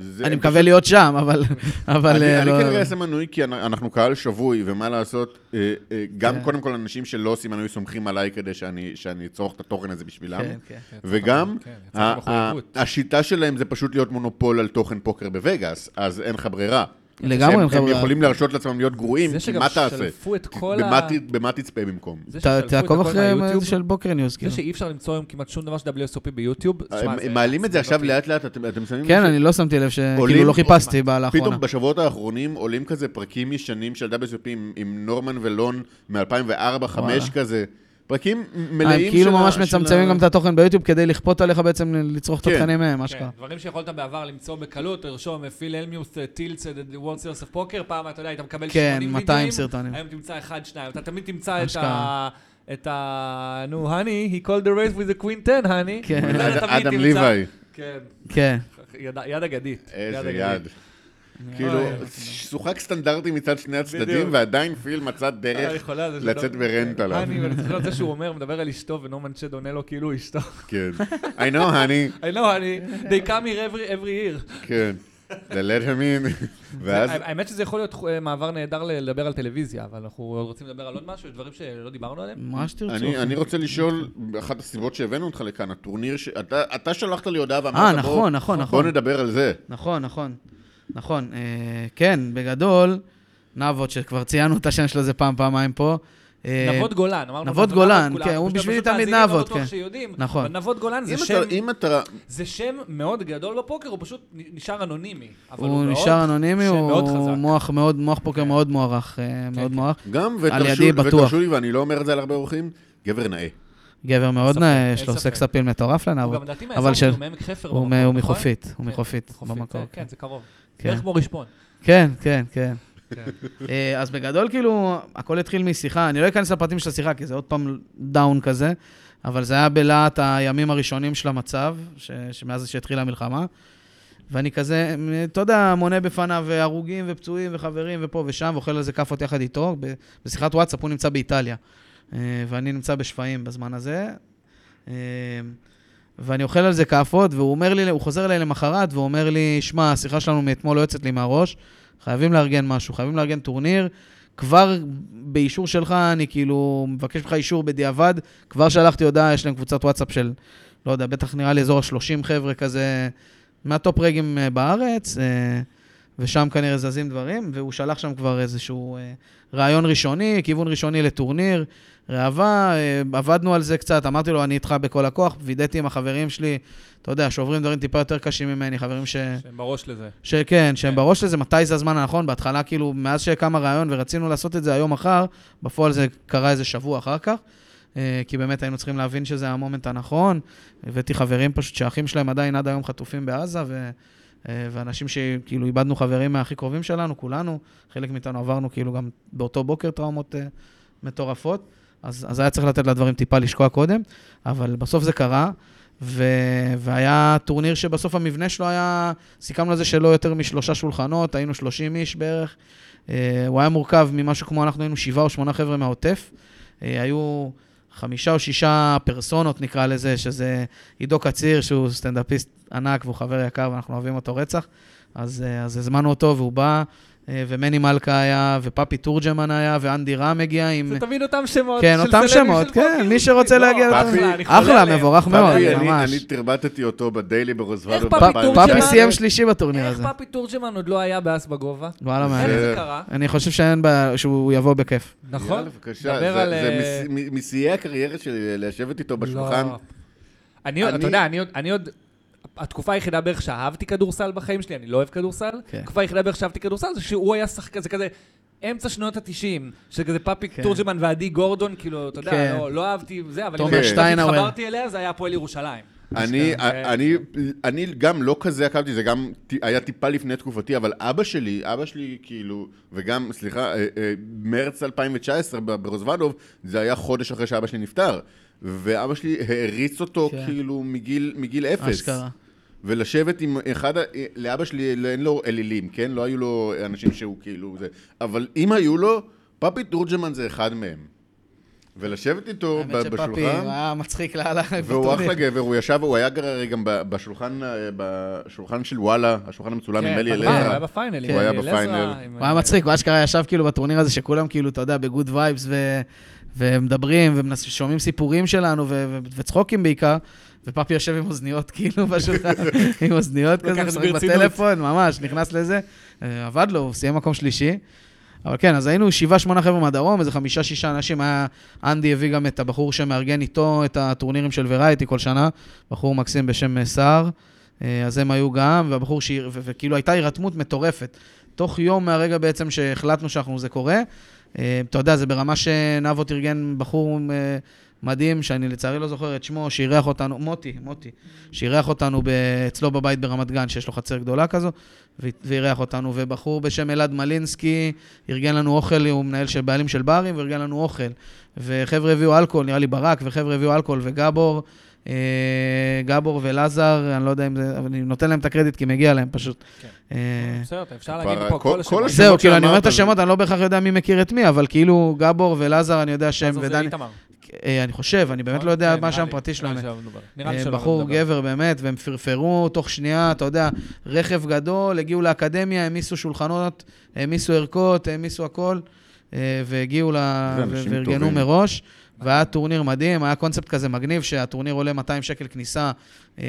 S3: זה-
S4: אני
S3: הם
S4: מקווה להיות שם,
S3: *laughs*
S4: אבל... אבל
S3: אני,
S4: אה,
S3: אני כן
S4: לא-
S3: כנראה אעשה מנוי כי אנ- אנחנו קהל שבוי, ומה לעשות, אה, אה, גם
S4: כן.
S3: קודם כל אנשים שלא עושים מנוי סומכים עליי כדי שאני שאני אצרוך את התוכן הזה בשבילם,
S4: כן, כן.
S3: וגם
S2: כן, יצא
S3: ה-
S2: לך
S3: ה-
S2: מחויבות.
S3: השיטה שלהם זה פשוט להיות מונופול על תוכן פוקר בווגאס, אז אין לך ברירה.
S4: לגמרי,
S3: הם-
S4: אין לך
S3: הם
S4: ברירה.
S3: יכולים להרשות לעצמם להיות גרועים,
S2: זה
S3: כי
S2: שגם
S3: מה תעשה?
S2: שלפו את כל
S3: במה
S2: ה...
S3: ת- במה תצפה במקום?
S2: זה
S4: ת-
S2: ששלפו את
S4: תעקוב
S2: הכל
S4: אחרי
S2: מהיוטיוב,
S4: של בוקר ניוז,
S2: זה
S4: כאילו.
S2: שאי אפשר למצוא היום כמעט שום דבר של WSOP ביוטיוב. תשמע,
S3: הם הם מעלים את זה
S2: עצבן
S3: עכשיו
S2: אותי.
S3: לאט לאט, אתם אתם שמים... לב
S4: כן,
S3: ש-
S4: אני לא שמתי לב ש...
S3: עולים-
S4: כאילו, לא חיפשתי בה לאחרונה.
S3: פתאום בשבועות האחרונים עולים כזה פרקים ישנים של WSOP עם, עם נורמן ולון מ-2004-2005
S4: וואלה.
S3: כזה. פרקים מלאים
S4: אה,
S3: של...
S4: הם כאילו
S3: ה-
S4: ממש
S3: של
S4: מצמצמים
S3: ה-
S4: גם את התוכן ביוטיוב כדי לכפות עליך בעצם ל- לצרוך את
S3: כן,
S4: התכנים מהם,
S2: כן,
S4: אשכרה.
S2: דברים שיכולת בעבר למצוא בקלות, תרשום אה, פיל אלמיוס טילס את וולד סירס אוף פוקר, פעם אתה יודע, היית מקבל
S4: כן,
S2: 80
S4: 200
S2: וידאים,
S4: סרטונים.
S2: היום תמצא אחד, שניים, אתה תמיד תמצא את ה...
S4: אשכרה.
S2: את ה... נו, הני, he called the race with the queen 10, הני.
S4: כן.
S2: אתה לא יודע,
S3: אד-
S2: תמיד
S3: אדם
S2: תמצא-
S3: ליוואי,
S2: כן,
S4: כן.
S2: יד- יד אגדית.
S3: איזה
S2: אגדית.
S3: יד. כאילו, שוחק סטנדרטי מצד שני הצדדים,
S2: בדיוק.
S3: ועדיין פיל מצא דרך
S2: היכולה זה לא-
S3: לצאת
S2: שאתה-
S3: ברנט עליו.
S2: הני, ואני זוכר את זה שהוא אומר, מדבר על אשתו, ונורמן שד עונה לו כאילו הוא אשתו.
S3: כן. I know, honey,
S2: I know, אני, they come here every, every year.
S3: כן. The let him in. ואז...
S2: האמת- האמת שזה יכול להיות אה, מעבר נהדר ל- לדבר על טלוויזיה, אבל אנחנו רוצים לדבר על עוד משהו, יש דברים שלא דיברנו עליהם.
S4: מה שתרצו.
S3: אני,
S4: אחי.
S3: אני רוצה לשאול, אחת הסיבות שהבאנו אותך לכאן, הטורניר ש... אתה, אתה שלחת לי הודעה ואמרת,
S4: אה,
S3: "בוא-
S4: נכון, נכון,
S3: בוא
S4: נכון.
S3: נדבר על זה.
S4: נכון, נכון. נכון. אה, כן, בגדול, נבות, שכבר ציינו את השם שלו איזה פעם, פעמיים פה. אה,
S2: נבות גולן, אמרנו.
S4: נבות גולן, כן, הוא בשבילי תמיד נבות,
S2: כן.
S4: כן.
S2: שיודעים,
S4: נכון.
S2: אבל נבות גולן
S3: אם
S2: זה
S3: אתה-
S2: שם,
S3: אם אתה...
S2: זה שם מאוד גדול בפוקר, הוא פשוט נ- נשאר אנונימי. אבל
S4: הוא
S2: מאוד-
S4: נשאר אנונימי,
S2: שם מאוד
S4: הוא
S2: חזק.
S4: מוח מאוד, מוח פוקר מאוד מוערך, אה, מאוד
S2: כן.
S4: מוערך.
S3: גם,
S4: על
S3: ותרשו,
S4: ידי בטוח.
S3: ותרשו לי, ואני לא אומר את זה על הרבה אורחים, גבר נאה.
S4: גבר מאוד
S2: ספק,
S4: נאה,
S2: אין
S4: יש לו
S2: ספק.
S4: סקס אפיל מטורף
S2: הוא
S4: לנבות.
S2: גם לדעתי
S4: אבל
S2: מהאזור,
S4: של-
S2: כאילו, מעמק חפר.
S4: הוא מ-
S2: במקום,
S4: הוא
S2: נכון?
S4: מחופית, הוא
S2: כן,
S4: מחופית, במקור.
S2: זה- כן, זה קרוב.
S4: כן.
S2: בערך כמו רשפון.
S4: כן, כן, כן.
S2: כן.
S4: אה, אז בגדול, כאילו, הכל התחיל משיחה, אני לא אכנס לפרטים של השיחה, כי זה עוד פעם דאון כזה, אבל זה היה בלהט הימים הראשונים של המצב, ש- שמאז שהתחילה המלחמה. ואני כזה, מ- אתה יודע, מונה בפניו הרוגים ופצועים וחברים ופה ושם, ואוכל על זה כאפות יחד איתו. ב- בשיחת וואטסאפ הוא נמצא באיטליה, אה, ואני נמצא בשפיים בזמן הזה. אה, ואני אוכל על זה כאפות, והוא אומר לי, הוא חוזר אליי למחרת, והוא אומר לי, שמע, השיחה שלנו מאתמול לא יוצאת לי מהראש, חייבים לארגן משהו, חייבים לארגן טורניר. כבר באישור שלך, אני כאילו מבקש ממך אישור בדיעבד, כבר שלחתי הודעה, יש להם קבוצת וואטסאפ של, לא יודע, בטח נראה לי אזור ה-30 חבר'ה כזה, מהטופ רגים אה, בארץ, אה, ושם כנראה זזים דברים, והוא שלח שם כבר איזשהו אה, רעיון ראשוני, כיוון ראשוני לטורניר, ראווה, אה, עבדנו על זה קצת, אמרתי לו, אני איתך בכל הכוח, וידאתי עם החברים שלי, אתה יודע, שעוברים דברים טיפה יותר קשים ממני, חברים ש...
S2: שהם בראש לזה.
S4: שכן, שהם
S2: כן.
S4: בראש לזה, מתי זה הזמן הנכון? בהתחלה, כאילו, מאז שקם הרעיון ורצינו לעשות את זה היום-מחר, בפועל זה קרה איזה שבוע אחר כך. אה, כי באמת היינו צריכים להבין שזה המומנט הנכון. הבאתי חברים פשוט שהאחים שלהם עדיין עד היום חטופים בעזה, ו... אה, ואנשים שכאילו איבדנו חברים מהכי קרובים שלנו, כולנו, חלק מאיתנו עברנו כאילו גם באותו בוקר טראומות אה, מטורפות, אז, אז היה צריך לתת לדברים טיפה לשקוע קודם, אבל בסוף זה קרה, ו... והיה טורניר שבסוף המבנה שלו היה, סיכמנו על זה שלא יותר משלושה שולחנות, היינו 30 איש בערך. אה, הוא היה מורכב ממשהו כמו אנחנו היינו שבעה או שמונה חבר'ה מהעוטף. אה, היו חמישה או שישה פרסונות נקרא לזה, שזה עידו קציר, שהוא סטנדאפיסט ענק והוא חבר יקר ואנחנו אוהבים אותו רצח. אז, אה, אז הזמנו אותו והוא בא, אה, ומני מלכה היה, ופאפי תורג'מן היה, ואנדי רם הגיע עם...
S2: זה תמיד אותם שמות.
S4: כן,
S2: של
S4: אותם
S2: סלבים
S4: שמות,
S2: של
S4: כן,
S2: פוקר.
S4: מי שרוצה
S2: לא,
S4: להגיע
S2: אחלה,
S3: לפוקר.
S2: אני חולה
S4: אחלה,
S2: עליהם.
S4: מבורך מאוד,
S3: פאפי, אני-
S4: ממש.
S3: אני תרבטתי אותו בדיילי ברוזוולו.
S2: איך פאפי
S3: ב-2000.
S2: טורקמן?
S4: פאפי
S2: שלנו.
S4: סיים שלישי בטורניר
S2: איך
S4: הזה.
S2: פאפי תורג'מן עוד לא היה באס בגובה?
S4: וואלה,
S2: איך
S4: מעניין.
S2: זה
S3: זה-
S2: קרה?
S4: אני חושב שאין בעיה, שהוא יבוא בכיף.
S2: נכון?
S3: אה, יאללה, בבקשה,
S2: דבר
S3: זה-
S2: על,
S3: זה
S2: אה,
S3: מס- מ- משיאי הקריירה שלי, לשבת איתו בשולחן.
S2: לא. אני עוד,
S3: אני-
S2: אתה יודע, אני עוד- אני עוד... התקופה היחידה בערך שאהבתי כדורסל בחיים שלי, אני לא אוהב כדורסל.
S4: כן.
S2: התקופה היחידה בערך שאהבתי כדורסל זה שהוא היה שחקן, זה כזה אמצע שנות ה-90, שכזה פאפי
S4: כן.
S2: תורג'מן ועדי גורדון, כאילו, אתה יודע,
S4: כן.
S2: לא- לא אהבתי זה, אבל
S4: תומר
S2: אם אני
S4: שטיינהאוור.
S2: התחברתי אליה, זה היה הפועל ירושלים.
S3: אני,
S2: אשכרה, כן.
S3: אני, אני גם לא כזה עקבתי, זה גם ט- היה טיפה לפני תקופתי, אבל אבא שלי, אבא שלי כאילו, וגם, סליחה, אה, אה, מרץ 2019 ב- ברוזוונוב, זה היה חודש אחרי שאבא שלי נפטר. ואבא שלי העריץ אותו
S4: כן.
S3: כאילו מגיל, מגיל אפס.
S4: אשכרה.
S3: ולשבת עם אחד, ה- לאבא שלי לא- אין לו אלילים, כן? לא היו לו אנשים שהוא כאילו זה, אבל אם היו לו, פאפי תורג'מן זה אחד מהם. ולשבת איתו ב-
S4: האמת שפאפי
S3: בשולחן,
S4: היה מצחיק לאללה.
S3: והוא אחלה גבר, הוא ישב, הוא היה הרי גם ב- בשולחן, אה, בשולחן של וואלה, השולחן המצולם
S4: כן,
S3: עם אלי
S2: בפיינל, כן, הוא היה
S3: אליעזר.
S2: בפיינל.
S3: הוא היה
S2: עם אלי עזרא,
S3: בפיינל.
S2: עם-
S4: הוא היה מצחיק, הוא אשכרה ישב כאילו בטורניר הזה שכולם כאילו, אתה יודע, בגוד וייבס, ו... ומדברים, ושומעים סיפורים שלנו, ו... ו... וצחוקים בעיקר, ופאפי יושב עם אוזניות כאילו בשולחן, עם אוזניות
S2: לוקח
S4: כזה,
S2: את זה
S4: משחק
S2: ברצינות.
S4: בטלפון, ממש, נכנס לזה, אה, עבד לו, הוא סיים מקום שלישי. אבל כן, אז היינו שבעה, שמונה חבר'ה מהדרום, איזה חמישה, שישה אנשים. היה, אנדי הביא גם את הבחור שמארגן איתו את הטורנירים של ורייטי כל שנה, בחור מקסים בשם אה, סער. אה, אז הם היו גם, והבחור ש... ו- וכאילו הייתה הירתמות מטורפת. תוך יום מהרגע בעצם שהחלטנו שאנחנו, זה קורה. אה, אתה יודע, זה ברמה שנאבו ארגן בחור אה, מדהים, שאני לצערי לא זוכר את שמו, שאירח אותנו, מוטי, מוטי, שאירח אותנו ב- אצלו בבית ברמת גן, שיש לו חצר גדולה כזו, וה- ואירח אותנו. ובחור בשם אלעד מלינסקי ארגן לנו אוכל, הוא מנהל של בעלים של ברים, וארגן לנו אוכל. וחבר'ה הביאו אלכוהול, נראה לי ברק, וחבר'ה הביאו אלכוהול, וגבור, אה, גבור ולזר, אני לא יודע אם זה, אבל אני נותן להם את הקרדיט כי מגיע להם פשוט.
S2: כן.
S4: אה,
S2: בסדר, אפשר
S3: כבר-
S2: להגיד
S3: כל-
S2: פה כל
S3: כל
S2: השמות.
S3: השמות.
S4: זהו, כאילו, אני אומר
S3: שאמרת,
S4: את השמות, אני לא בהכרח יודע מי מכיר את מי, אבל כאילו, גבור ולזר, אני יודע שהם,
S2: אז זה
S4: כן, ודני,
S2: איתמר,
S4: אה, אני חושב, אני באמת
S2: נכון?
S4: לא יודע
S2: כן,
S4: מה
S2: נראה
S4: שם
S2: לי-
S4: פרטי
S2: נראה לי
S4: שלהם. אה,
S2: שלא מדובר. נראה לי שלא
S4: בחור,
S2: מדובר.
S4: גבר, באמת, והם פרפרו תוך שנייה, אתה יודע, רכב גדול, הגיעו לאקדמיה, העמיסו שולחנות, העמיסו ערכות, העמיסו הכל, אה, והגיעו ל...
S3: זה
S4: ו-
S3: אנשים
S4: וארגנו
S3: טובים.
S4: מראש. והיה טורניר מדהים, היה קונספט כזה מגניב, שהטורניר עולה 200 שקל כניסה, אה,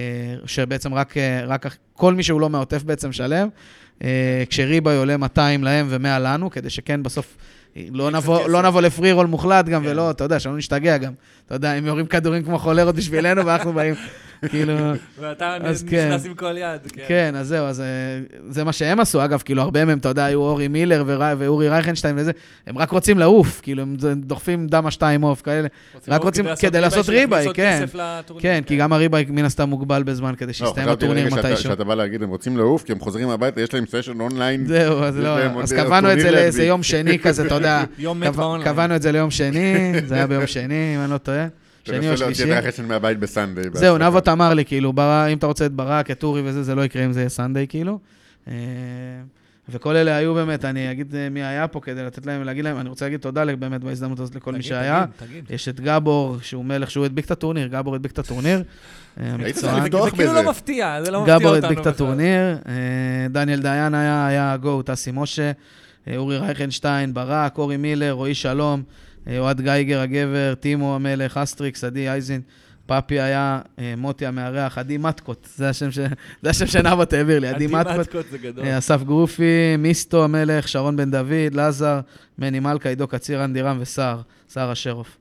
S4: שבעצם רק, אה, רק אח- כל מי שהוא לא מהעוטף בעצם משלם, אה, כשריבאי עולה 200 להם ו-100 לנו, כדי שכן בסוף אה, לא נבוא, לא נבוא לפרי רול מוחלט גם,
S3: כן.
S4: ולא, אתה יודע, שלא נשתגע גם. אתה יודע, הם יורים כדורים כמו חולרות בשבילנו, *laughs* ואנחנו באים, כאילו...
S2: ואתה
S4: אז
S2: נכנס
S4: כן.
S2: עם כל יד, כן.
S4: כן, אז זהו, אז אה, זה מה שהם עשו. אגב, כאילו, הרבה מהם, אתה יודע, היו אורי מילר ור- ואורי רייכנשטיין וזה, הם רק רוצים לעוף, כאילו, הם זה- דוחפים דמה שתיים עוף כאלה. רק רוצים כדי לעשות ריבאי, כן. כן, כי גם הריבאי מן הסתם מוגבל בזמן, כדי
S3: לא,
S4: שיסתיים
S3: חשבתי
S4: הטורניר
S3: לרגע שאתה-
S4: מתישהו.
S3: שאתה בא להגיד, הם רוצים לעוף, כי הם חוזרים הביתה, יש להם סשן אונליין.
S4: זהו, אז
S3: יש להם
S4: לא,
S3: עוד
S4: אז
S3: טורניר
S4: קבענו את זה
S3: להדביק.
S4: לאיזה יום שני כזה, אתה
S3: *laughs*
S4: יודע.
S2: יום מת
S4: קבע-
S2: באונליין.
S4: קבענו את זה ליום שני, זה היה ביום שני, אם אני לא טועה. שני או
S3: תנסה
S4: שלישי.
S3: להוציא את החשן מהבית בסנדיי.
S4: זהו,
S3: בהצלחה.
S4: נבות אמר לי, כאילו, בר- אם אתה רוצה את ברק, את אורי וזה, זה לא יקרה אם זה יהיה סנדיי, כאילו. אה, וכל אלה היו באמת, אני אגיד אה, מי היה פה כדי לתת להם, להגיד להם, אני רוצה להגיד תודה באמת בהזדמנות הזאת לכל מי שהיה. יש את גבור, שהוא מלך, שהוא הדביק את הטורניר, גבור הדביק את הטורניר. אה,
S3: היית צריך
S4: מקצוען.
S3: לפתוח
S2: זה כאילו
S3: בזה.
S2: לא מפתיע, זה לא מפתיע אותנו.
S4: גבור הדביק את
S2: בכלל.
S4: הטורניר, אה, דניאל דיין היה, היה גו, טסי משה, אה, אורי רייכנשטיין, ברק, אורי מילר, רועי שלום, אה, אוהד גייגר הגבר, טימו המלך, אסטריקס, עדי אייזין, פאפי היה, אה, מוטי המארח, עדי מתקות, זה השם, ש... זה השם שנבות העביר לי, עדי מתקות.
S2: מתקות זה גדול.
S4: אה, אסף גרופי, מיסטו המלך, שרון בן דוד, לזר, מני מלכה, עידו קציר, אנדי רם וסער, סער השרוף.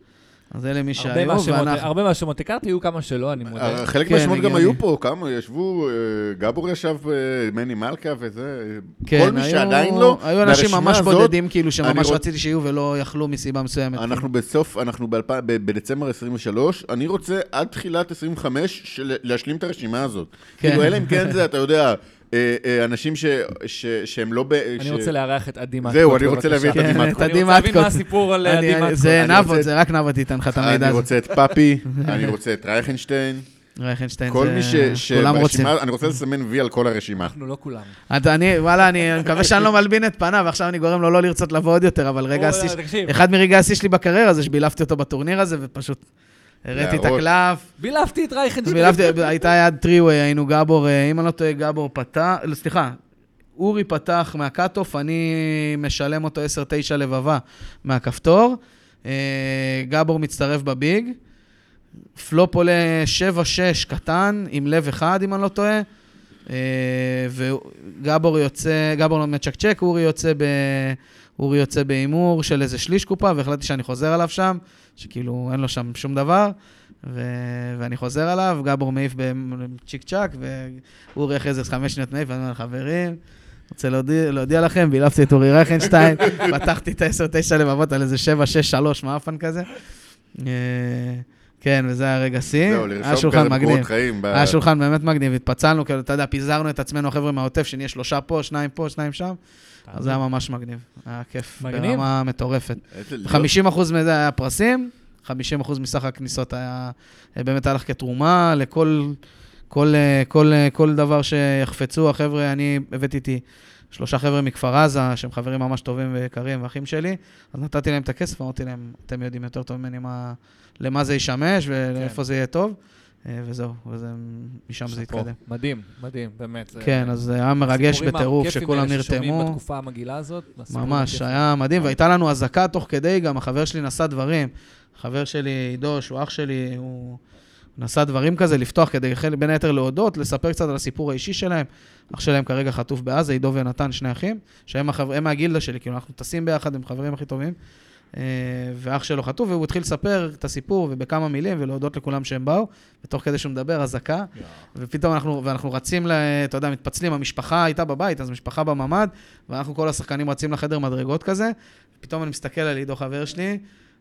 S4: אז אלה מי
S2: הרבה
S4: שהיו,
S2: מהשמות-
S4: ואנחנו...
S2: הרבה מהשמות הכרתי, היו כמה שלא, אני מודה.
S3: אה, חלק
S4: כן,
S3: מהשמות גם
S4: הגיוני.
S3: היו פה, כמה ישבו, אה, גבור ישב, אה, מני מלכה וזה,
S4: כן,
S3: כל מי
S4: היו-
S3: שעדיין לא,
S4: היו אנשים
S3: מהרשימה
S4: ממש
S3: הזאת,
S4: בודדים, כאילו,
S3: אני
S4: שממש
S3: רוצ-
S4: רציתי שיהיו ולא יכלו מסיבה מסוימת.
S3: אנחנו בסוף, אנחנו באלפ- ב- בדצמבר 23, אני רוצה עד תחילת 25 של- להשלים את הרשימה הזאת.
S4: כן.
S3: כאילו, אלא אם כן זה, אתה יודע, אה, אה, אנשים ש- ש- שהם לא ב...
S2: אני
S3: ש-
S2: רוצה לארח את עדי מתקות.
S3: זהו, אני רוצה להביא את
S2: בבקשה.
S3: עדי
S4: כן,
S3: מתקות.
S4: את עדי
S2: אני רוצה להבין
S4: מתקות.
S2: מה הסיפור על
S4: אני-
S2: עדי
S4: אני-
S2: מתקות.
S4: זה
S3: אני
S4: נבות,
S3: רוצה-
S4: זה רק נבות ייתן לך את המידע
S3: אה, אני
S4: הזה.
S3: רוצה את פאפי, אני רוצה את רייכנשטיין,
S4: רייכנשטיין,
S3: כל
S4: כן, זה-
S3: מי ש...
S4: כולם רוצים.
S3: שברשימה- אני רוצה לסמן וי על כל הרשימה.
S2: אנחנו לא כולם.
S4: אתה- אני, וואלה, אני מקווה שאני לא מלבין את פניו, עכשיו אני גורם לו לא לרצות לבוא עוד יותר, אבל רגע
S2: הוא-
S4: השיא,
S2: תקשיב.
S4: אחד מרגעי השיא שלי בקריירה זה שבילפתי אותו בטורניר הזה, ופשוט הראתי את
S3: להראות.
S4: הקלף.
S2: בילפתי את רייכנשטיין.
S4: בילבתי, הייתה יד טריווי, היינו גבור, אה, אם אני לא טועה, גבור פתח, לא, סליחה, אורי פתח מהקאט-אוף, אני משלם אותו 10-9 לבבה מהכפתור. אה, גבור מצטרף בביג. פלופ עולה 7-6 קטן, עם לב אחד, אם אני לא טועה. אה, וגבור יוצא, גבור לא מצ'קצ'ק, אורי יוצא ב... אורי יוצא בהימור של איזה שליש קופה, והחלטתי שאני חוזר עליו שם, שכאילו אין לו שם שום דבר, ו... ואני חוזר עליו, גבור מעיף בצ'יק צ'אק, ואורי אחרי זה חמש שניות מעיף, ואני אומר חברים, רוצה להודיע, להודיע לכם, בילפתי את אורי רייכנשטיין,
S3: *laughs*
S4: פתחתי את ה-10-9 לבבות על איזה 7-6-3 מאפן כזה. אה, כן, וזה היה רגע שיא.
S3: זהו,
S4: היה
S3: לרשום
S4: שולחן
S3: כזה בקורות
S4: מגניב.
S3: חיים. ב-
S4: היה שולחן באמת מגניב, התפצלנו, כאילו, אתה יודע, פיזרנו את עצמנו, החבר'ה מהעוטף, שנהיה שלושה פה, שניים פה, שניים שם.
S3: אה,
S4: אז זה היה ממש מגניב. היה כיף.
S2: מגניב.
S4: ברמה מטורפת.
S3: איזה- לא-
S4: 50% מזה היה פרסים, 50% מסך הכניסות היה, באמת הלך כתרומה לכל כל, אה, כל, אה, כל דבר שיחפצו החבר'ה, אני הבאתי איתי שלושה חבר'ה מכפר עזה, שהם חברים ממש טובים ויקרים ואחים שלי, אז נתתי להם את הכסף, אמרתי להם, אתם יודעים יותר טוב ממני מה, למה זה ישמש ולאיפה
S2: כן.
S4: זה יהיה טוב, אה, וזהו, וזה, משם זה
S2: שאפו.
S4: התקדם.
S2: מדהים, מדהים, באמת. זה-
S4: כן, אז זה היה מרגש
S2: הסיפורים
S4: בטירוף,
S2: הכיפים
S4: שכולם
S2: האלה ששומעים
S4: נרתמו.
S2: בתקופה המגעילה הזאת. הסיפורים
S4: ממש,
S2: הכיפים.
S4: היה מדהים, והייתה לנו אזעקה תוך כדי, גם החבר שלי נשא דברים. חבר שלי, עידו, שהוא אח שלי, הוא נשא דברים כזה, לפתוח כדי, חלק- בין היתר להודות, לספר קצת על הסיפור האישי שלהם. אח שלהם כרגע חטוף בעזה, עידו ונתן, שני אחים, שהם החבר, הם מהגילדה שלי, כאילו, אנחנו טסים ביחד, הם חברים הכי טובים. אה, ואח שלו חטוף, והוא התחיל לספר את הסיפור ובכמה מילים, ולהודות לכולם שהם באו, ותוך כדי שהוא מדבר, אזעקה. ופתאום אנחנו, ואנחנו רצים, ל, אתה יודע, מתפצלים, המשפחה הייתה בבית, אז משפחה בממ"ד, ואנחנו כל השחקנים רצים לחדר מדרגות כזה, פתאום אני מסתכל על עידו חבר שלי,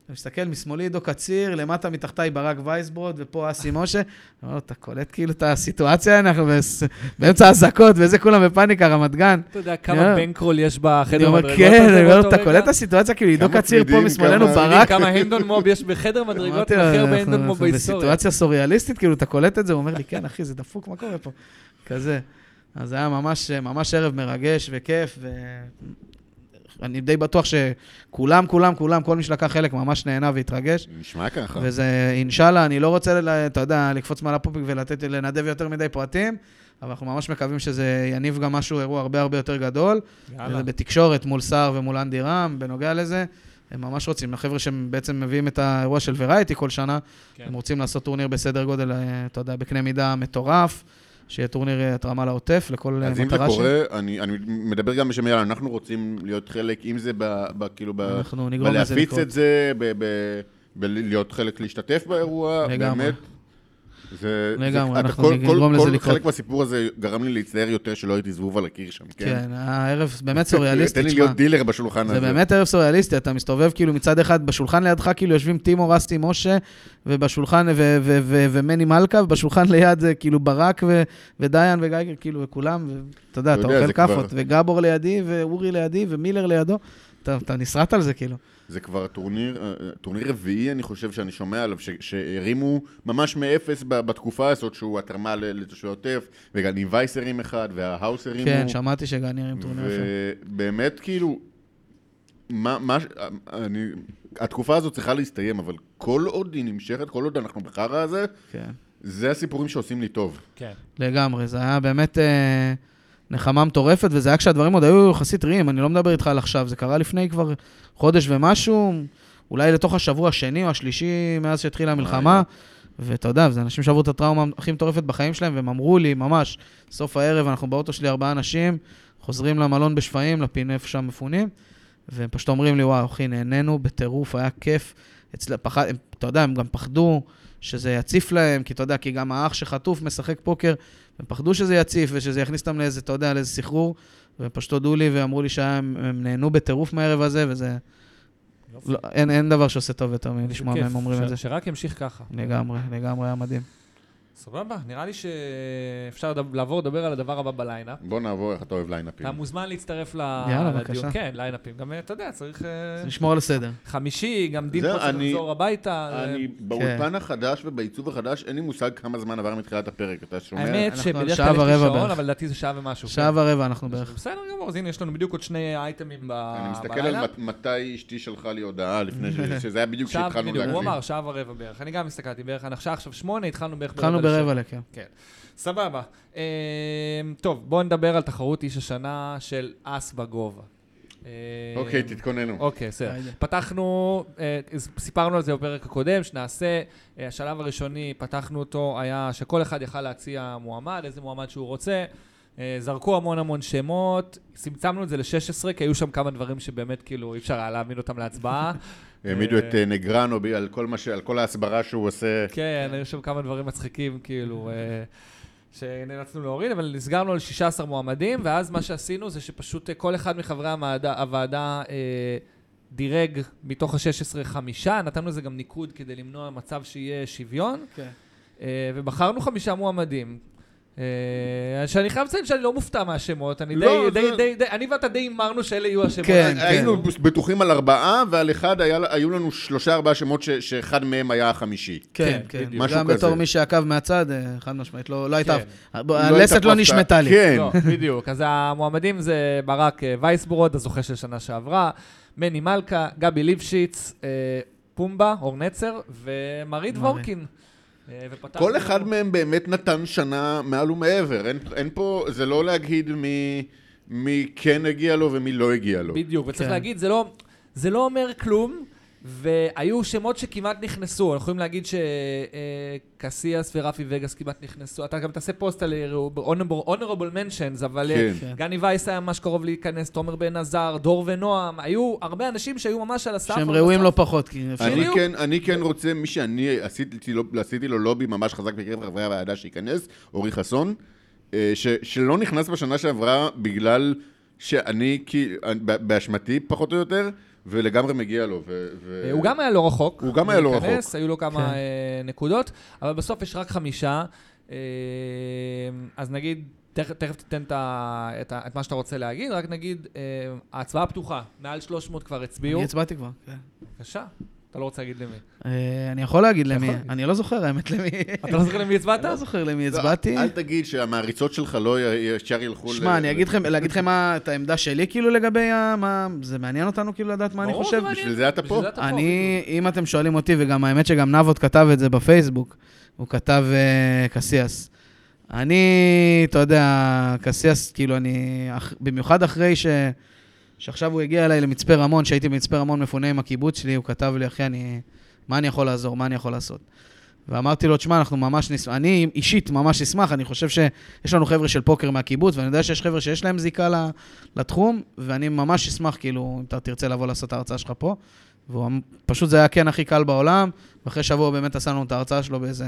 S4: אני מסתכל משמאלי עידו קציר, למטה מתחתיי ברק וייסברוד, ופה אסי משה, אני אומר לו, אתה קולט כאילו את הסיטואציה, אנחנו בס- באמצע אזעקות, וזה כולם בפאניקה, רמת גן.
S2: אתה יודע
S4: נראה.
S2: כמה בנקרול יש
S4: אני
S2: בחדר
S4: אומר,
S2: מדרגות?
S4: כן,
S2: הזה
S4: אני אומר לו,
S2: באותו
S4: אתה קולט את
S2: רגע?
S4: הסיטואציה, כאילו עידו
S3: כמה
S4: קציר פה
S3: פרידים,
S4: משמאלנו,
S3: כמה-
S4: ברק.
S2: כמה הנדון מוב יש בחדר מדרגות,
S4: *laughs* אמרתי לו,
S2: הכי הרבה
S4: אנחנו-
S2: הנדון מוב
S4: אנחנו
S2: בהיסטוריה.
S4: בסיטואציה סוריאליסטית, כאילו, אתה קולט את זה, הוא אומר לי, כן, אחי, זה דפוק, מה קורה פה? כזה. אז זה היה ממש, ממש ערב מרגש וכיף, ואני די בטוח שכולם, כולם, כולם, כל מי שלקח חלק ממש נהנה והתרגש.
S3: נשמע ככה.
S4: וזה, אינשאללה, אני לא רוצה, ל- אתה יודע, לקפוץ מעל הפופיק ולתת, לנדב יותר מדי פרטים, אבל אנחנו ממש מקווים שזה יניב גם משהו, אירוע הרבה הרבה יותר גדול.
S2: יאללה.
S4: זה בתקשורת מול סער ומול אנדי רם, בנוגע לזה. הם ממש רוצים, החבר'ה שהם בעצם מביאים את האירוע של ורייטי כל שנה,
S2: כן.
S4: הם רוצים לעשות טורניר בסדר גודל, אה, אתה יודע, בקנה מידה מטורף, שיהיה טורניר אה, התרמה לעוטף לכל אה,
S3: אז אם זה
S4: מטרה
S3: קורה, אני אני מדבר גם בשם יאללה, אנחנו רוצים להיות חלק, אם זה ב... ב- כאילו ב...
S4: אנחנו נגרום לזה
S3: בלהפיץ
S4: לקרות.
S3: את זה, ב- ב- בלהיות חלק, להשתתף באירוע,
S4: לגמרי.
S3: באמת. זה,
S4: לגמרי,
S3: זה, אתה-
S4: אנחנו
S3: כל-
S4: נגרום
S3: כל-
S4: לזה
S3: כל
S4: לקרות.
S3: חלק מהסיפור הזה גרם לי להצטער יותר שלא הייתי זבוב על הקיר שם, כן?
S4: כן, הערב באמת סוריאליסטי,
S3: *laughs* תן לי
S4: תשמע.
S3: להיות דילר בשולחן הזה.
S4: זה באמת ערב סוריאליסטי, אתה מסתובב כאילו מצד אחד, בשולחן לידך כאילו יושבים טימו, רסטי, משה, ובשולחן, ו- ו- ו- ו- ומני מלכה, ובשולחן ליד זה כאילו ברק ו- ודיין וגייגר, כאילו, וכולם, ואתה יודע,
S3: אתה
S4: אתה
S3: יודע,
S4: אוכל
S3: זה כבר-
S4: כאפות, וגבור לידי, ואורי לידי, ומילר לידו, אתה אתה נסרט על זה כאילו.
S3: זה כבר טורניר, אה, טורניר רביעי, אני חושב שאני שומע עליו, ש- שהרימו ממש מאפס ב- בתקופה הזאת, שהוא התרמה ל- לתושבי העוטף, וגם עם וייס הרים אחד, וההאוס הרימו.
S4: כן, שמעתי שגן ירים טורניר יפה.
S3: ובאמת, כאילו, מה, מה, ש- אני, התקופה הזאת צריכה להסתיים, אבל כל עוד היא נמשכת, כל עוד אנחנו בחרא הזה,
S4: כן.
S3: זה הסיפורים שעושים לי טוב.
S2: כן.
S4: לגמרי, זה היה באמת אה, נחמה מטורפת, וזה היה כשהדברים עוד היו יחסית טריים, אני לא מדבר איתך על עכשיו, זה קרה לפני כבר חודש ומשהו, אולי לתוך השבוע השני או השלישי מאז שהתחילה המלחמה, ואתה יודע, זה אנשים שעברו את הטראומה הכי מטורפת בחיים שלהם, והם אמרו לי, ממש, סוף הערב, אנחנו באוטו שלי ארבעה אנשים, חוזרים למלון בשפיים, לפינה איפה שם מפונים, והם פשוט אומרים לי, וואו, אחי, נהנינו בטירוף, היה כיף. אצל, פחד, הם, אתה יודע, הם גם פחדו שזה יציף להם, כי אתה יודע, כי גם האח שחטוף משחק פוקר, הם פחדו שזה יציף ושזה יכניס אותם לאיזה, אתה יודע, לאיזה סחרור, והם פשוט הודו לי ואמרו לי שהם הם נהנו בטירוף מהערב הזה, וזה...
S2: יופי.
S4: לא, אין, אין דבר שעושה טוב יותר
S2: איזה
S4: מלשמוע
S2: כיף,
S4: מהם אומרים
S2: ש-
S4: את זה.
S2: שרק ימשיך ככה.
S4: לגמרי, לגמרי היה מדהים.
S2: סבבה, נראה לי שאפשר לדב- לעבור לדבר על הדבר הבא בליינאפ.
S3: בוא נעבור איך אתה אוהב ליינאפים.
S2: אתה מוזמן להצטרף ל-
S4: יאללה,
S2: לדיון.
S4: בבקשה.
S2: כן, ליינאפים. גם, אתה יודע, צריך אה,
S4: אז נשמור על הסדר.
S2: חמישי, גם דין
S3: זהו,
S2: פה צריך
S3: אני-
S2: לחזור הביתה. אה,
S3: אני באולפן החדש ובעיצוב החדש, אין לי מושג כמה זמן עבר מתחילת הפרק, אתה שומע?
S2: האמת
S4: אנחנו על
S2: שבדרך
S4: שעה
S2: כלל יש לי
S4: ורבע
S2: שעון,
S4: בערך.
S2: אבל לדעתי זה שעה ומשהו.
S4: שעה ורבע אנחנו בערך.
S2: בסדר גמור, אז הנה, יש לנו בדיוק עוד שני אייטמים ב- בלילה.
S3: אני מסתכל על מת- מתי אשתי שלחה לי הודעה לפני
S2: *laughs*
S3: ש... שזה היה בדיוק
S2: שעה
S3: כשהתחלנו
S2: בדיוק,
S3: להקליט.
S2: הוא אמר שעה ורבע בערך. אני גם הסתכלתי בערך, אני עכשיו עכשיו שמונה, התחלנו בערך
S4: התחלנו
S2: לשבע.
S4: ברבע לכן.
S2: כן. סבבה. אמ, טוב, בואו נדבר על תחרות איש השנה של אס בגובה. אמ,
S3: אוקיי, תתכוננו.
S2: אוקיי, בסדר.
S4: היידה.
S2: פתחנו, אה, אז סיפרנו על זה בפרק הקודם, שנעשה, אה, השלב הראשוני, פתחנו אותו, היה שכל אחד יכל להציע מועמד, איזה מועמד שהוא רוצה. אה, זרקו המון המון שמות, צמצמנו את זה ל-16, כי היו שם כמה דברים שבאמת, כאילו, אי אפשר היה להעמיד אותם להצבעה. אוקיי.
S3: העמידו את אה, נגרנו ב- על כל מה ש- על כל ההסברה שהוא עושה.
S2: כן, היו שם כמה דברים מצחיקים, כאילו, אה, שנאלצנו להוריד, אבל נסגרנו על 16 מועמדים, ואז מה שעשינו זה שפשוט אה, כל אחד מחברי המעדה- הוועדה אה, דירג מתוך ה-16 חמישה, נתנו לזה גם ניקוד כדי למנוע מצב שיהיה שוויון,
S4: כן.
S2: אה, ובחרנו חמישה מועמדים. אה, שאני חייב לציין שאני לא מופתע מהשמות, אני
S3: לא,
S2: די, די,
S3: זה-
S2: די, די, אני ואתה די הימרנו שאלה יהיו השמות.
S4: כן,
S3: אה, היינו בטוחים על ארבעה, ועל אחד היה- היו לנו שלושה ארבעה שמות ש- שאחד מהם היה החמישי.
S4: כן,
S2: כן,
S4: כן.
S2: בדיוק.
S3: משהו
S4: גם בתור
S3: כזה.
S4: מי שעקב מהצד, אה, חד משמעית, לא לא הייתה...
S2: כן.
S4: אף- הלסת
S3: הייתה
S4: לא
S3: פה
S4: נשמטה
S3: הפתעה.
S4: לי.
S3: כן.
S2: לא, בדיוק. אז המועמדים זה ברק אה, וייסבורוד, הזוכה של שנה שעברה, מני מלכה, גבי ליפשיץ, אה, פומבה, אור נצר, ומרי דבורקין. אה, ופתחנו-
S3: כל אחד מהם באמת נתן שנה מעל ומעבר. אין- אין פה, זה לא להגיד מי- מי כן הגיע לו ומי לא הגיע לו.
S2: בדיוק, וצריך
S4: כן.
S2: להגיד, זה לא- זה לא אומר כלום, והיו שמות שכמעט נכנסו. אנחנו יכולים להגיד שקסיאס ורפי וגאס כמעט נכנסו. אתה גם תעשה פוסט על אה, honorable mentions, אבל... אה,
S3: כן.
S4: כן.
S2: גני וייס היה ממש קרוב להיכנס, תומר בן עזר, דור ונועם, היו הרבה אנשים שהיו ממש על הסף.
S4: שהם
S2: אבל
S4: ראויים
S2: בסוף-
S4: לא פחות, כי אפשר...
S3: אני
S2: בדיוק.
S3: כן, אני כן רוצה, מי שאני עשיתי לו, עשיתי לו לובי ממש חזק בקרב חברי הוועדה שייכנס, אורי חסון, אה, ש, שלא נכנס בשנה שעברה בגלל שאני, כי, ב- באשמתי פחות או יותר, ולגמרי מגיע לו. ו, ו...
S2: אה, הוא גם היה לא רחוק.
S3: הוא גם היה לא
S2: להיכנס,
S3: רחוק.
S2: היו לו כמה
S4: כן.
S2: אה, נקודות, אבל בסוף יש רק חמישה. אה, אז נגיד, תכף תכף תיתן את ה- את ה- את מה שאתה רוצה להגיד, רק נגיד, אה, ההצבעה פתוחה, מעל 300 כבר הצביעו.
S4: אני הצבעתי כבר. כן.
S2: בבקשה, אתה לא רוצה להגיד למי.
S4: אה, אני יכול להגיד למי,
S2: להגיד.
S4: אני לא זוכר האמת למי.
S2: אתה לא זוכר למי הצבעת?
S4: אני לא זוכר למי
S3: לא,
S4: הצבעתי.
S3: אל תגיד שהמעריצות שלך לא י- ישר ילכו
S4: שמע, אני אגיד לכם, להגיד לכם מה, את העמדה שלי כאילו לגבי ה... מה, זה מעניין אותנו כאילו לדעת מה אני
S2: ברור
S4: חושב?
S2: שזה מעניין.
S3: בשביל זה אתה
S2: בשביל
S3: פה.
S2: זה אתה פה,
S4: אני, אם אתם שואלים אותי, וגם האמת שגם נבות כתב את זה בפייסבוק, הוא כתב אה, קסיאס. אני, אתה יודע, קסיאס, כאילו אני, אח- במיוחד אחרי ש... שעכשיו הוא הגיע אליי למצפה רמון, שהייתי במצפה רמון מפונה עם הקיבוץ שלי, הוא כתב לי, אחי, אני, מה אני יכול לעזור, מה אני יכול לעשות? ואמרתי לו, תשמע, אנחנו ממש נשמח, אני אישית ממש אשמח, אני חושב שיש לנו חבר'ה של פוקר מהקיבוץ, ואני יודע שיש חבר'ה שיש להם זיקה ל- לתחום, ואני ממש אשמח, כאילו, אם אתה תרצה לבוא לעשות את ההרצאה שלך פה. והוא אמ- פשוט זה היה כן הכי קל בעולם, ואחרי שבוע הוא באמת עשה לנו את ההרצאה שלו באיזה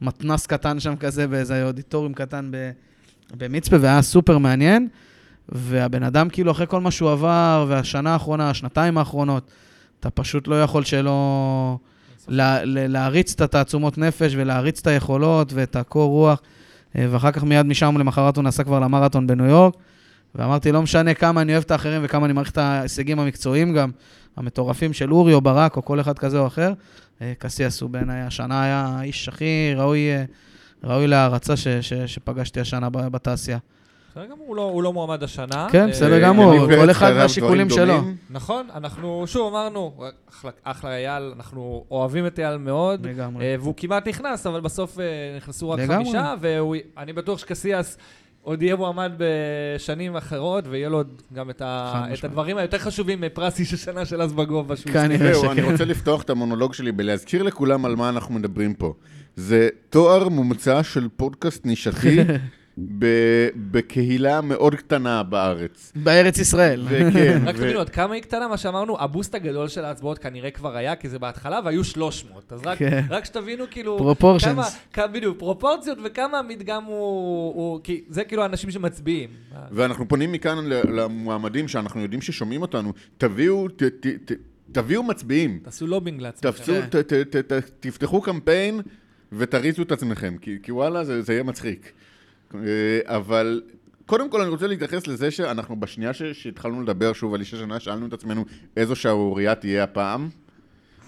S4: מתנס קטן שם כזה, באיזה אודיטוריום קטן ב- במצפה, והיה סופר מעניין. והבן אדם, כאילו, אחרי כל מה שהוא עבר, והשנה האחרונה, השנתיים האחרונות, אתה פשוט לא יכול שלא... לה, לה- להריץ את התעצומות נפש ולהריץ את היכולות ואת הקור רוח. אה, ואחר כך מיד משם למחרת הוא נסע כבר למרתון בניו יורק. ואמרתי, לא משנה כמה אני אוהב את האחרים וכמה אני מעריך את ההישגים המקצועיים גם, המטורפים של אורי או ברק או כל אחד כזה או אחר, אה, קסיאס הוא בעיניי השנה היה האיש הכי ראוי, אה, ראוי להערצה ש- ש- שפגשתי השנה ב- בתעשייה.
S2: בסדר גמור, הוא לא- הוא לא מועמד השנה.
S4: כן,
S2: אה,
S4: בסדר
S3: אה,
S4: גמור,
S3: יניב
S4: כל
S3: פרץ
S4: אחד
S3: כתב דברים
S4: והשיקולים שלו.
S3: דומים.
S2: נכון, אנחנו שוב אמרנו, אחלה, אחלה אייל, אנחנו אוהבים את אייל מאוד,
S4: לגמרי.
S2: אה, והוא כמעט נכנס, אבל בסוף אה, נכנסו רק
S4: לגמרי.
S2: חמישה, ואני בטוח שקסיאס עוד יהיה מועמד בשנים אחרות, ויהיה לו עוד גם את,
S4: חד
S2: ה, את
S4: משמעית. כן.
S2: הדברים היותר חשובים מפרס איש השנה של אז בגובה. שהוא
S4: כנראה.
S2: הצליח.
S3: זהו,
S4: שכן.
S3: אני רוצה לפתוח את המונולוג שלי בלהזכיר לכולם על מה אנחנו מדברים פה. זה תואר מומצא של פודקאסט נישתי ב- בקהילה מאוד קטנה
S4: *laughs*
S3: בארץ.
S4: בארץ ישראל.
S3: וכן,
S2: רק
S3: ו-
S2: תבינו, עוד כמה היא קטנה, מה שאמרנו, הבוסט הגדול של ההצבעות כנראה כבר היה, כי זה בהתחלה, והיו 300. אז רק-
S4: כן.
S2: רק שתבינו, כאילו...
S4: Proportions.
S2: כמה- כמה- בדיוק, פרופורציות וכמה המדגם הוא... הוא- כי זה כאילו האנשים שמצביעים. אה,
S3: ואנחנו פונים מכאן ל- למועמדים שאנחנו יודעים ששומעים אותנו, תביאו, ת- ת- ת- תביאו מצביעים.
S2: תעשו לובינג לעצמכם.
S3: תפצו, ת- ת- ת- ת- תפתחו קמפיין ותריצו את עצמכם, כי כי וואלה, זה זה יהיה מצחיק. אה, אבל קודם כל אני רוצה להתייחס לזה שאנחנו בשנייה ש- שהתחלנו לדבר שוב על איש השנה, שאלנו את עצמנו איזו שערורייה תהיה הפעם.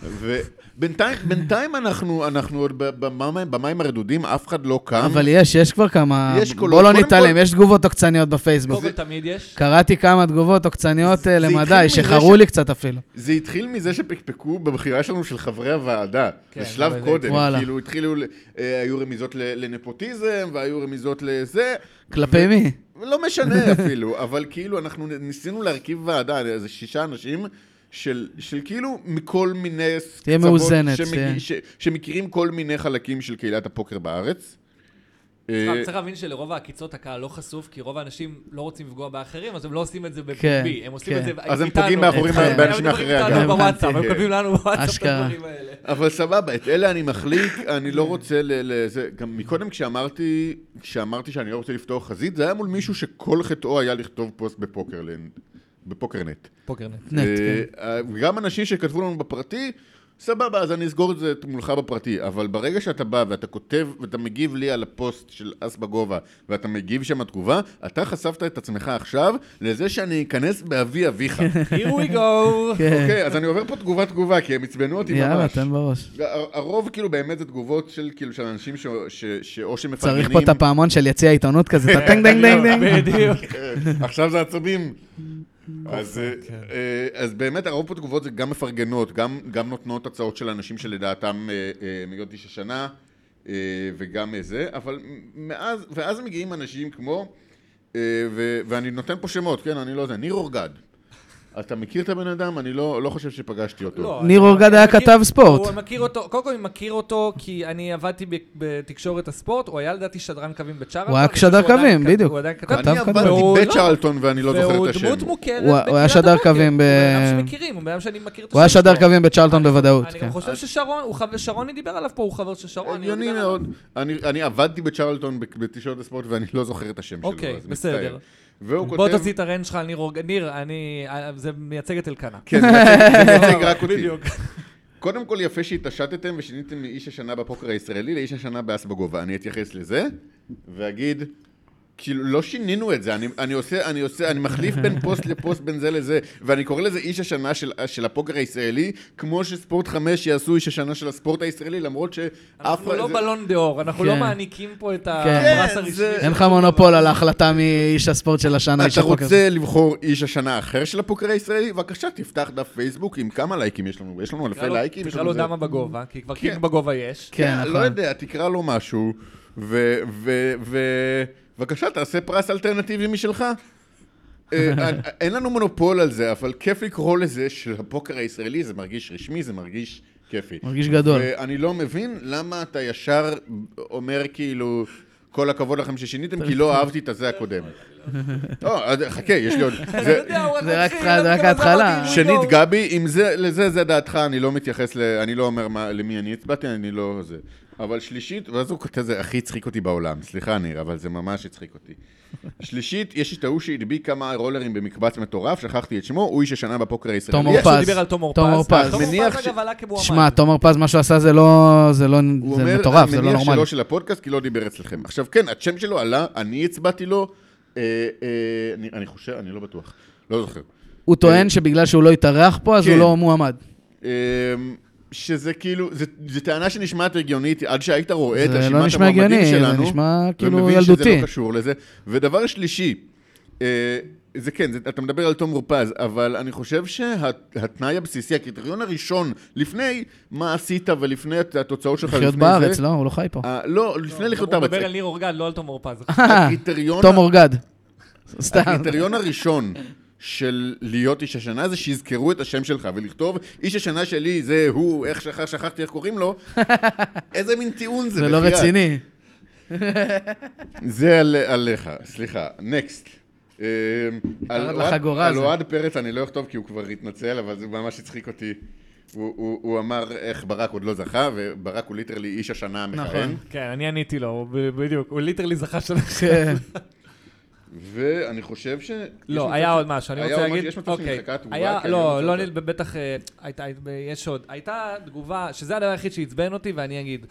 S3: ובינתיים בינתיים אנחנו, אנחנו עוד ב- במים, במים הרדודים, אף אחד לא קם.
S4: אבל יש, יש כבר כמה...
S3: יש קולות.
S4: בוא לא
S3: קודם
S4: נתעלם,
S3: כל-
S4: יש תגובות עוקצניות בפייסבוק.
S2: קודם כל תמיד יש.
S4: קראתי כמה תגובות עוקצניות אה,
S3: זה
S4: למדי,
S3: התחיל מזה
S4: שחרו
S3: ש-
S4: לי קצת אפילו.
S3: זה התחיל מזה שפקפקו בבחירה שלנו של חברי הוועדה.
S2: כן,
S3: כן, זה שלב
S2: אבל זה-
S3: קודם.
S4: וואלה.
S3: כאילו התחילו, ל- אה, היו רמיזות ל- לנפוטיזם, והיו רמיזות לזה.
S4: כלפי מי?
S3: לא משנה אפילו, *laughs* אבל כאילו אנחנו ניסינו להרכיב ועדה, איזה שישה אנשים. של, של כאילו מכל מיני
S4: תהיה
S3: קצוות
S4: מאוזנת, כן.
S3: שמכ...
S4: תהיה.
S3: ש... שמכירים כל מיני חלקים של קהילת הפוקר בארץ. אה,
S2: צריך צריך להבין שלרוב העקיצות הקהל לא חשוף, כי רוב האנשים לא רוצים לפגוע באחרים, אז הם לא עושים את זה בפומבי.
S4: כן,
S2: הם עושים את
S4: כן.
S2: זה
S3: אז הם
S2: איתנו.
S3: פוגעים מאחורי-
S4: באנשים
S2: מדברים
S3: מאחורי
S2: איתנו
S4: הגב.
S2: בוואטסאפ, הם
S3: כן.
S2: כותבים לנו בוואטסאפ את
S4: אשכרה.
S2: הדברים האלה.
S3: אבל סבבה, את אלה אני מחליק, אני לא רוצה ל... ל- זה, גם מקודם כשאמרתי, כשאמרתי שאני לא רוצה לפתוח חזית, זה היה מול מישהו שכל חטאו היה לכתוב פוסט בפוקרלנד. בפוקרנט.
S2: פוקרנט.
S4: נט, כן.
S3: אה, אה, גם אנשים שכתבו לנו בפרטי, סבבה, אז אני אסגור את זה מולך בפרטי, אבל ברגע שאתה בא ואתה כותב ואתה מגיב לי על הפוסט של אס בגובה, ואתה מגיב שם תגובה, אתה חשפת את עצמך עכשיו לזה שאני אכנס באבי אביך.
S4: *laughs*
S2: Here we go!
S4: כן.
S3: אוקיי, אז אני עובר פה תגובה-תגובה, כי הם עצבנו אותי ממש.
S4: יאללה, תן בראש.
S3: הר- הרוב כאילו באמת זה תגובות של כאילו של אנשים ש- ש- שאו שמפרגנים...
S4: צריך פה את הפעמון של יציע העיתונות כזה, את הטנג דנג דנג
S3: *laughs*
S4: דנג.
S2: לא,
S4: *laughs*
S2: בדיוק.
S3: אה, *laughs* עכשיו זה עצבים. אז, אה, אה, אז באמת הרוב פה תגובות זה גם מפרגנות, גם, גם נותנות הצעות של אנשים שלדעתם אה, אה, מגיעות איש השנה אה, וגם אה, זה, אבל מאז, ואז מגיעים אנשים כמו, אה, ו, ואני נותן פה שמות, כן, אני לא יודע, ניר אורגד. אתה מכיר את הבן אדם? אני לא, לא חושב שפגשתי אותו.
S2: לא,
S4: ניר
S2: אני-
S4: אורגד היה
S2: אני מכיר-
S4: כתב ספורט.
S2: הוא מכיר אותו, קודם כל אני מכיר אותו כי אני עבדתי ב- בתקשורת הספורט, הוא היה לדעתי שדרן קווים בצ'ארה.
S4: הוא היה שדר קווים, בדיוק.
S2: הוא עדיין כתב.
S4: כתב
S3: אני
S4: קודם.
S3: עבדתי
S2: והוא- לא.
S3: בצ'רלטון ואני לא זוכר
S2: והוא
S3: את השם.
S2: דמות מוכרת
S4: הוא- הוא היה
S2: בקריית
S4: שדר
S2: המודיעין.
S4: קווים ב-
S2: הוא בן אדם שמכירים, הוא בן אדם שאני מכיר את
S4: הוא היה
S2: השם
S4: שדר
S2: שלו.
S4: קווים בצ'רלטון בוודאות.
S2: אני
S4: כן.
S2: גם חושב ששרון, הוא חבר- שרוני דיבר עליו פה, הוא חבר של שרון. אני
S3: הגיוני
S2: יודע.
S3: מאוד. אני, אני עבדתי בצ'רלטון בק- בתשעות הספורט ואני לא זוכר את השם שלו,
S2: אוקיי,
S3: אז
S2: בסדר.
S3: מצטער. והוא כותב...
S2: בוא תוציא את הרנט שלך על ניר אורג... ניר, אני... אה, זה מייצג את אלקנה.
S3: כן, זה מייצג- זה מייצג רק אותי.
S2: בדיוק.
S3: קודם כל יפה שהתעשתם ושיניתם מאיש השנה בפוקר הישראלי לאיש השנה באס בגובה. אני אתייחס לזה ואגיד, כאילו לא שינינו את זה, אני, אני עושה, אני עושה, אני מחליף
S2: *laughs*
S3: בין פוסט לפוסט בין זה לזה, ואני קורא לזה איש השנה של, של הפוקר הישראלי, כמו שספורט 5 יעשו איש השנה של הספורט הישראלי, למרות שאף...
S2: אנחנו לא
S3: זה-
S2: בלון דה אור, אנחנו
S4: כן.
S2: לא מעניקים פה את
S4: כן,
S2: הפרס הרשמי.
S3: זה-
S2: של-
S4: אין לך מונופול על ההחלטה מאיש הספורט של השנה, איש
S3: אתה
S4: הפוקר.
S3: רוצה לבחור איש השנה אחר של הפוקר הישראלי? בבקשה, תפתח דף פייסבוק עם כמה לייקים יש לנו. יש לנו אלפי
S2: תקרא לו-
S3: לייקים. יש
S2: תקרא
S3: לנו
S2: לו
S3: זה.
S2: דמה בגובה, כי כבר
S3: כן.
S2: קיק בגובה יש.
S4: כן,
S3: כן, לא
S4: נכון.
S3: יודע, תקרא לו משהו, ו... ו... ו... בבקשה, תעשה פרס אלטרנטיבי משלך. אה, אין- אין לנו מונופול על זה, אבל כיף לקרוא לזה של הפוקר הישראלי, זה מרגיש רשמי, זה מרגיש כיפי.
S4: מרגיש גדול.
S3: ואני לא מבין למה אתה ישר אומר כאילו, כל הכבוד לכם ששיניתם, כי לא אהבתי את הזה הקודם. *laughs* לא, אז חכה, יש לי עוד...
S2: אני
S3: זה-
S2: יודע, הוא
S4: זה רק
S2: מתחיל,
S4: התחלה, זה
S2: אני
S4: רק
S2: כבר
S4: ההתחלה.
S2: אמרתי,
S3: שנית,
S2: הוא לא-
S3: גבי, אם זה, לזה, זה דעתך, אני לא מתייחס, ל, אני לא אומר מה, למי אני הצבעתי, אני לא זה. אבל שלישית, ואז הוא כותב, זה הכי הצחיק אותי בעולם. סליחה, ניר, אבל זה ממש הצחיק
S4: *laughs*
S3: אותי. שלישית, יש את ההוא שהדביק כמה רולרים במקבץ מטורף, שכחתי את שמו, הוא איש השנה בפוקר הישראלי.
S4: תום
S3: יש-
S4: אורפז.
S2: הוא דיבר על תום אורפז.
S4: תום אורפז.
S2: תום
S3: מניח
S2: אורפז,
S3: ש-
S2: אגב, עלה כמועמד.
S4: שמע, תומר פז, מה שהוא עשה זה לא... זה לא...
S3: הוא
S4: זה
S3: אומר,
S4: מטורף, זה לא
S3: אני מניח
S4: נורמלי.
S3: שלא של הפודקאסט, כי לא דיבר אצלכם. עכשיו, כן, השם שלו עלה, אני הצבעתי לו, אה, אה, אני, אני חושב, אני לא בטוח, לא זוכר.
S4: הוא טוען שבגלל שהוא לא התארח פה, אז
S3: כן.
S4: הוא לא מועמד.
S3: אמ, שזה כאילו, זו טענה שנשמעת הגיונית, עד שהיית רואה את
S4: זה
S3: רשימת
S4: לא נשמע
S3: המועמדים
S4: הגיוני,
S3: שלנו.
S4: זה נשמע כאילו
S3: ומבין שזה
S4: ילדותי.
S3: לא קשור לזה. ודבר שלישי, אה, זה כן, זה, אתה מדבר על תום רופז, אבל אני חושב שהתנאי הבסיסי, הקריטריון הראשון, לפני מה עשית ולפני הת- התוצאות שלך,
S4: לחיות
S3: לפני
S4: בארץ,
S3: זה,
S4: לא? הוא לא חי פה.
S3: אה, לא, לפני לחיות
S2: הוא
S3: בארץ.
S2: מדבר על ניר אורגד, לא על תום אורפז.
S4: כן.
S3: הקריטריון
S4: *laughs* תום אורגד. סתם.
S3: הקריטריון הראשון של להיות איש השנה זה שיזכרו את השם שלך ולכתוב איש השנה שלי זה הוא, איך שכח, שכחתי איך קוראים
S4: *laughs*
S3: לו, איזה מין טיעון זה,
S4: זה לא
S3: בחייאת.
S4: רציני.
S3: זה על, עליך, סליחה, נקסט. אה, על
S4: מתחת
S3: אוהד-
S4: לחגורה
S3: על
S4: זה.
S3: אוהד פרץ אני לא אכתוב כי הוא כבר התנצל, אבל זה ממש הצחיק אותי. הוא, הוא, הוא אמר איך ברק עוד לא זכה, וברק הוא ליטרלי איש השנה המכהן.
S4: נכון.
S2: כן, אני עניתי לו, הוא ב- בדיוק. הוא ליטרלי זכה של...
S4: כן.
S3: ואני חושב ש... יש
S2: לא,
S3: מצב
S2: היה
S3: ש-
S2: עוד משהו, אני
S3: היה
S2: רוצה
S3: עוד משהו,
S2: להגיד...
S3: יש מצב
S2: אוקיי.
S3: שנמחקה התגובה,
S2: היה-
S3: כי כן, אני
S2: לא,
S3: רוצה
S2: לא,
S3: אותה.
S2: אני- בטח... אה, הייתה- הייתה- יש עוד. הייתה תגובה, שזה הדבר היחיד שעצבן אותי, ואני אגיד,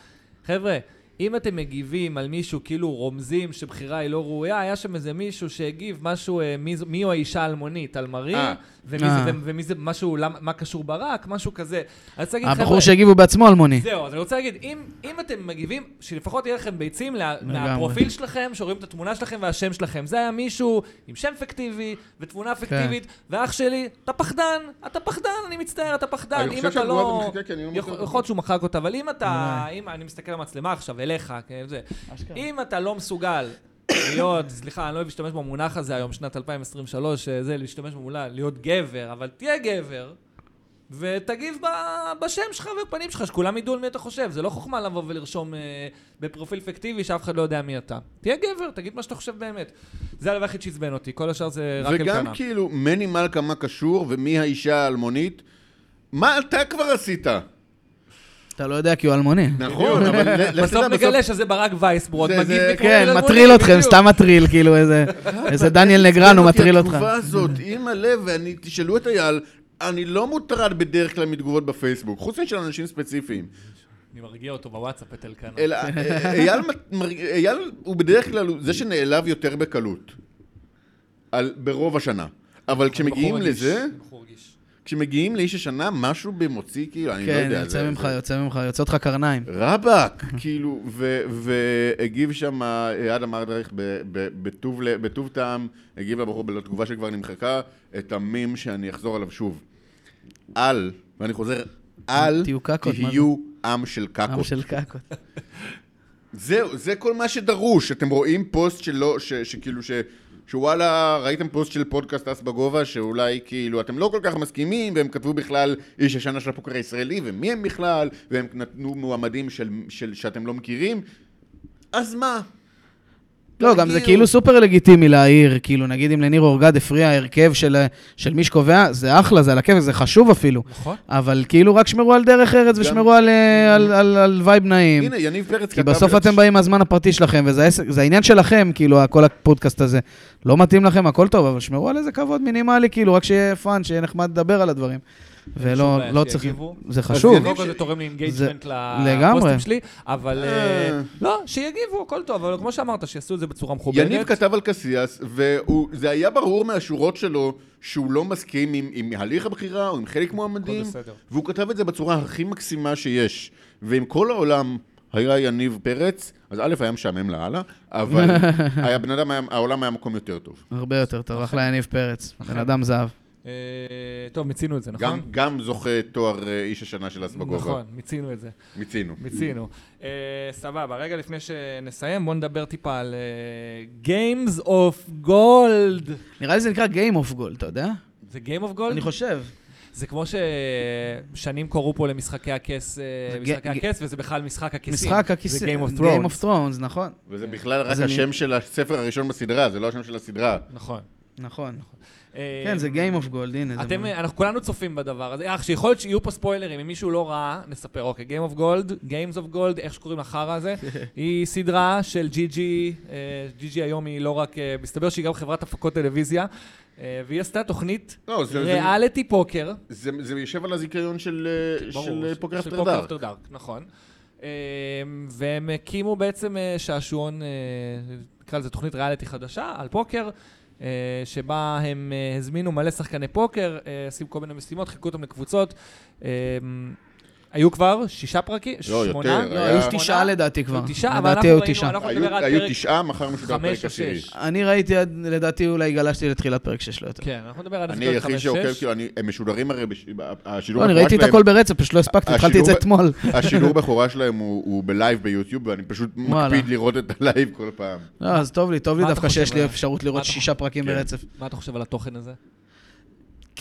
S2: חבר'ה... אם אתם מגיבים על מישהו, כאילו רומזים שבחירה היא לא ראויה, היה שם איזה מישהו שהגיב משהו, אה, מי זו- מי או האישה האלמונית, אלמרי,
S3: אה.
S2: ומי זה-
S4: אה.
S2: ו- ומי זה, משהו, למ- מה קשור ברק, משהו כזה. אני רוצה להגיד, חבר'ה,
S4: הבחור שהגיב הוא בעצמו אלמוני.
S2: זהו, אז אני רוצה להגיד, אם, אם אתם מגיבים, שלפחות יהיה לכם ביצים לה-
S4: לגמרי.
S2: מהפרופיל שלכם, שרואים את התמונה שלכם והשם שלכם. זה היה מישהו עם שם פיקטיבי ותמונה פיקטיבית, ואח שלי, אתה פחדן, אתה פחדן, אני מצטער, אתה פחדן.
S3: אני
S2: אם
S3: חושב
S2: אתה
S3: שהתגובה
S2: לא...
S3: הזאת מחכה, כי אני לא מכיר
S2: יכול
S3: אותה.
S2: יכול להיות שהוא מחק אותה, אבל אם אתה... אם אני מסתכל על המצלמה עכשיו, אליך, כן, זה. אם אתה לא מסוגל... להיות, *coughs* סליחה, אני לא אוהב להשתמש במונח הזה היום, שנת 2023, אה, זה, להשתמש במונח, להיות גבר, אבל תהיה גבר, ותגיב ב- בשם שלך ובפנים שלך, שכולם ידעו על מי אתה חושב. זה לא חוכמה לבוא ולרשום אה, בפרופיל פיקטיבי שאף אחד לא יודע מי אתה. תהיה גבר, תגיד מה שאתה חושב באמת. זה הדבר היחיד שעצבן אותי, כל השאר זה רק אלקנה.
S3: וגם כאילו, מני מלכה מה קשור ומי האישה האלמונית, מה אתה כבר עשית?
S4: אתה לא יודע כי הוא אלמוני.
S3: נכון, אבל
S4: *laughs*
S3: לך תדע,
S2: בסוף נגלה שזה ברק וייסברוד,
S3: זה-
S2: מגיב
S3: זה-
S2: לקרוא
S4: כן,
S2: ללמונים,
S4: מטריל אתכם,
S2: בדיוק.
S4: סתם מטריל, כאילו איזה איזה דניאל נגרן, הוא מטריל אותך.
S3: התגובה הזאת, עם הלב, ואני, תשאלו את אייל, אני לא מוטרד בדרך כלל מתגובות בפייסבוק, חוץ משל אנשים ספציפיים.
S2: אני מרגיע אותו בוואטסאפ את אלקנה.
S4: *laughs*
S3: אלא, אה, אייל, מת- מר- אייל הוא בדרך כלל הוא זה שנעלב יותר בקלות, על, ברוב השנה. אבל כשמגיעים
S2: בחור רגיש,
S3: לזה,
S2: בחור רגיש.
S3: כשמגיעים לאיש השנה, משהו במוציא, כאילו, אני לא
S4: כן,
S3: יודע.
S4: יוצא
S3: זה-
S4: ממך,
S3: זה-
S4: יוצא ממך, יוצאות לך קרניים.
S3: רבאק, כאילו, ו- והגיב שם אדם ארדריך ב- ב- בטוב ל- בטוב טעם, הגיב לבחור בלא תגובה שכבר נמחקה, את המים שאני אחזור עליו שוב. אל, ואני חוזר, אל
S4: תהיו קקות, מה
S3: תהיו עם של
S4: עם
S3: קקות.
S4: של קקות.
S3: זהו, זה כל מה שדרוש. אתם רואים פוסט שלא, ש- שכאילו, ש- שוואלה, ראיתם פוסט של פודקאסט אס בגובה, שאולי כאילו אתם לא כל כך מסכימים, והם כתבו בכלל איש השנה של הפוקר הישראלי, ומי הם בכלל, והם נתנו מועמדים של, של, שאתם לא מכירים. אז מה?
S4: לא, גם זה
S3: תרגיעו.
S4: כאילו סופר לגיטימי להעיר, כאילו, נגיד אם לניר אורגד הפריע ההרכב של, של מי שקובע, זה אחלה, זה על הכיף, זה חשוב אפילו.
S2: נכון.
S4: אבל כאילו, רק שמרו על דרך ארץ ושמרו על, אה, על, על, על וייב נעים.
S3: הנה, יניב פרץ
S4: כי
S3: כתב...
S4: בסוף
S3: את-
S4: אתם באים מהזמן הפרטי שלכם, וזה העסק- זה העניין שלכם, כאילו, כל הפודקאסט הזה. לא מתאים לכם, הכל טוב, אבל שמרו על איזה כבוד מינימלי, כאילו, רק שיהיה פאן, שיהיה נחמד לדבר על הדברים. ולא
S2: בעיה
S4: לא
S2: שיגיבו.
S4: צריכים...
S2: אז
S4: זה חשוב.
S2: זה לא כזה תורם
S4: זה-
S2: לאינגייג'מנט
S4: לגמרי.
S2: לפוסטים שלי, אבל אה, לא, שיגיבו, הכל טוב, אבל כמו שאמרת, שיעשו את זה בצורה מכובדת.
S3: יניב כתב על קסיאס, וזה היה ברור מהשורות שלו שהוא לא מסכים עם, עם הליך הבחירה או עם חלק מועמדים,
S2: בסדר.
S3: והוא כתב את זה בצורה הכי מקסימה שיש. ואם כל העולם היה יניב פרץ, אז א', היה משעמם לאללה, אבל
S2: *laughs*
S3: היה בן אדם, היה, העולם היה מקום יותר טוב.
S4: הרבה יותר טוב, אחלה יניב פרץ, בן אדם זהב.
S2: אה, טוב, מיצינו את זה, נכון?
S3: גם, גם זוכה תואר אה, איש השנה של אז בגובה.
S2: נכון, מיצינו את זה.
S3: מיצינו.
S2: מיצינו. אה, סבבה, רגע לפני שנסיים, בואו נדבר טיפה על אה, Games of Gold.
S4: נראה לי זה נקרא Game of Gold, אתה יודע?
S2: זה Game of Gold?
S4: אני חושב.
S2: זה כמו ששנים קראו פה למשחקי הכס, אה,
S4: זה ג-
S2: משחקי
S4: ג-
S2: הכס, וזה בכלל משחק הכיסים.
S4: משחק הכיסא.
S2: זה Game of
S4: Game
S2: Thrones.
S4: of Thrones, נכון.
S3: וזה בכלל רק
S4: אז אני-
S3: השם של הספר הראשון בסדרה, זה לא השם של הסדרה.
S2: נכון.
S4: נכון.
S2: אה,
S4: כן, זה Game of Gold, הנה. זה
S2: אתם, אה,
S4: מול.
S2: אנחנו כולנו צופים בדבר הזה. אך, שיכול להיות שיהיו פה ספוילרים, אם מישהו לא ראה, נספר. אוקיי, Game of Gold, Games of Gold, איך שקוראים לחרא
S3: *laughs*
S2: הזה, היא סדרה של ג'י ג'י, אה, ג'י ג'י היום היא לא רק, אה, מסתבר שהיא גם חברת הפקות טלוויזיה, אה, והיא עשתה תוכנית
S3: לא, זה- זה-
S2: ריאליטי פוקר.
S3: זה, זה יושב על הזיכיון של, אה, של אה, פוקר
S2: של
S3: אפטר
S2: פוקר
S3: דארק.
S2: אפטר דארק, נכון. אה, והם הקימו בעצם אה, שעשועון, אה, נקרא לזה תוכנית ריאליטי חדשה, על פוקר, אה, שבה הם אה, הזמינו מלא שחקני פוקר, אה, עשו כל מיני משימות, חילקו אותם לקבוצות. אה, היו כבר שישה פרקים?
S3: לא, יותר,
S2: שמונה?
S3: היה-
S4: לא, היו
S2: אה, שמונה?
S4: תשעה לדעתי כבר.
S2: היו תשעה, אבל
S4: לדעתי
S2: אנחנו
S4: היו
S2: ראינו,
S4: תשעה.
S2: אנחנו נדבר
S3: היו,
S2: על
S3: היו
S2: פרק
S3: תשעה, מחר משודר
S2: חמש
S3: פרק
S2: או
S3: עשירי.
S2: שש.
S4: אני ראיתי, עד- לדעתי אולי גלשתי לתחילת פרק 6 לא יותר.
S2: כן, אנחנו נדבר על
S3: אני
S2: פרק
S3: היחיד
S2: חמש,
S3: שעוקב,
S2: שש.
S3: כאילו, אני- הם משודרים הרי, בש- ב- השידור
S4: לא, אני
S3: המפורש
S4: ראיתי את
S3: בהם-
S4: הכל ברצף, פשוט לא הספקתי, התחלתי את זה
S3: השידור ב-
S4: אתמול.
S3: השידור בכורה שלהם הוא הוא בלייב ביוטיוב, ואני פשוט
S4: וואלה.
S3: מקפיד לראות את הלייב כל פעם.
S4: *laughs* לא, אז טוב לי, טוב לי
S2: מה אתה
S4: דווקא
S2: חושב
S4: שיש לי
S2: עליו?
S4: אפשרות
S2: מה
S4: לראות
S2: אתה
S4: שישה פרקים
S3: כן.
S4: ברצף.
S2: מה אתה חושב על התוכן הזה?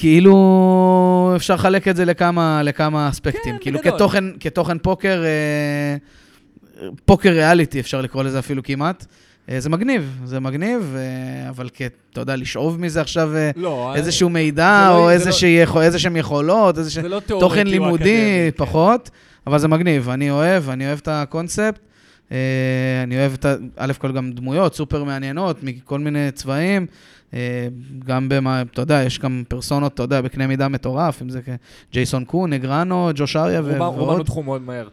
S4: כאילו, אפשר לחלק את זה לכמה, לכמה אספקטים.
S2: כן,
S4: כאילו,
S2: בגדול.
S4: כתוכן, כתוכן פוקר, אה, פוקר ריאליטי, אפשר לקרוא לזה אפילו כמעט. אה, זה מגניב, זה מגניב, אה, אבל כ... אתה יודע, לשאוב מזה עכשיו אה,
S2: *laughs* לא,
S4: איזשהו
S2: זה
S4: מידע,
S2: לא-
S4: או
S2: זה
S4: איזה
S2: לא-
S4: יכול- איזה שהם יכולות, איזה ש...
S2: זה לא תיאורטי
S4: תוכן
S2: או
S4: לימודי
S2: אקדמי, כן.
S4: פחות, אבל זה מגניב. אני אוהב, אני אוהב את הקונספט. אה, אני אוהב את ה... א' כל גם דמויות סופר מעניינות, מכל מיני צבעים. אה, גם במה, אתה יודע, יש גם פרסונות, אתה יודע, בקנה מידה מטורף, אם זה כ- ג'ייסון קון, נגרנו, ג'וש אריה ו-
S2: רובם- רובם
S4: ועוד.
S2: נותחו מאוד מהר.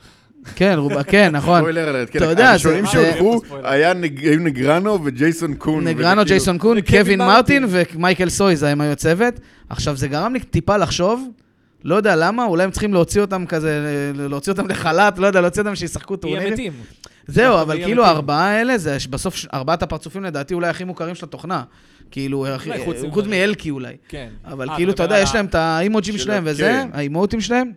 S4: כן, רוב- כן,
S2: *laughs*
S4: נכון.
S3: ספוילר אלרט, כן,
S4: אתה יודע, זה-
S3: הראשונים
S4: זה-
S3: שהודחו
S2: ספוילר.
S3: היה נג- היו נגרנו וג'ייסון קון.
S4: נגרנו,
S3: וזה
S4: ג'ייסון קון,
S2: וקווין
S4: קווין מרטין ומייקל סויזה הם היו צוות. עכשיו, זה גרם לי טיפה לחשוב, לא יודע למה, אולי הם צריכים להוציא אותם כזה, אה, להוציא אותם לחל"ת, לא יודע, להוציא אותם שישחקו
S2: היא
S4: טורנירים.
S2: המתים.
S4: זהו,
S2: אנחנו
S4: אבל
S2: נהיה
S4: כאילו
S2: מתים.
S4: הארבעה האלה, זה ש- בסוף ש- ארבעת הפרצופים לדעתי אולי הכי מוכרים של התוכנה. כאילו, הכי-
S2: אולי חוץ
S4: חוץ
S2: מ-
S4: מאלקי אולי.
S2: כן.
S4: אבל
S2: אה,
S4: כאילו, אתה
S2: מדבר
S4: יודע,
S2: על
S4: יש
S2: ה-
S4: להם את האימוג'ים
S3: של
S4: שלהם
S3: ה-
S4: וזה,
S3: כן.
S4: האימוטים שלהם,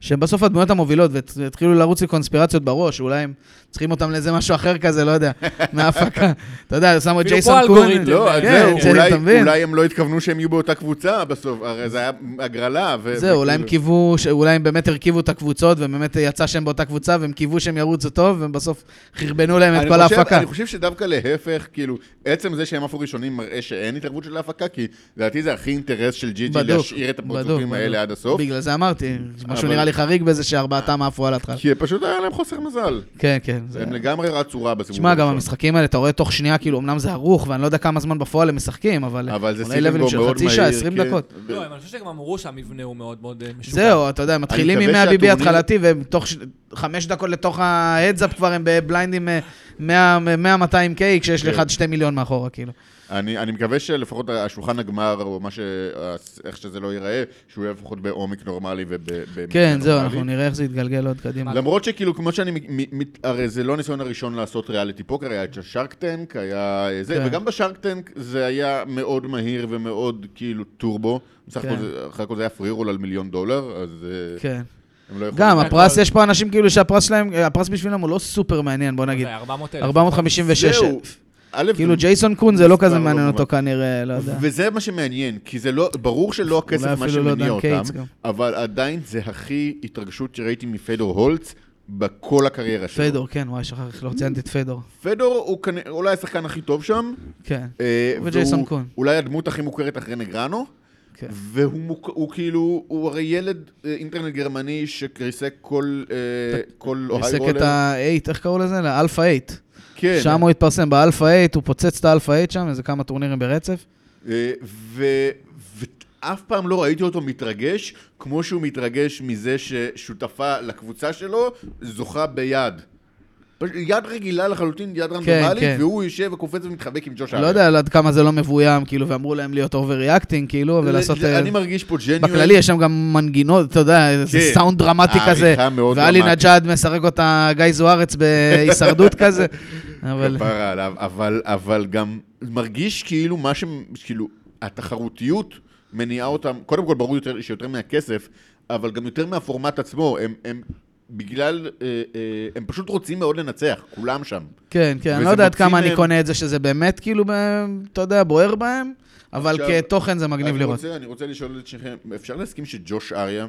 S4: שהם בסוף הדמויות המובילות, והת- והתחילו לרוץ לי קונספירציות בראש, אולי הם צריכים אותם לאיזה משהו אחר כזה, לא
S2: *laughs*
S4: יודע, מההפקה. אתה יודע, שמו את
S2: אפילו
S4: ג'ייסון
S2: פה
S4: קון.
S2: אלגוריתם.
S3: לא, אז
S2: כן,
S4: זה-
S3: זהו, אולי-
S4: אתה מבין?
S3: אולי הם לא התכוונו שהם יהיו באותה קבוצה בסוף, הרי זה היה הגרלה. ו-
S4: זהו, אולי הם
S3: וכאילו-
S4: קיוו, ש- אולי הם באמת הרכיבו את הקבוצות, והם באמת יצא שהם באותה קבוצה, והם קיוו שהם ירוצו טוב, והם בסוף חרבנו להם את
S3: אני
S4: כל
S3: חושב-
S4: ההפקה.
S3: אני חושב שדווקא להפך, כאילו, עצם זה שהם עפו ראשונים מראה שאין התערבות של ההפקה, כי לדעתי זה הכי אינטרס של ג'י ג'י
S4: בדוק,
S3: להשאיר את
S4: בדוק,
S3: הפרצופים
S4: בדוק.
S3: האלה עד הסוף.
S4: בגלל זה אמרתי, משהו
S3: אבל-
S4: נראה לי חריג בזה שארבעתם עפו על ההתחלה.
S3: כי פשוט היה להם חוסר מזל.
S4: כן, כן. זה-
S3: הם לגמרי רצו רע בסיבוב
S4: תשמע, גם
S3: הראשון.
S4: המשחקים האלה, אתה רואה תוך שנייה, כאילו, אמנם זה ערוך, ואני לא יודע כמה זמן בפועל הם משחקים, אבל...
S3: אבל זה
S4: אולי
S3: סיבוב
S4: לבלים של
S3: מאוד
S4: חצי
S3: מהיר.
S4: שעה, 20
S3: כן.
S4: דקות.
S3: ב-
S2: לא, אבל אני חושב שגם אמרו שהמבנה הוא מאוד מאוד אה, משוגע.
S4: זהו, אתה יודע, הם מתחילים
S3: מקווה
S4: עם 100 ביבי
S3: שהטורניר-
S4: התחלתי, והם תוך ש- חמש דקות לתוך ההדסאפ כבר הם אה, בבליינדים 100-200 קיי, כשיש
S3: כן.
S4: לך 2 מיליון מאחורה, כאילו.
S3: אני, אני מקווה שלפחות השולחן הגמר, או מה ש... איך שזה לא ייראה, שהוא יהיה לפחות בעומק נורמלי ובמקרה
S4: כן, זהו,
S3: נורמלי.
S4: אנחנו נראה איך זה יתגלגל עוד קדימה.
S3: למרות שכאילו, כמו שאני... מ- מ- מת- הרי זה לא הניסיון הראשון לעשות ריאליטי פוקר, היה את השארק טנק, היה אה, זה,
S4: כן.
S3: וגם בשארק טנק זה היה מאוד מהיר ומאוד כאילו טורבו. בסך
S4: כן.
S3: הכל זה- אחר הכל זה היה פרירול על מיליון דולר, אז אה,
S4: כן.
S3: הם לא יכולים...
S4: גם, הפרס,
S2: הכל.
S4: יש פה אנשים כאילו שהפרס שלהם, הפרס בשבילם הוא לא סופר מעניין, בוא נגיד.
S2: זה 400,000.
S4: 456.
S3: זהו. א',
S4: כאילו, ג'ייסון קון זה לא
S3: מספר
S4: כזה
S3: לא
S4: מעניין
S3: מובן.
S4: אותו כנראה, לא יודע.
S3: וזה מה שמעניין, כי זה לא, ברור שלא הכסף מה
S4: אפילו לא
S3: שמניע
S4: דן
S3: אותם,
S4: קייטס גם.
S3: אבל עדיין זה הכי התרגשות שראיתי מפדור הולץ בכל הקריירה שלו.
S4: פדור, כן, וואי, שכח איך לא
S3: Mm.
S4: ציינתי את פדור.
S3: פדור הוא כנ- אולי השחקן הכי טוב שם,
S4: כן.
S3: אה,
S4: הוא וג'ייסון
S3: והוא
S4: קון.
S3: אולי הדמות הכי מוכרת אחרי נגרנו,
S4: כן.
S3: והוא מוק- הוא כאילו, הוא הרי ילד אה, אינטרנט גרמני שריסק כל אה, כל
S4: ריסק
S3: אוהיו
S4: את ה-8, איך קראו לזה? לאלפא 8.
S3: כן,
S4: שם הוא התפרסם, באלפא 8, הוא פוצץ את האלפא 8 שם, איזה כמה טורנירים ברצף.
S3: אה, ו- ואף פעם לא ראיתי אותו מתרגש כמו שהוא מתרגש מזה ששותפה לקבוצה שלו זוכה ביד. פש- יד רגילה לחלוטין, יד רנדומלית,
S4: כן.
S3: והוא יושב וקופץ ומתחבק עם ג'וש
S4: לא יודע עד כמה זה לא מבוים, כאילו, ואמרו להם להיות אוברריאקטינג, כאילו,
S3: ל-
S4: ולעשות...
S3: ל-
S4: אה,
S3: אני מרגיש פה ג'ניואל.
S4: בכללי יש שם גם מנגינות, אתה יודע, איזה
S3: כן.
S4: סאונד דרמטי
S3: העריכה
S4: כזה.
S3: מאוד
S4: ואלי
S3: דרמטית.
S4: נג'אד משחק אותה גיא זוארץ
S3: *laughs*
S4: בהישרדות כזה. אבל...
S3: כפרה עליו, אבל, אבל גם מרגיש כאילו מה ש... כאילו, התחרותיות מניעה אותם, קודם כל ברור יותר, שיותר מהכסף, אבל גם יותר מהפורמט עצמו, הם, הם בגלל, אה, אה, הם פשוט רוצים מאוד לנצח, כולם שם.
S4: כן, כן, אני
S3: וזה
S4: לא יודע עד
S3: מוציא
S4: כמה אני
S3: מהם-
S4: קונה את זה, שזה באמת כאילו, ב- אתה יודע, בוער בהם, אבל
S3: עכשיו,
S4: כתוכן זה מגניב
S3: אני
S4: לראות.
S3: רוצה, אני רוצה לשאול את שניכם, אפשר להסכים שג'וש אריה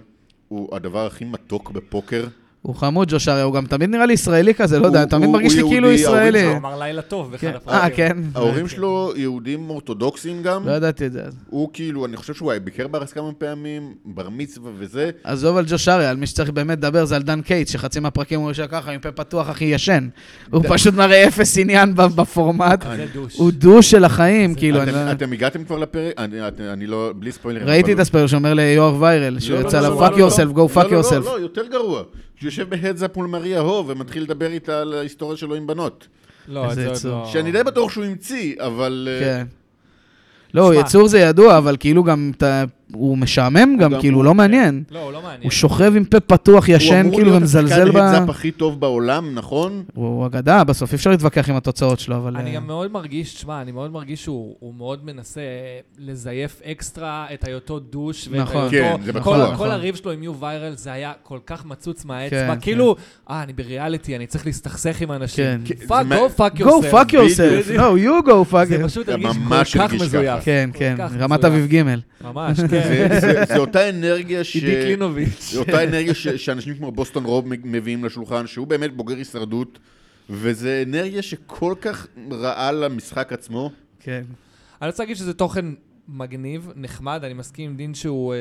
S3: הוא הדבר הכי מתוק
S4: *laughs*
S3: בפוקר?
S4: הוא חמוד, ג'וש אריה, הוא גם תמיד נראה לי ישראלי כזה, לא יודע,
S3: הוא-
S4: תמיד
S3: הוא-
S4: מרגיש לי
S3: הוא
S4: כאילו
S3: יהודי, ההורים
S4: ישראלי.
S3: שלו
S2: הוא אמר לילה טוב באחד
S4: כן.
S2: הפרקים.
S4: אה, כן?
S3: ההורים שלו יהודים אורתודוקסים גם,
S4: לא ידעתי את זה. אז.
S3: הוא כאילו, אני חושב שהוא היה ביקר בארץ כמה פעמים, בר מצווה וזה,
S4: עזוב על ג'וש אריה, על מי שצריך באמת לדבר זה על דן קייט, שחצי מהפרקים הוא יושב ככה עם פה פתוח הכי ישן. הוא פשוט מראה אפס עניין ב- בפורמט.
S2: זה דוש.
S4: הוא דוש של החיים, כאילו.
S3: אתם-
S4: אני-
S3: אתם הגעתם כבר לפרק? אני- את- אני לא, בלי ספוילרים.
S4: ראיתי את
S3: אבל-
S4: הספייר שאומר ליואב ויירל, שהוא
S3: לא, לא,
S4: יצא
S3: לא,
S4: לו
S3: לא,
S4: fuck
S3: לא, לא.
S4: yourself, go
S3: לא,
S4: fuck
S3: לא, לא,
S4: yourself.
S3: לא, יותר גרוע. שהוא יושב בהדזאפ מול מריה הו ומתחיל לדבר איתה על ההיסטוריה שלו עם בנות.
S2: לא, את
S4: איזה
S2: זה עוד
S4: עצוב.
S2: לא...
S3: שאני די בטוח שהוא המציא, אבל... אה,
S4: כן. לא, הוא
S2: שמע.
S4: יצור זה ידוע, אבל כאילו גם אתה- הוא משעמם גם,
S3: גם-
S4: כאילו, לא מעניין.
S2: לא, הוא לא מעניין.
S4: הוא שוכב עם פה פתוח ישן, כאילו, ומזלזל
S3: הוא אמור להיות
S4: ב...
S3: השחקן הדזאפ הכי טוב בעולם,
S4: *laughs*
S3: נכון?
S4: הוא הוא אגדה, בסוף אי אפשר להתווכח עם התוצאות שלו, אבל...
S2: אני
S4: אה,
S2: גם מאוד מרגיש, תשמע, אני מאוד מרגיש שהוא הוא מאוד מנסה לזייף אקסטרה את היותו דוש ואת
S4: נכון.
S2: היותו...
S3: כן, זה
S2: כל-
S3: בטוח.
S2: כל
S4: נכון.
S2: הריב שלו עם יו ויירל זה היה כל כך מצוץ
S4: כן,
S2: מהאצבע.
S4: כן.
S2: כאילו, אה, אני בריאליטי, אני צריך להסתכסך עם
S4: כן.
S2: אנשים.
S3: כן,
S2: פאק,
S3: זה
S2: go fuck
S4: Go
S2: yourself.
S4: fuck yourself.
S2: בדיוק.
S4: No, you go fuck
S2: זה
S4: yourself.
S2: פשוט
S3: זה
S2: הרגיש
S3: ממש
S2: כל כך
S3: הרגיש
S2: מזויף.
S4: כן,
S2: כל
S4: כן,
S2: כך
S4: רמת
S2: מזויף.
S4: אביב ג'.
S2: ממש, כן.
S3: זה- זה- זה אותה אנרגיה ש...
S2: עידית לינוביץ'.
S3: זה אותה אנרגיה ש- שאנשים כמו בוסטון רוב מג- מביאים לשולחן, שהוא באמת בוגר הישרדות, וזו אנרגיה שכל כך רעה למשחק עצמו.
S4: כן.
S2: אני רוצה להגיד שזה תוכן מגניב, נחמד, אני מסכים עם דין שהוא... אה,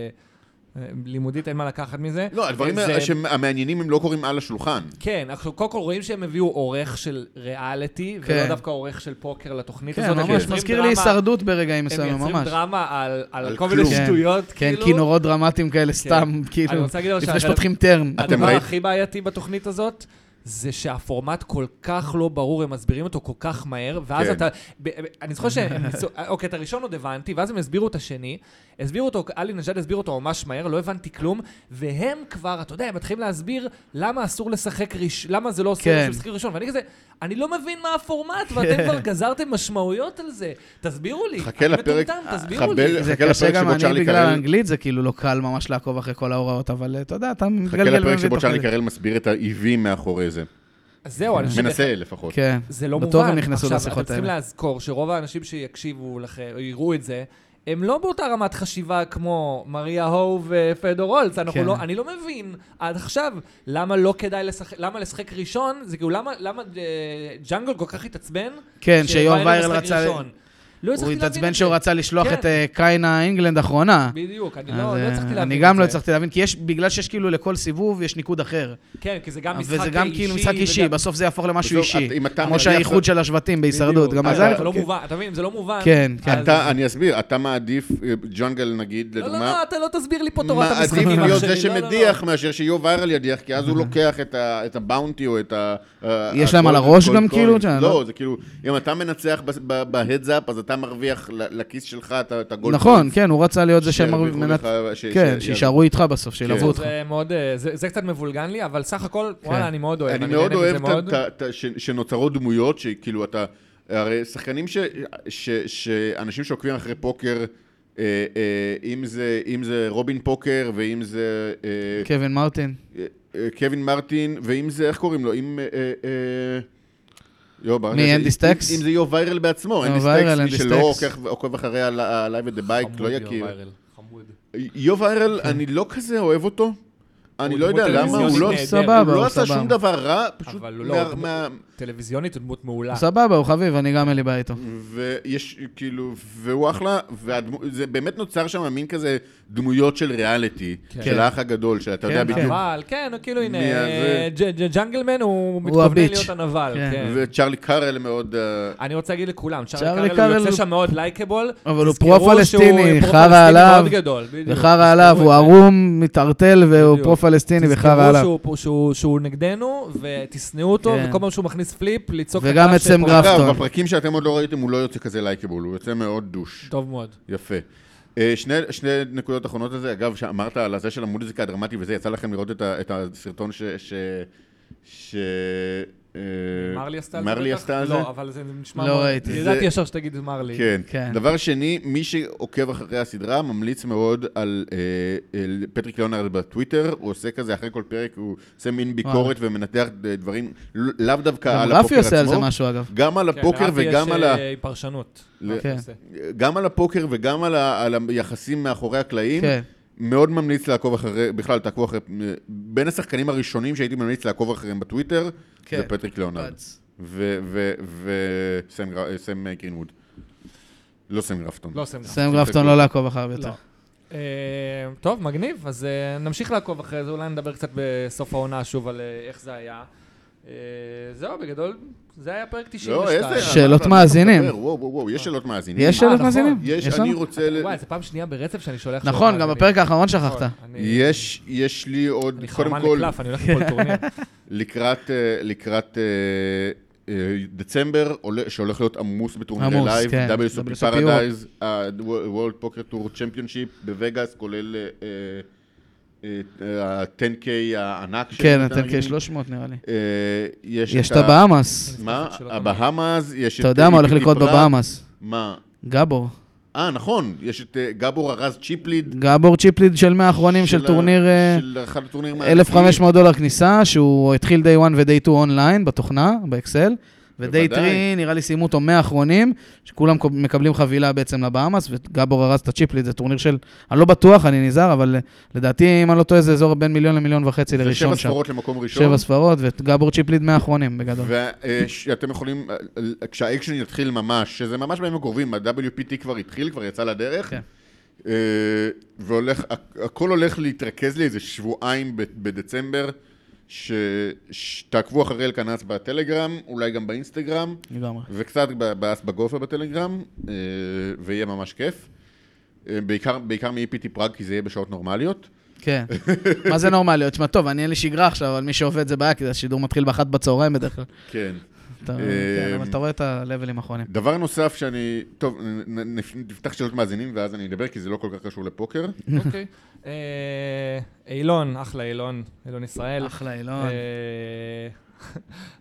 S2: אה, לימודית אין מה לקחת מזה.
S3: לא, הדברים
S2: זה-
S3: המעניינים הם לא קורים על השולחן.
S2: כן, עכשיו קודם כל רואים שהם הביאו עורך של ריאליטי,
S4: כן.
S2: ולא דווקא עורך של פוקר לתוכנית
S4: כן,
S2: הזאת. הם
S4: ממש
S2: יוצרים
S4: מזכיר לי
S2: דרמה-
S4: הישרדות ברגעים
S2: הם
S4: מסוימים,
S2: יוצרים
S4: ממש.
S2: דרמה על-
S3: על
S2: על כל מיני
S3: כלום.
S4: כן.
S2: שטויות,
S4: כן,
S2: כאילו.
S4: כינורות דרמטיים כאלה, סתם,
S2: אני
S4: כאילו,
S2: רוצה להגיד אבל
S4: לפני
S2: שהחלק-
S4: שפותחים טרן.
S3: אתם
S2: הדבר
S3: ראית-
S2: הכי בעייתי בתוכנית הזאת, זה שהפורמט כל כך לא ברור, הם מסבירים אותו כל כך מהר, ואז
S3: כן.
S2: אתה... ב- ב- אני זוכר
S3: *laughs*
S2: שהם ניסו... אוקיי, את הראשון עוד הבנתי, ואז הם הסבירו את השני, הסבירו אותו, עלי נג'אד הסביר אותו ממש מהר, לא הבנתי כלום, והם כבר, אתה יודע, הם מתחילים להסביר למה אסור לשחק ראשון, למה זה לא אסור
S4: כן.
S2: לשחק ראשון, ואני כזה, אני לא מבין מה הפורמט,
S3: כן.
S2: ואתם כבר גזרתם משמעויות על זה, תסבירו לי.
S3: חכה
S2: אני
S3: לפרק-
S2: מטומטם, תסבירו
S3: חבל-
S2: לי.
S4: זה
S3: חכה
S4: קשה
S3: לפרק
S4: גם
S3: שבו
S4: אני
S3: צ'רלי
S4: בגלל
S3: קרל-
S4: האנגלית, זה כאילו לא קל ממש לעקוב אחרי כל ההוראות, אבל אה, אתה יודע, אתה
S3: חכה
S4: מתגלגל
S3: לפרק
S4: ומבין
S3: שבו
S4: תוך
S3: צ'רלי
S4: כדי.
S3: קרל מסביר את ה-EV מאחורי זה.
S2: אז זהו, אני חושב...
S3: מנסה לפחות.
S4: כן,
S2: זה לא
S4: בטוח
S2: מובן.
S4: הם נכנסו
S2: עכשיו, אתם
S4: לשיחות
S2: צריכים
S4: האלה.
S2: להזכור שרוב האנשים שיקשיבו לכם, או יראו את זה, הם לא באותה רמת חשיבה כמו מריה הו ופדור הולץ. אנחנו
S4: כן.
S2: לא, אני לא מבין עד עכשיו למה לא כדאי לשחק, למה לשחק ראשון, זה כאילו למה, למה אה, ג'אנגל כל כך התעצבן?
S4: כן, שיואב
S2: שוויירל
S4: ויירל
S2: משחק
S4: רצה-
S2: ראשון. לא
S4: הוא
S2: הצלחתי להבין
S4: התעצבן
S2: את
S4: שהוא
S2: זה.
S4: רצה לשלוח
S2: כן.
S4: את אה, קיינה אינגלנד האחרונה.
S2: בדיוק, אני
S4: אז,
S2: לא לא
S4: אה,
S2: הצלחתי להבין
S4: אני
S2: את
S4: גם לא
S2: זה.
S4: הצלחתי להבין, כי יש, בגלל שיש כאילו לכל סיבוב יש ניקוד אחר.
S2: כן, כי זה גם משחק אישי.
S4: וזה גם כאילו משחק אישי,
S2: וגם-
S4: בסוף זה יהפוך למשהו
S3: בסוף,
S4: אישי.
S3: את- אם אתה
S4: כמו
S3: מרוויח-
S4: שהאיחוד של השבטים בהישרדות,
S2: בדיוק.
S4: גם
S2: אה,
S4: אז זה היה
S2: זה
S4: לך-
S2: לא
S3: כן.
S2: מובן, אתה מבין, אם זה לא מובן.
S4: כן, כן.
S2: אז-
S3: אתה, אני אסביר, אתה מעדיף אה, ג'ונגל נגיד,
S2: לא,
S3: לדוגמה,
S2: לא, לא, אתה לא תסביר לי פה תורת
S3: מעדיף
S2: המשחקים. אח
S3: להיות
S2: שלי,
S3: זה
S2: לא, לא, לא.
S3: שמדיח מאשר שיוב ויירל ידיח, כי אז הוא לוקח את ה- את הבאונטי או את ה... אה, ה-
S4: יש
S3: ה-
S4: להם על
S3: gold-
S4: הראש
S3: gold
S4: גם
S3: coin.
S4: כאילו?
S3: לא, זה כאילו, אם אתה מנצח בהדזאפ, אז אתה מרוויח ל- לכיס שלך את ה- את הגולד.
S4: נכון, כן, הוא רצה להיות זה שהם...
S3: שירוויחו
S4: מנת-
S3: לך, ש-
S4: כן,
S3: ש-
S4: שיישארו איתך בסוף, שילוו אותך.
S2: זה מאוד, אה, זה זה קצת מבולגן לי, אבל סך הכל,
S4: כן.
S2: וואלה, אני מאוד אוהב.
S3: אני מאוד
S2: נהנה מזה
S3: אוהב
S2: מאוד.
S3: את ה- את ה- ש- שנוצרות דמויות, שכאילו אתה... הרי שחקנים ש... ש... שאנשים שעוקבים אחרי פוקר, אה, אה, אם זה- אם זה רובין פוקר ואם זה... אה,
S4: קווין מרטין.
S3: אה, אה, קווין מרטין, ואם זה, איך קוראים לו? אם... אה, אה, יו, ברגע
S4: מי,
S3: ש-
S4: אנדי
S3: אם-
S4: סטקס?
S3: אם זה יו ויירל בעצמו, אנדי
S4: ויירל,
S3: סטקס, מי
S4: אנדי
S3: שלא
S4: סטקס.
S3: עוקב- עוקב אחרי הלייב את דה בייק,
S2: חמוד,
S3: לא
S2: יואב
S3: יכיר.
S2: ויירל, חמוד.
S3: יו ויירל, אני לא כזה אוהב אותו. אני
S2: הוא
S3: לא יודע
S2: דמות
S3: למה, הוא
S2: טלוויזיונית
S3: לא-
S2: נהדרת.
S4: סבבה,
S3: הוא
S4: הוא
S3: לא עשה
S4: סבבה.
S3: שום דבר רע, פשוט
S2: אבל הוא לא,
S3: מה-
S2: הוא-
S3: מה-
S2: טלוויזיונית הוא דמות מעולה.
S4: סבבה, הוא חביב, אני גם אין לי בעיה איתו.
S3: ויש, כאילו, והוא אחלה, וזה באמת נוצר שם מין כזה דמויות של ריאליטי,
S2: כן.
S3: של האח הגדול, שאתה יודע
S4: כן,
S3: בדיוק.
S2: אבל כן, הוא כאילו, הנה,
S3: מי הזה?
S2: ג'- ג'- ג'נגלמן הוא מתכוונן
S4: הביץ'.
S2: להיות הנבל.
S4: כן.
S2: כן.
S3: וצ'ארלי קארל מאוד... אה,
S2: אני רוצה להגיד לכולם,
S4: צ'ארלי
S2: צ'ארלי קארל הוא
S4: קארל-
S2: יוצא שם מאוד לייקבול.
S4: אבל הוא
S2: תזכרו
S4: פרו-פלסטיני,
S2: שהוא, אה,
S4: חרא
S2: פרו-פלסטיני
S4: עליו,
S2: מאוד גדול, בדיוק.
S4: וחרא עליו,
S2: תזכרו
S4: הוא
S2: את זה.
S4: ערום, מתערטל והוא
S2: בדיוק.
S4: פרו-פלסטיני וחרא
S2: תזכרו
S4: עליו.
S2: שהוא- שהוא- שהוא נגדנו, ותשנאו אותו,
S4: כן.
S2: וכל פעם שהוא מכניס פליפ, לצעוק...
S4: וגם
S2: עליו
S4: את סם
S2: שפרו-
S4: גרף.
S3: אגב,
S4: קרפטון.
S3: בפרקים שאתם עוד לא ראיתם, הוא לא יוצא כזה לייקבול, הוא יוצא מאוד דוש.
S2: טוב מאוד.
S3: יפה. אה, שני, שני נקודות אחרונות לזה, אגב, שאמרת על הזה של המוזיקה הדרמטית וזה, יצא לכם לראות את, ה, את הסרטון ש... ש, ש אה,
S2: מרלי עשתה על זה?
S3: מרלי
S2: בטח?
S3: עשתה על זה?
S2: לא, אבל זה נשמע...
S4: לא
S2: מאוד-
S4: ראיתי.
S3: זה-
S2: ידעתי ישר שתגיד מרלי.
S3: כן.
S4: כן.
S3: דבר שני, מי שעוקב אחרי הסדרה ממליץ מאוד על אה, על פטריק ליאונרד בטוויטר, הוא עושה כזה, אחרי כל פרק הוא עושה מין ביקורת ומנתח אה, דברים, ל- לאו דווקא
S4: גם
S3: על
S4: רפי
S3: הפוקר
S4: עושה על זה
S3: עצמו,
S4: משהו, אגב.
S3: גם על
S2: כן,
S3: הפוקר
S2: לרפי
S3: וגם
S2: יש,
S3: על ה...
S2: אה, פרשנות.
S3: ל-
S2: רפי
S4: כן.
S2: עושה.
S3: גם על הפוקר וגם על, ה, על היחסים מאחורי הקלעים,
S4: כן.
S3: מאוד ממליץ לעקוב אחרי, בכלל תעקבו אחרי, אה, בין השחקנים הראשונים שהייתי ממליץ לעקוב אחריהם בטוויטר,
S4: כן.
S3: זה פטריק ליאונרד. וסם גר- אה, סם גרינווד. לא סם גרפטון.
S2: לא סם גרף.
S4: סם גרפטון לא לעקוב אחריו יותר.
S2: לא. אה, טוב, מגניב, אז אה, נמשיך לעקוב אחרי זה, אולי נדבר קצת בסוף העונה שוב על אה, איך זה היה. אה, זהו, בגדול, זה היה פרק 92.
S3: לא, איזה-
S4: שאלות
S3: אתה
S4: מאזינים.
S3: מדבר, וואו, וואו, וואו, יש שאלות מאזינים.
S4: יש
S2: אה,
S4: שאלות
S2: נכון.
S4: מאזינים?
S3: יש,
S4: לנו?
S3: אני רוצה... ל-
S2: וואי, זו פעם שנייה ברצף שאני שולח...
S4: נכון,
S2: שאלות
S4: גם
S2: מאזינים.
S4: בפרק האחרון
S2: נכון,
S4: שכחת.
S2: אני-
S3: יש, יש לי עוד,
S2: אני
S3: קודם
S2: חרמן
S3: כל,
S2: לקלף, אני הולך לכל
S3: *laughs*
S2: טורניר.
S3: לקראת, אה, לקראת אה, אה, דצמבר, עולה- שהולך להיות עמוס בטורנירי
S4: עמוס,
S3: לייב,
S4: כן.
S3: WSOP
S4: WSOP
S3: פרדייז, ה-World Poker Tour Championship בווגאס, כולל אה, אה, אה, ה-10K הענק.
S4: כן,
S3: שאתם
S4: אתם
S3: מארגנים.
S4: כ-300 נראה לי.
S3: אה,
S4: יש את
S3: ה-
S4: הבאמאס.
S3: מה?
S2: נפתח שאלות
S3: הבהאמאז, יש את...
S4: אתה יודע מה הולך
S3: EPT
S4: לקרות
S3: פראג.
S4: בבאמאס?
S3: מה?
S4: גבור.
S3: אה, נכון, יש את אה, גבור ארז צ'יפליד.
S4: גבור צ'יפליד של 100 האחרונים של
S3: ה-
S4: טורניר אה,
S3: של אחד הטורניר מהאחרונים.
S4: 1,500 דולר כניסה, שהוא התחיל day 1 ו-day 2 אונליין בתוכנה, באקסל. ודיי
S3: בוודאי.
S4: 3, נראה לי סיימו אותו 100 האחרונים, שכולם קו- מקבלים חבילה בעצם לבאמאס, וגבור הרס את הצ'יפליט, זה טורניר של, אני לא בטוח, אני נזהר, אבל אה, לדעתי, אם אני לא טועה, זה אזור בין מיליון למיליון וחצי
S3: זה שבע
S4: לראשון שם.
S3: ספרות למקום ראשון.
S4: שבע ספרות, וגבור צ'יפליט 100 האחרונים בגדול.
S3: ואתם יכולים, אה, כשהאקשן יתחיל ממש, שזה ממש בימים הקרובים, ה-WPT כבר התחיל, כבר יצא לדרך,
S4: כן.
S3: אה, והולך, הכ- הכל הולך להתרכז לאיזה שבועיים ב- בדצמבר, ש- שתעקבו אחרי אלקנס בטלגרם, אולי גם באינסטגרם,
S4: לגמרי.
S3: וקצת ב- באס בגופה בטלגרם, אה, ויהיה ממש כיף. אה, בעיקר, בעיקר מ-EPT פראג, כי זה יהיה בשעות נורמליות.
S4: כן. מה זה נורמליות? תשמע, טוב, אני אין לי שגרה עכשיו, אבל מי שעובד זה בעיה, כי השידור מתחיל באחת בצהריים בדרך כלל.
S3: כן.
S4: אתה-
S3: אה,
S4: כן, אבל אתה רואה את הלבלים האחרונים.
S3: דבר נוסף שאני... טוב, נ- נ- נפתח שאלות מאזינים ואז אני אדבר, כי זה לא כל כך קשור לפוקר.
S2: אוקיי. אה, אילון, אחלה אילון, אילון ישראל.
S4: אחלה, אילון.
S2: אה, *laughs*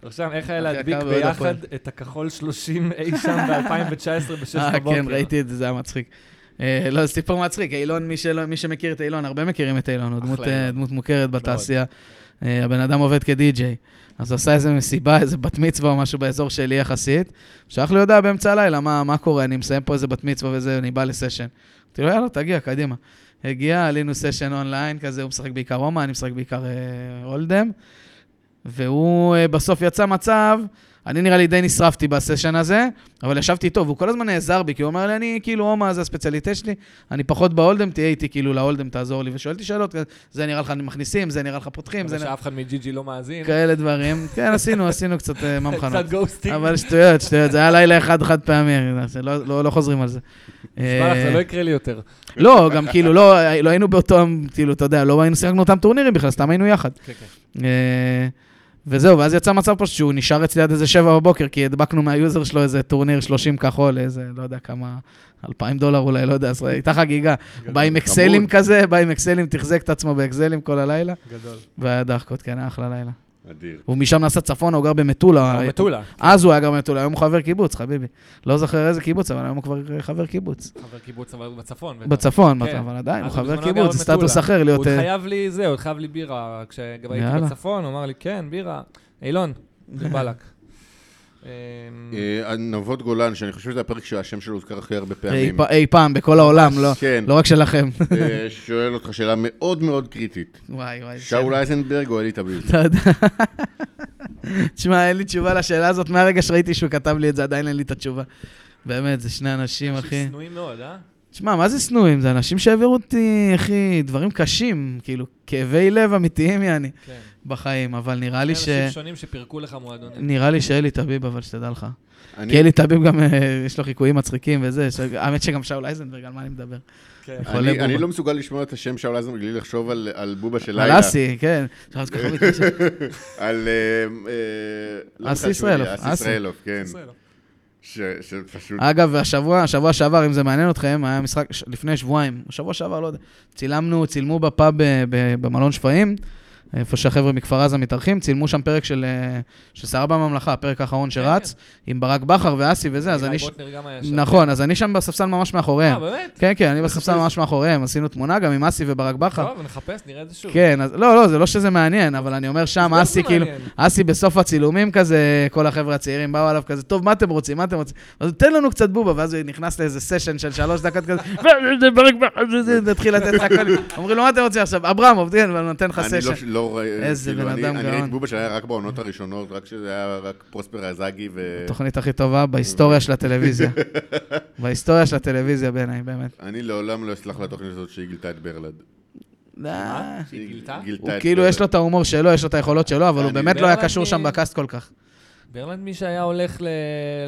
S2: עכשיו, איך היה
S4: נכון. אחי,
S2: להדביק
S4: הקו מאוד
S2: ביחד
S4: הפועל.
S2: את הכחול 30 אי שם
S4: *laughs*
S2: ב-2019 בשש
S4: אה,
S2: בבוקר?
S4: כן, ראיתי את זה, זה היה מצחיק. אה, לא, זה סיפור מצחיק, אילון, מי שלא- מי שמכיר את אילון, הרבה מכירים את אילון, הוא
S2: אחלה
S4: דמות, אה,
S2: אילון.
S4: דמות מוכרת בתעשייה. אה, הבן אדם עובד כדי-ג'יי, אז הוא עשה איזה מסיבה, איזה בת מצווה או משהו באזור שלי יחסית. שלח לי הודעה באמצע הלילה, מה, מה קורה, אני מסיים פה איזה בת מצווה וזה, אני בא לסשן. אמרתי לו, יאללה, תגיע, קדימה. הגיע, עלינו סשן אונליין כזה, הוא משחק בעיקר רומא, אני משחק בעיקר אה, הולדם. והוא אה, בסוף יצא מצב, אני נראה לי די נשרפתי בסשן הזה, אבל ישבתי איתו, והוא כל הזמן נעזר בי, כי הוא אומר לי, אני כאילו הומה, זה הספציאליטה שלי, אני פחות בהולדם, תהיה איתי כאילו להולדם, תעזור לי. ושואלתי שאלות, כזה, זה נראה לך מכניסים, זה נראה לך פותחים, זה
S2: מקווה
S4: נראה...
S2: שאף אחד מג'י-ג'י לא מאזין.
S4: כאלה דברים. כן, עשינו, עשינו קצת אה, ממחנות.
S2: קצת גוסטינג.
S4: אבל שטויות, שטויות, זה היה לילה אחד חד פעמי, זה לא- לא לא חוזרים על זה.
S2: נשבע לך, זה
S4: אה,
S2: לא יקרה לי יותר.
S4: לא, גם כאילו, לא לא היינו באותו, כאילו, אתה יודע, לא היינו שיחקנו אותם טורנירים בכלל, סתם היינו יחד.
S2: כן, כן.
S4: אה, וזהו, ואז יצא מצב פשוט שהוא נשאר אצלי עד איזה שבע בבוקר, כי הדבקנו מהיוזר שלו איזה טורניר 30 כחול, איזה, לא יודע כמה, 2,000 דולר אולי, לא יודע, אז הייתה חגיגה. בא עם אקסלים
S3: חמוד.
S4: כזה, בא עם אקסלים, תחזק את עצמו באקסלים כל הלילה,
S2: גדול.
S4: והיה דחקות, כן, היה אחלה לילה.
S3: אדיר.
S4: הוא משם נסע צפונה, הוא גר במטולה.
S2: או מטולה,
S4: אז הוא היה גר במטולה, היום הוא חבר קיבוץ, חביבי. לא זוכר איזה קיבוץ, אבל היום הוא כבר חבר קיבוץ.
S2: חבר קיבוץ אבל בצפון. בטח.
S4: בצפון,
S2: כן.
S4: אבל עדיין, הוא
S2: אז
S4: חבר
S2: בזמנו גר
S4: קיבוץ, זה סטטוס
S2: במטולה.
S4: אחר
S2: הוא
S4: להיות...
S2: עוד
S4: אה,
S2: חייב לי זה, הוא עוד חייב לי בירה. כשגם הייתי
S4: יאללה.
S2: בצפון, הוא אמר לי, כן, בירה. אילון,
S4: *laughs*
S2: זה בלק. אמ,
S3: אה, נבות גולן, שאני חושב שזה הפרק שהשם שלו הוזכר הכי הרבה
S4: אי
S3: פעמים.
S4: פ- אי אה, פעם, בכל העולם, לא-
S3: כן.
S4: לא רק שלכם. *laughs*
S3: אה, שואל אותך שאלה מאוד מאוד קריטית.
S4: וואי, וואי.
S3: שאול אייזנברג או אלי תביב?
S4: אתה יודע. *laughs* תשמע, אין לי תשובה לשאלה הזאת. מהרגע שראיתי שהוא כתב לי את זה, עדיין אין לי את התשובה. באמת, זה שני אנשים, אחי.
S2: שנואים מאוד, אה?
S4: תשמע, מה זה שנואים? זה אנשים שהעבירו אותי, אחי, דברים קשים, כאילו, כאבי לב אמיתיים, יעני,
S2: כן.
S4: בחיים. אבל נראה לי
S2: שני
S4: ש...
S2: כן, אנשים שונים שפירקו לך מועדונים.
S4: נראה לי שאלי טביב, אבל שתדע לך.
S3: אני-
S4: כי אלי טביב גם, אה, יש לו חיקויים מצחיקים וזה. ש- האמת שגם שאול אייזנברג, על מה אני מדבר?
S2: כן.
S3: אני-
S4: חולה
S3: אני
S4: בובה.
S3: לא מסוגל לשמוע את השם שאול אייזנברג בלי לחשוב על- על בובה של לילה.
S4: על אסי, כן. עכשיו זה ככה מתקשר.
S3: על... אה, אה, לא
S4: אסי
S3: חשוב לי,
S4: ישראלוף,
S3: אסי
S4: אסי. אה,
S3: ישראלוף, כן.
S2: ישראלוף.
S3: ש- שפשוט...
S4: אגב, השבוע, השבוע שעבר, אם זה מעניין אתכם, היה משחק ש- לפני שבועיים, שבוע שעבר, לא יודע, צילמנו, צילמו בפאב ב- ב- במלון שפיים, איפה שהחבר'ה מכפר עזה מתארחים, צילמו שם פרק של אה, של סערה בממלכה, הפרק האחרון שרץ, עם ברק בכר ואסי וזה, אז
S2: אילי
S4: אני... ש-
S2: בוטנר גם היה שם.
S4: נכון, אז אני שם בספסל ממש מאחוריהם.
S2: אה, באמת?
S4: כן, כן, אני בספסל ממש מאחוריהם, עשינו תמונה גם עם אסי וברק בכר.
S2: טוב, נחפש, נראה את זה שוב.
S4: נכון. כן, אז לא, לא, זה לא שזה מעניין, אבל אני אומר שם,
S2: זה
S4: אסי
S2: לא
S4: כאילו,
S2: מעניין.
S4: אסי בסוף הצילומים כזה, כל החבר'ה הצעירים באו עליו כזה, טוב, מה אתם רוצים, מה אתם רוצים? אז תן לנו קצת בובה, ואז הוא נכנס לאיזה סשן של שלוש דקות כזה, "וזה ברק בכר, זה זה", נתחיל לתת לך הכל, אומרים לו, מה אתם רוצים עכשיו? אברמוב, כן, אבל נותן לך
S3: אני לא-
S4: סשן.
S3: לא רואה...
S4: איזה
S3: כאילו,
S4: בן
S3: אני-
S4: אדם
S3: אני ראיתי
S4: גאון.
S3: את בובה של לילה רק בעונות הראשונות, רק שזה היה רק פרוספר עזאגי ו...
S4: התוכנית הכי טובה בהיסטוריה של
S3: *laughs*
S4: הטלוויזיה. בהיסטוריה של הטלוויזיה בעיניי, באמת.
S3: אני לעולם לא אסלח לתוכנית הזאת שהיא גילתה את ברלד.
S4: די.
S2: מה? שהיא גילתה?
S4: אה, הוא כאילו, יש לו את ההומור שלו, יש לו את היכולות שלו, אבל הוא
S3: אני-
S4: באמת לא היה
S2: ברק,
S4: קשור שם
S2: אה,
S4: בקאסט כל כך.
S2: ברלנד מי שהיה הולך ל-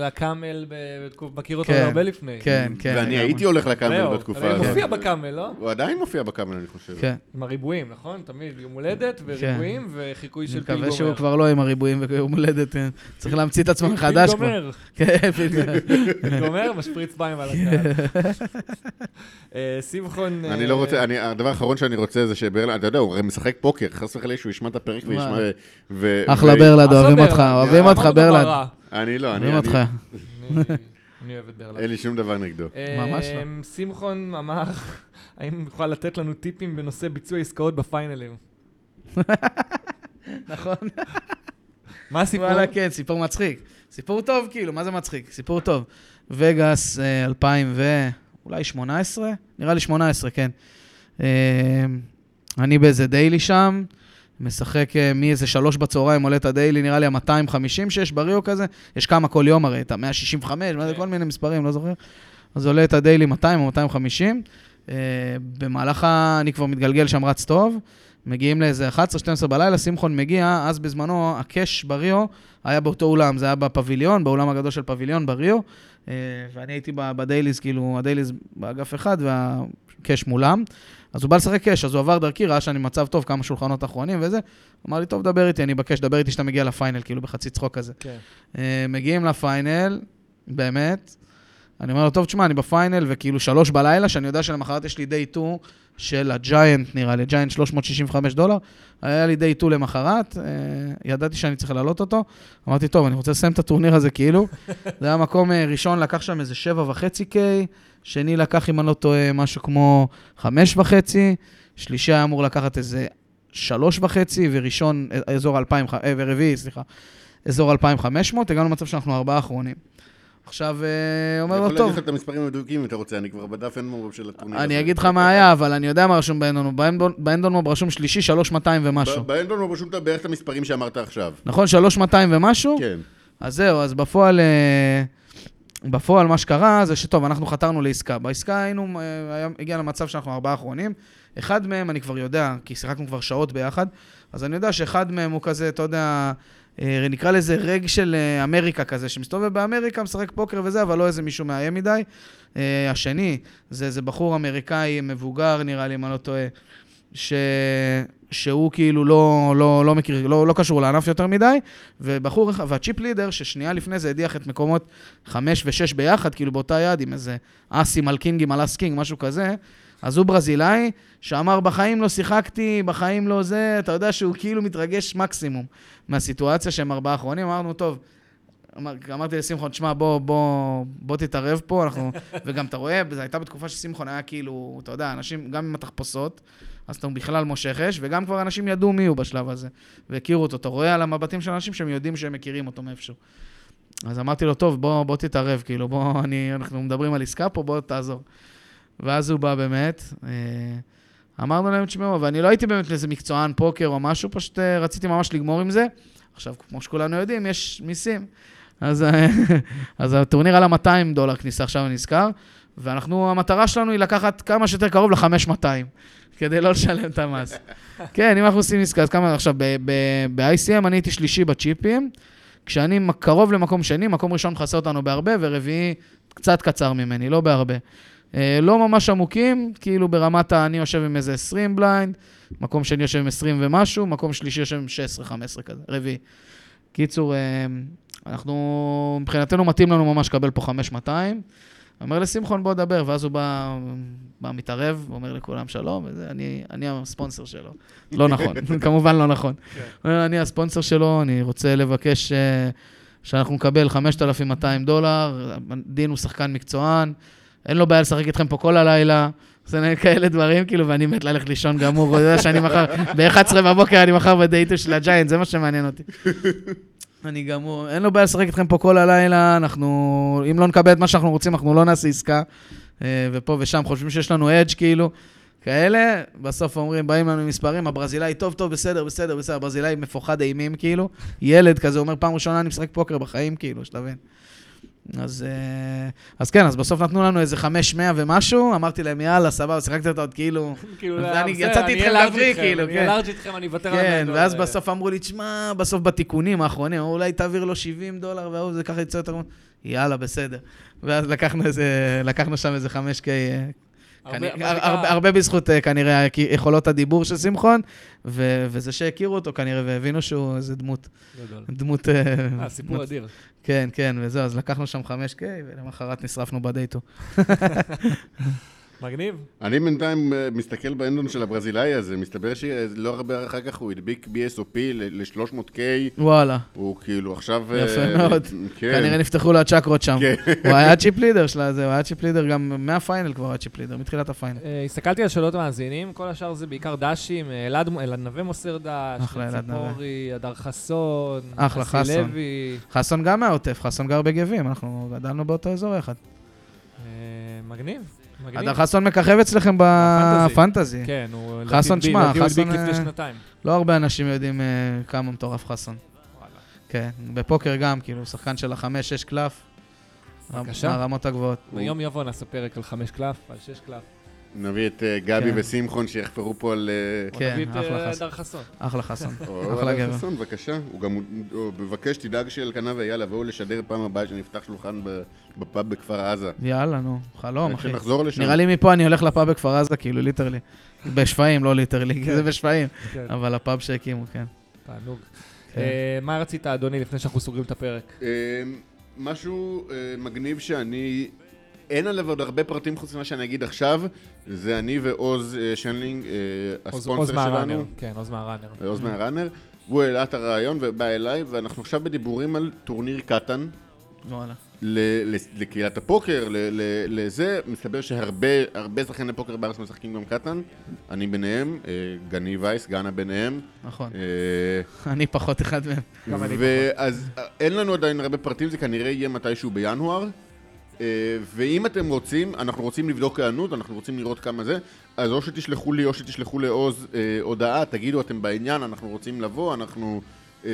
S2: לקאמל, ב- בתקופ- מכיר אותו
S4: כן,
S2: הרבה לפני.
S4: כן, כן.
S3: ואני
S4: לגמרי.
S3: הייתי הולך
S2: זהו,
S3: לקאמל בתקופה
S2: אבל הוא
S3: הזאת.
S2: מופיע בקאמל, לא?
S3: הוא עדיין מופיע בקאמל, אני חושב.
S4: כן.
S2: עם הריבועים, נכון? תמיד יום הולדת וריבועים וחיקוי
S4: אני
S2: של
S4: מקווה
S2: פיל גומר.
S4: שהוא כבר לא עם הריבועים ויום הולדת, אה, צריך להמציא את עצמו מחדש
S2: פיל
S4: כבר.
S2: גומר,
S4: כן, פתאום.
S2: פיל גומר, משפריץ מים על הקהל.
S4: כן.
S2: אה, שמחון...
S3: אני
S2: אה,
S3: לא רוצה, אני- הדבר האחרון שאני רוצה זה שברלד, אתה יודע, הוא הרי משחק פוקר, חס וחלילה שהוא ישמע את הפרק
S4: וואי.
S3: וישמע... ו-
S4: אחלה
S3: ו-
S4: ברלד,
S2: אחלה
S4: אוהבים
S2: ברלנד. אה,
S4: אותך, אוהבים
S2: אמרנו
S4: אותך
S2: דבר
S4: ברלד.
S2: רע.
S3: אני לא, אני...
S4: אוהבים אותך.
S3: אני-
S2: אני- אני אוהב את ברלנד.
S3: אין לי שום דבר נגדו.
S4: ממש לא.
S2: אה, שמחון אמר, *laughs* האם יוכל לתת לנו טיפים בנושא ביצוע עסקאות בפיינלים?
S4: *laughs* נכון.
S2: *laughs* מה הסיפור?
S4: וואלה, כן, סיפור מצחיק. סיפור טוב, כאילו, מה זה מצחיק? סיפור טוב. וגאס, אה, 2000 ו... אולי 18? נראה לי 18, כן. אה, אני באיזה דיילי שם, משחק אה, מאיזה שלוש בצהריים, עולה את הדיילי, נראה לי ה-250 שיש בריו כזה, יש כמה כל יום הרי, את ה-165,
S2: כן.
S4: כל מיני מספרים, לא זוכר. אז עולה את הדיילי 200 או 250. אה, במהלך ה... אני כבר מתגלגל שם, רץ טוב. מגיעים לאיזה 11-12 בלילה, שמחון מגיע, אז בזמנו הקאש בריו היה באותו אולם, זה היה בפביליון, באולם הגדול של פביליון בריו, אה, ואני הייתי ב- בדייליז, כאילו, הדייליז באגף אחד והקאש מולם. אז הוא בא לשחק קאש, אז הוא עבר דרכי, ראה שאני במצב טוב, כמה שולחנות אחרונים וזה. אמר לי, טוב, דבר איתי, אני אבקש, דבר איתי שאתה מגיע לפיינל, כאילו, בחצי צחוק כזה.
S2: כן.
S4: אה, מגיעים לפיינל, באמת. אני אומר לו, טוב, תשמע, אני בפיינל, וכאילו שלוש בלילה, שאני יודע שלמחרת יש לי דיי 2 של הג'יינט, נראה לי, ג'יינט 365 דולר. היה לי דיי 2 למחרת, אה, ידעתי שאני צריך להעלות אותו. אמרתי, טוב, אני רוצה לסיים את הטורניר הזה,
S3: *laughs*
S4: כאילו. זה היה מקום אה, ראשון, לקח שם איזה 7.5K, שני לקח, אם אני לא טועה, משהו כמו 5.5, שלישי היה אמור לקחת איזה 3.5, וראשון, אה, אזור 2,000, אה, ורביעי, סליחה, אזור 2,500, הגענו למצב שאנחנו ארבעה האחרונים. עכשיו, אה, אומר
S3: אני יכול
S4: לו,
S3: להגיד
S4: טוב,
S3: לך את המספרים המדויקים אם אתה רוצה, אני כבר בדף אין מורב של הטורניר הזה.
S4: אני אגיד לך מה היה, אבל אני יודע מה רשום באנדון, באנדון- באנדון מוב רשום שלישי, 3,200 ומשהו.
S3: ב- באנדון הוא פשוט בערך את המספרים שאמרת עכשיו.
S4: נכון, 3,200 ומשהו?
S3: כן.
S4: אז זהו, אז בפועל, אה, בפועל מה שקרה זה שטוב, אנחנו חתרנו לעסקה. בעסקה היינו, אה, היה- הגיע למצב שאנחנו ארבעה אחרונים. אחד מהם, אני כבר יודע, כי שיחקנו כבר שעות ביחד, אז אני יודע שאחד מהם הוא כזה, אתה יודע, אה, נקרא לזה רג של אה, אמריקה כזה, שמסתובב באמריקה, משחק פוקר וזה, אבל לא איזה מישהו מאיים מדי. אה, השני, זה איזה בחור אמריקאי מבוגר, נראה לי, אם אני לא טועה, ש... שהוא כאילו לא, לא, לא מכיר, לא, לא קשור לענף יותר מדי, ובחור, אחד- והצ'יפ לידר, ששנייה לפני זה הדיח את מקומות חמש ושש ביחד, כאילו באותה יד, עם איזה אסי מלקינג עם אלס קינג, משהו כזה, אז הוא ברזילאי, שאמר, בחיים לא שיחקתי, בחיים לא זה, אתה יודע שהוא כאילו מתרגש מקסימום מהסיטואציה שהם ארבעה האחרונים, אמרנו, טוב, אמר, אמרתי לשמחון, תשמע, בוא, בוא, בוא תתערב פה, אנחנו... *laughs* וגם אתה רואה, זו הייתה בתקופה ששמחון היה כאילו, אתה יודע, אנשים, גם עם התחפושות, אז אתה בכלל מושכש, וגם כבר אנשים ידעו מי הוא בשלב הזה, והכירו אותו. אתה רואה על המבטים של אנשים שהם יודעים שהם מכירים אותו מאיפשהו. אז אמרתי לו, טוב, בוא, בוא תתערב, כאילו, בוא, *laughs* אני, אנחנו מדברים על עסקה פה, בוא תעזור. ואז הוא בא באמת, אה, אמרנו להם, תשמעו, ואני לא הייתי באמת איזה מקצוען פוקר או משהו, פשוט אה, רציתי ממש לגמור עם זה. עכשיו, כמו שכולנו יודעים, יש מיסים. אז, אה, *laughs* אז הטורניר עלה 200 דולר כניסה, עכשיו אני נזכר, ואנחנו, המטרה שלנו היא לקחת כמה שיותר קרוב ל-5,200, כדי לא לשלם את המס. כן, אם אנחנו עושים עסקה, אז כמה עכשיו, ב- ב- ב-ICM אני הייתי שלישי בצ'יפים, כשאני מ- קרוב למקום שני, מקום ראשון מכסה אותנו בהרבה, ורביעי קצת קצר ממני, לא בהרבה. אה, לא ממש עמוקים, כאילו ברמת ה... אני יושב עם איזה 20 בליינד, מקום שני יושב עם 20 ומשהו, מקום שלישי יושב עם 16-15 כזה, רביעי. קיצור, אה, אנחנו, מבחינתנו מתאים לנו ממש לקבל פה 5200. אומר לשמחון, בוא דבר, ואז הוא בא, בא מתערב, אומר לכולם שלום, וזה, אני, אני הספונסר שלו. לא נכון, כמובן לא נכון. הוא אומר, אני הספונסר שלו, אני רוצה לבקש אה, שאנחנו נקבל 5,200 דולר, דין הוא שחקן מקצוען, אין לו בעיה לשחק איתכם פה כל הלילה. זה כאלה דברים, כאילו, ואני מת ללכת לישון גם הוא, הוא יודע שאני מחר, ב-11 בבוקר אני מחר בדייטו של הג'יינט, זה מה שמעניין אותי. אני גמור, אין לו בעיה לשחק איתכם פה כל הלילה, אנחנו, אם לא נקבל את מה שאנחנו רוצים, אנחנו לא נעשה עסקה. אה, ופה ושם חושבים שיש לנו אדג' כאילו, כאלה, בסוף אומרים, באים לנו עם מספרים, הברזילאי, טוב, טוב, בסדר, בסדר, בסדר, הברזילאי מפוחד אימים כאילו, ילד כזה אומר, פעם ראשונה אני משחק פוקר בחיים כאילו, שתבין. אז, אה, אז כן, אז בסוף נתנו לנו איזה 500 ומשהו, אמרתי להם, יאללה, סבבה, שיחקת אותה עוד כאילו,
S2: כאילו,
S4: ואני
S2: לא, בסדר,
S4: יצאתי
S2: אני
S4: איתכם
S2: אלרג'
S4: להבריא,
S2: איתכם,
S4: כאילו,
S2: אני
S4: כן.
S2: אלרג' איתכם, אני אוותר על
S4: כן,
S2: הדולר
S4: ואז
S2: האלה.
S4: בסוף אמרו לי, תשמע, בסוף בתיקונים האחרונים, אמרו, אולי תעביר לו 70 דולר, וההוא זה ככה יצא יותר... יאללה, בסדר. ואז לקחנו איזה, לקחנו שם איזה 5K, אה,
S2: הרבה-
S4: כנראה-
S2: מה שנקרא-
S4: הרבה- הרבה בזכות אה, כנראה הכי- יכולות הדיבור של שמחון, ו- וזה שהכירו אותו כנראה, והבינו שהוא איזה דמות,
S2: גדול.
S4: דמות... אה,
S2: אה, סיפור
S4: דמות-
S2: אדיר.
S4: כן, כן, וזהו, אז לקחנו שם 5K, ולמחרת נשרפנו בדייטו.
S2: מגניב.
S3: אני בינתיים אה, מסתכל באנדון של הברזילאי הזה, מסתבר שלא הרבה אחר כך הוא הדביק BSOP ל-300K,
S4: וואלה,
S3: הוא כאילו עכשיו...
S4: יפה
S3: אה,
S4: מאוד.
S3: כן.
S4: כנראה נפתחו לו הצ'קרות שם.
S3: כן.
S4: הוא היה צ'יפ לידר שלה, זה, הוא היה צ'יפ לידר גם מהפיינל כבר היה צ'יפ לידר, מתחילת הפיינל.
S2: אה, הסתכלתי על שאלות מאזינים, כל השאר זה בעיקר דשים, אה, אלעד אלעד נווה מוסר דש,
S4: אחלה, אלעד נווה.
S2: ציפורי, הדר חסון,
S4: אחלה,
S2: אסי
S4: חסון.
S2: לוי,
S4: חסון גם מהעוטף, חסון גר בגבים, אנחנו גדלנו באותו אזור יחד.
S2: אה, מגניב, מגניב.
S4: הדר חסון מככב אצלכם
S2: בפנטזי.
S4: בפנטזי.
S2: כן, הוא...
S4: חסון,
S2: לדעתי
S4: שמע,
S2: הדביק- לדעתי
S4: חסון,
S2: הוא הדביק
S4: אה,
S2: לפני שנתיים.
S4: לא הרבה אנשים יודעים אה, כמה מטורף חסון.
S2: וואלה.
S4: כן, בפוקר גם, כאילו, שחקן של החמש-שש קלף.
S2: בבקשה.
S4: מהרמות הגבוהות.
S2: ביום יבוא נעשה פרק על חמש קלף, על שש קלף.
S3: נביא את אה, גבי
S4: כן.
S3: ושמחון שיחפרו פה על...
S4: *laughs*
S3: אה,
S2: בוא
S4: כן,
S2: נביא את,
S4: אחלה
S2: אה,
S4: חסון.
S2: הדר חסון.
S4: אחלה חסון,
S2: *laughs*
S3: או
S4: אחלה
S3: אוהד
S4: גבר.
S3: חסון, בבקשה. הוא גם הוא מבקש, תדאג שאלקנה ואייל יבואו לשדר פעם הבאה שנפתח שולחן ב- בפאב בכפר עזה.
S4: יאללה, נו, חלום, אחי.
S3: כשנחזור לשם.
S4: לא, נראה לי מפה אני הולך לפאב בכפר עזה, כאילו, ליטרלי. בשפיים, לא ליטרלי, כי זה בשפיים.
S2: כן,
S4: אבל הפאב שהקימו, כן.
S2: תענוג.
S4: כן.
S2: אה, מה רצית, אדוני, לפני שאנחנו סוגרים את הפרק?
S3: אה, משהו אה, מגניב שאני... אין עליו עוד הרבה פרטים חוץ ממה שאני אגיד עכשיו, זה אני ועוז אה, שנלינג, אה,
S2: עוז-
S3: הספונסר
S2: עוז
S3: שלנו,
S2: מהראנר. כן, עוז מהראנר.
S3: אה, עוז מהראנר, הוא העלה את הרעיון ובא אליי, ואנחנו עכשיו בדיבורים על טורניר קטן,
S4: וואלה.
S3: ל- ל- לקהילת הפוקר, ל- ל- לזה, מסתבר שהרבה הרבה שחקני פוקר בארץ משחקים גם קטן, אני ביניהם, אה, גני וייס, גאנה ביניהם.
S4: נכון.
S3: אה,
S4: אני פחות אחד מהם.
S2: גם אני
S3: ואז אה, אין לנו עדיין הרבה פרטים, זה כנראה יהיה מתישהו בינואר. אה, ואם אתם רוצים, אנחנו רוצים לבדוק היענות, אנחנו רוצים לראות כמה זה, אז או שתשלחו לי או שתשלחו לעוז אה, הודעה, תגידו אתם בעניין, אנחנו רוצים לבוא, אנחנו אה,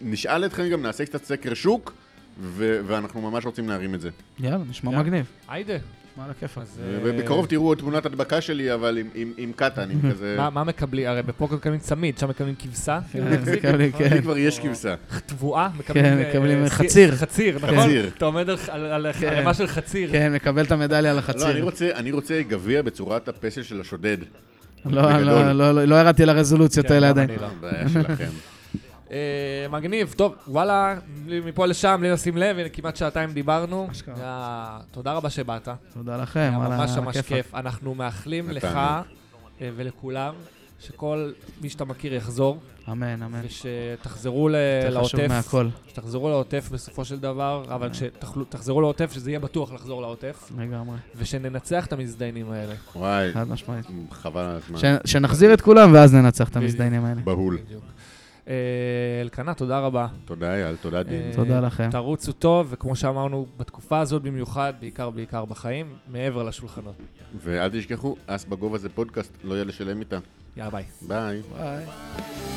S3: נשאל אתכם גם, נעשה קצת סקר שוק, ו- ואנחנו ממש רוצים להרים את זה.
S4: יאללה, נשמע
S2: יאללה.
S4: מגניב.
S2: היידה.
S4: מה לכיפאק.
S2: אז, אה,
S3: ובקרוב תראו את תמונת הדבקה שלי, אבל עם- עם עם קטן,
S2: *laughs*
S3: עם כזה...
S2: מה- מה מקבלים? הרי פה מקבלים צמיד, שם מקבלים כבשה.
S4: מקבלים, כן.
S3: לי כבר יש כבשה.
S2: תבואה.
S4: כן,
S2: אה,
S4: מקבלים
S2: אה,
S4: חציר.
S2: חציר, נכון?
S3: כן. חציר.
S2: אתה עומד על- על על
S4: כן.
S2: ערימה של חציר.
S4: כן, מקבל את המדליה על
S3: לא, אני
S4: החציר.
S3: רוצה- אני רוצה גביע בצורת הפסל של השודד.
S4: לא,
S3: בגדול.
S4: לא, לא, לא, לא ירדתי לרזולוציות
S2: כן,
S4: האלה
S2: גם
S4: עדיין.
S2: אני לא.
S3: בעיה שלכם.
S2: אה, מגניב, טוב, וואלה, בלי- מפה לשם, בלי לשים לב, הנה כמעט שעתיים דיברנו.
S4: אשכרה.
S2: אה, תודה רבה שבאת,
S4: תודה
S2: היה
S4: לכם, וואלה,
S2: ממש ממש
S4: הכיפאק.
S2: כיף. אנחנו מאחלים
S3: נתנו.
S2: לך אה, ולכולם שכל מי שאתה מכיר יחזור,
S4: אמן, אמן.
S2: ושתחזרו ל-
S4: כן. יותר חשוב
S2: לעוטף,
S4: מהכל, כן.
S2: שתחזרו לעוטף בסופו של דבר, אבל כשתחזרו לעוטף, שזה יהיה בטוח לחזור לעוטף,
S4: לגמרי.
S2: ושננצח את המזדיינים האלה.
S3: וואי,
S4: חד משמעית.
S3: חבל על הזמן.
S4: ש- שנחזיר את כולם ואז ננצח את
S2: בדיוק.
S4: המזדיינים האלה.
S3: בהול.
S2: בדיוק. אה, אלקנה, תודה רבה.
S3: תודה, אייל, תודה, דין.
S2: אה,
S4: תודה לכם.
S2: תרוצו טוב, וכמו שאמרנו, בתקופה הזאת במיוחד, בעיקר בעיקר בחיים, מעבר לשולחנות.
S3: ואל תשכחו, אס בגובה זה פודקאסט, לא יהיה לשלם איתה.
S2: יאללה ביי.
S3: ביי.
S4: ביי.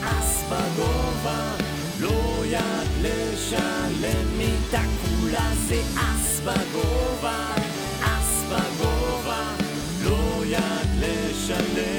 S1: אס בגובה, לא יד לשלם מיתה כולה זה אס בגובה, אס בגובה, לא יד לשלם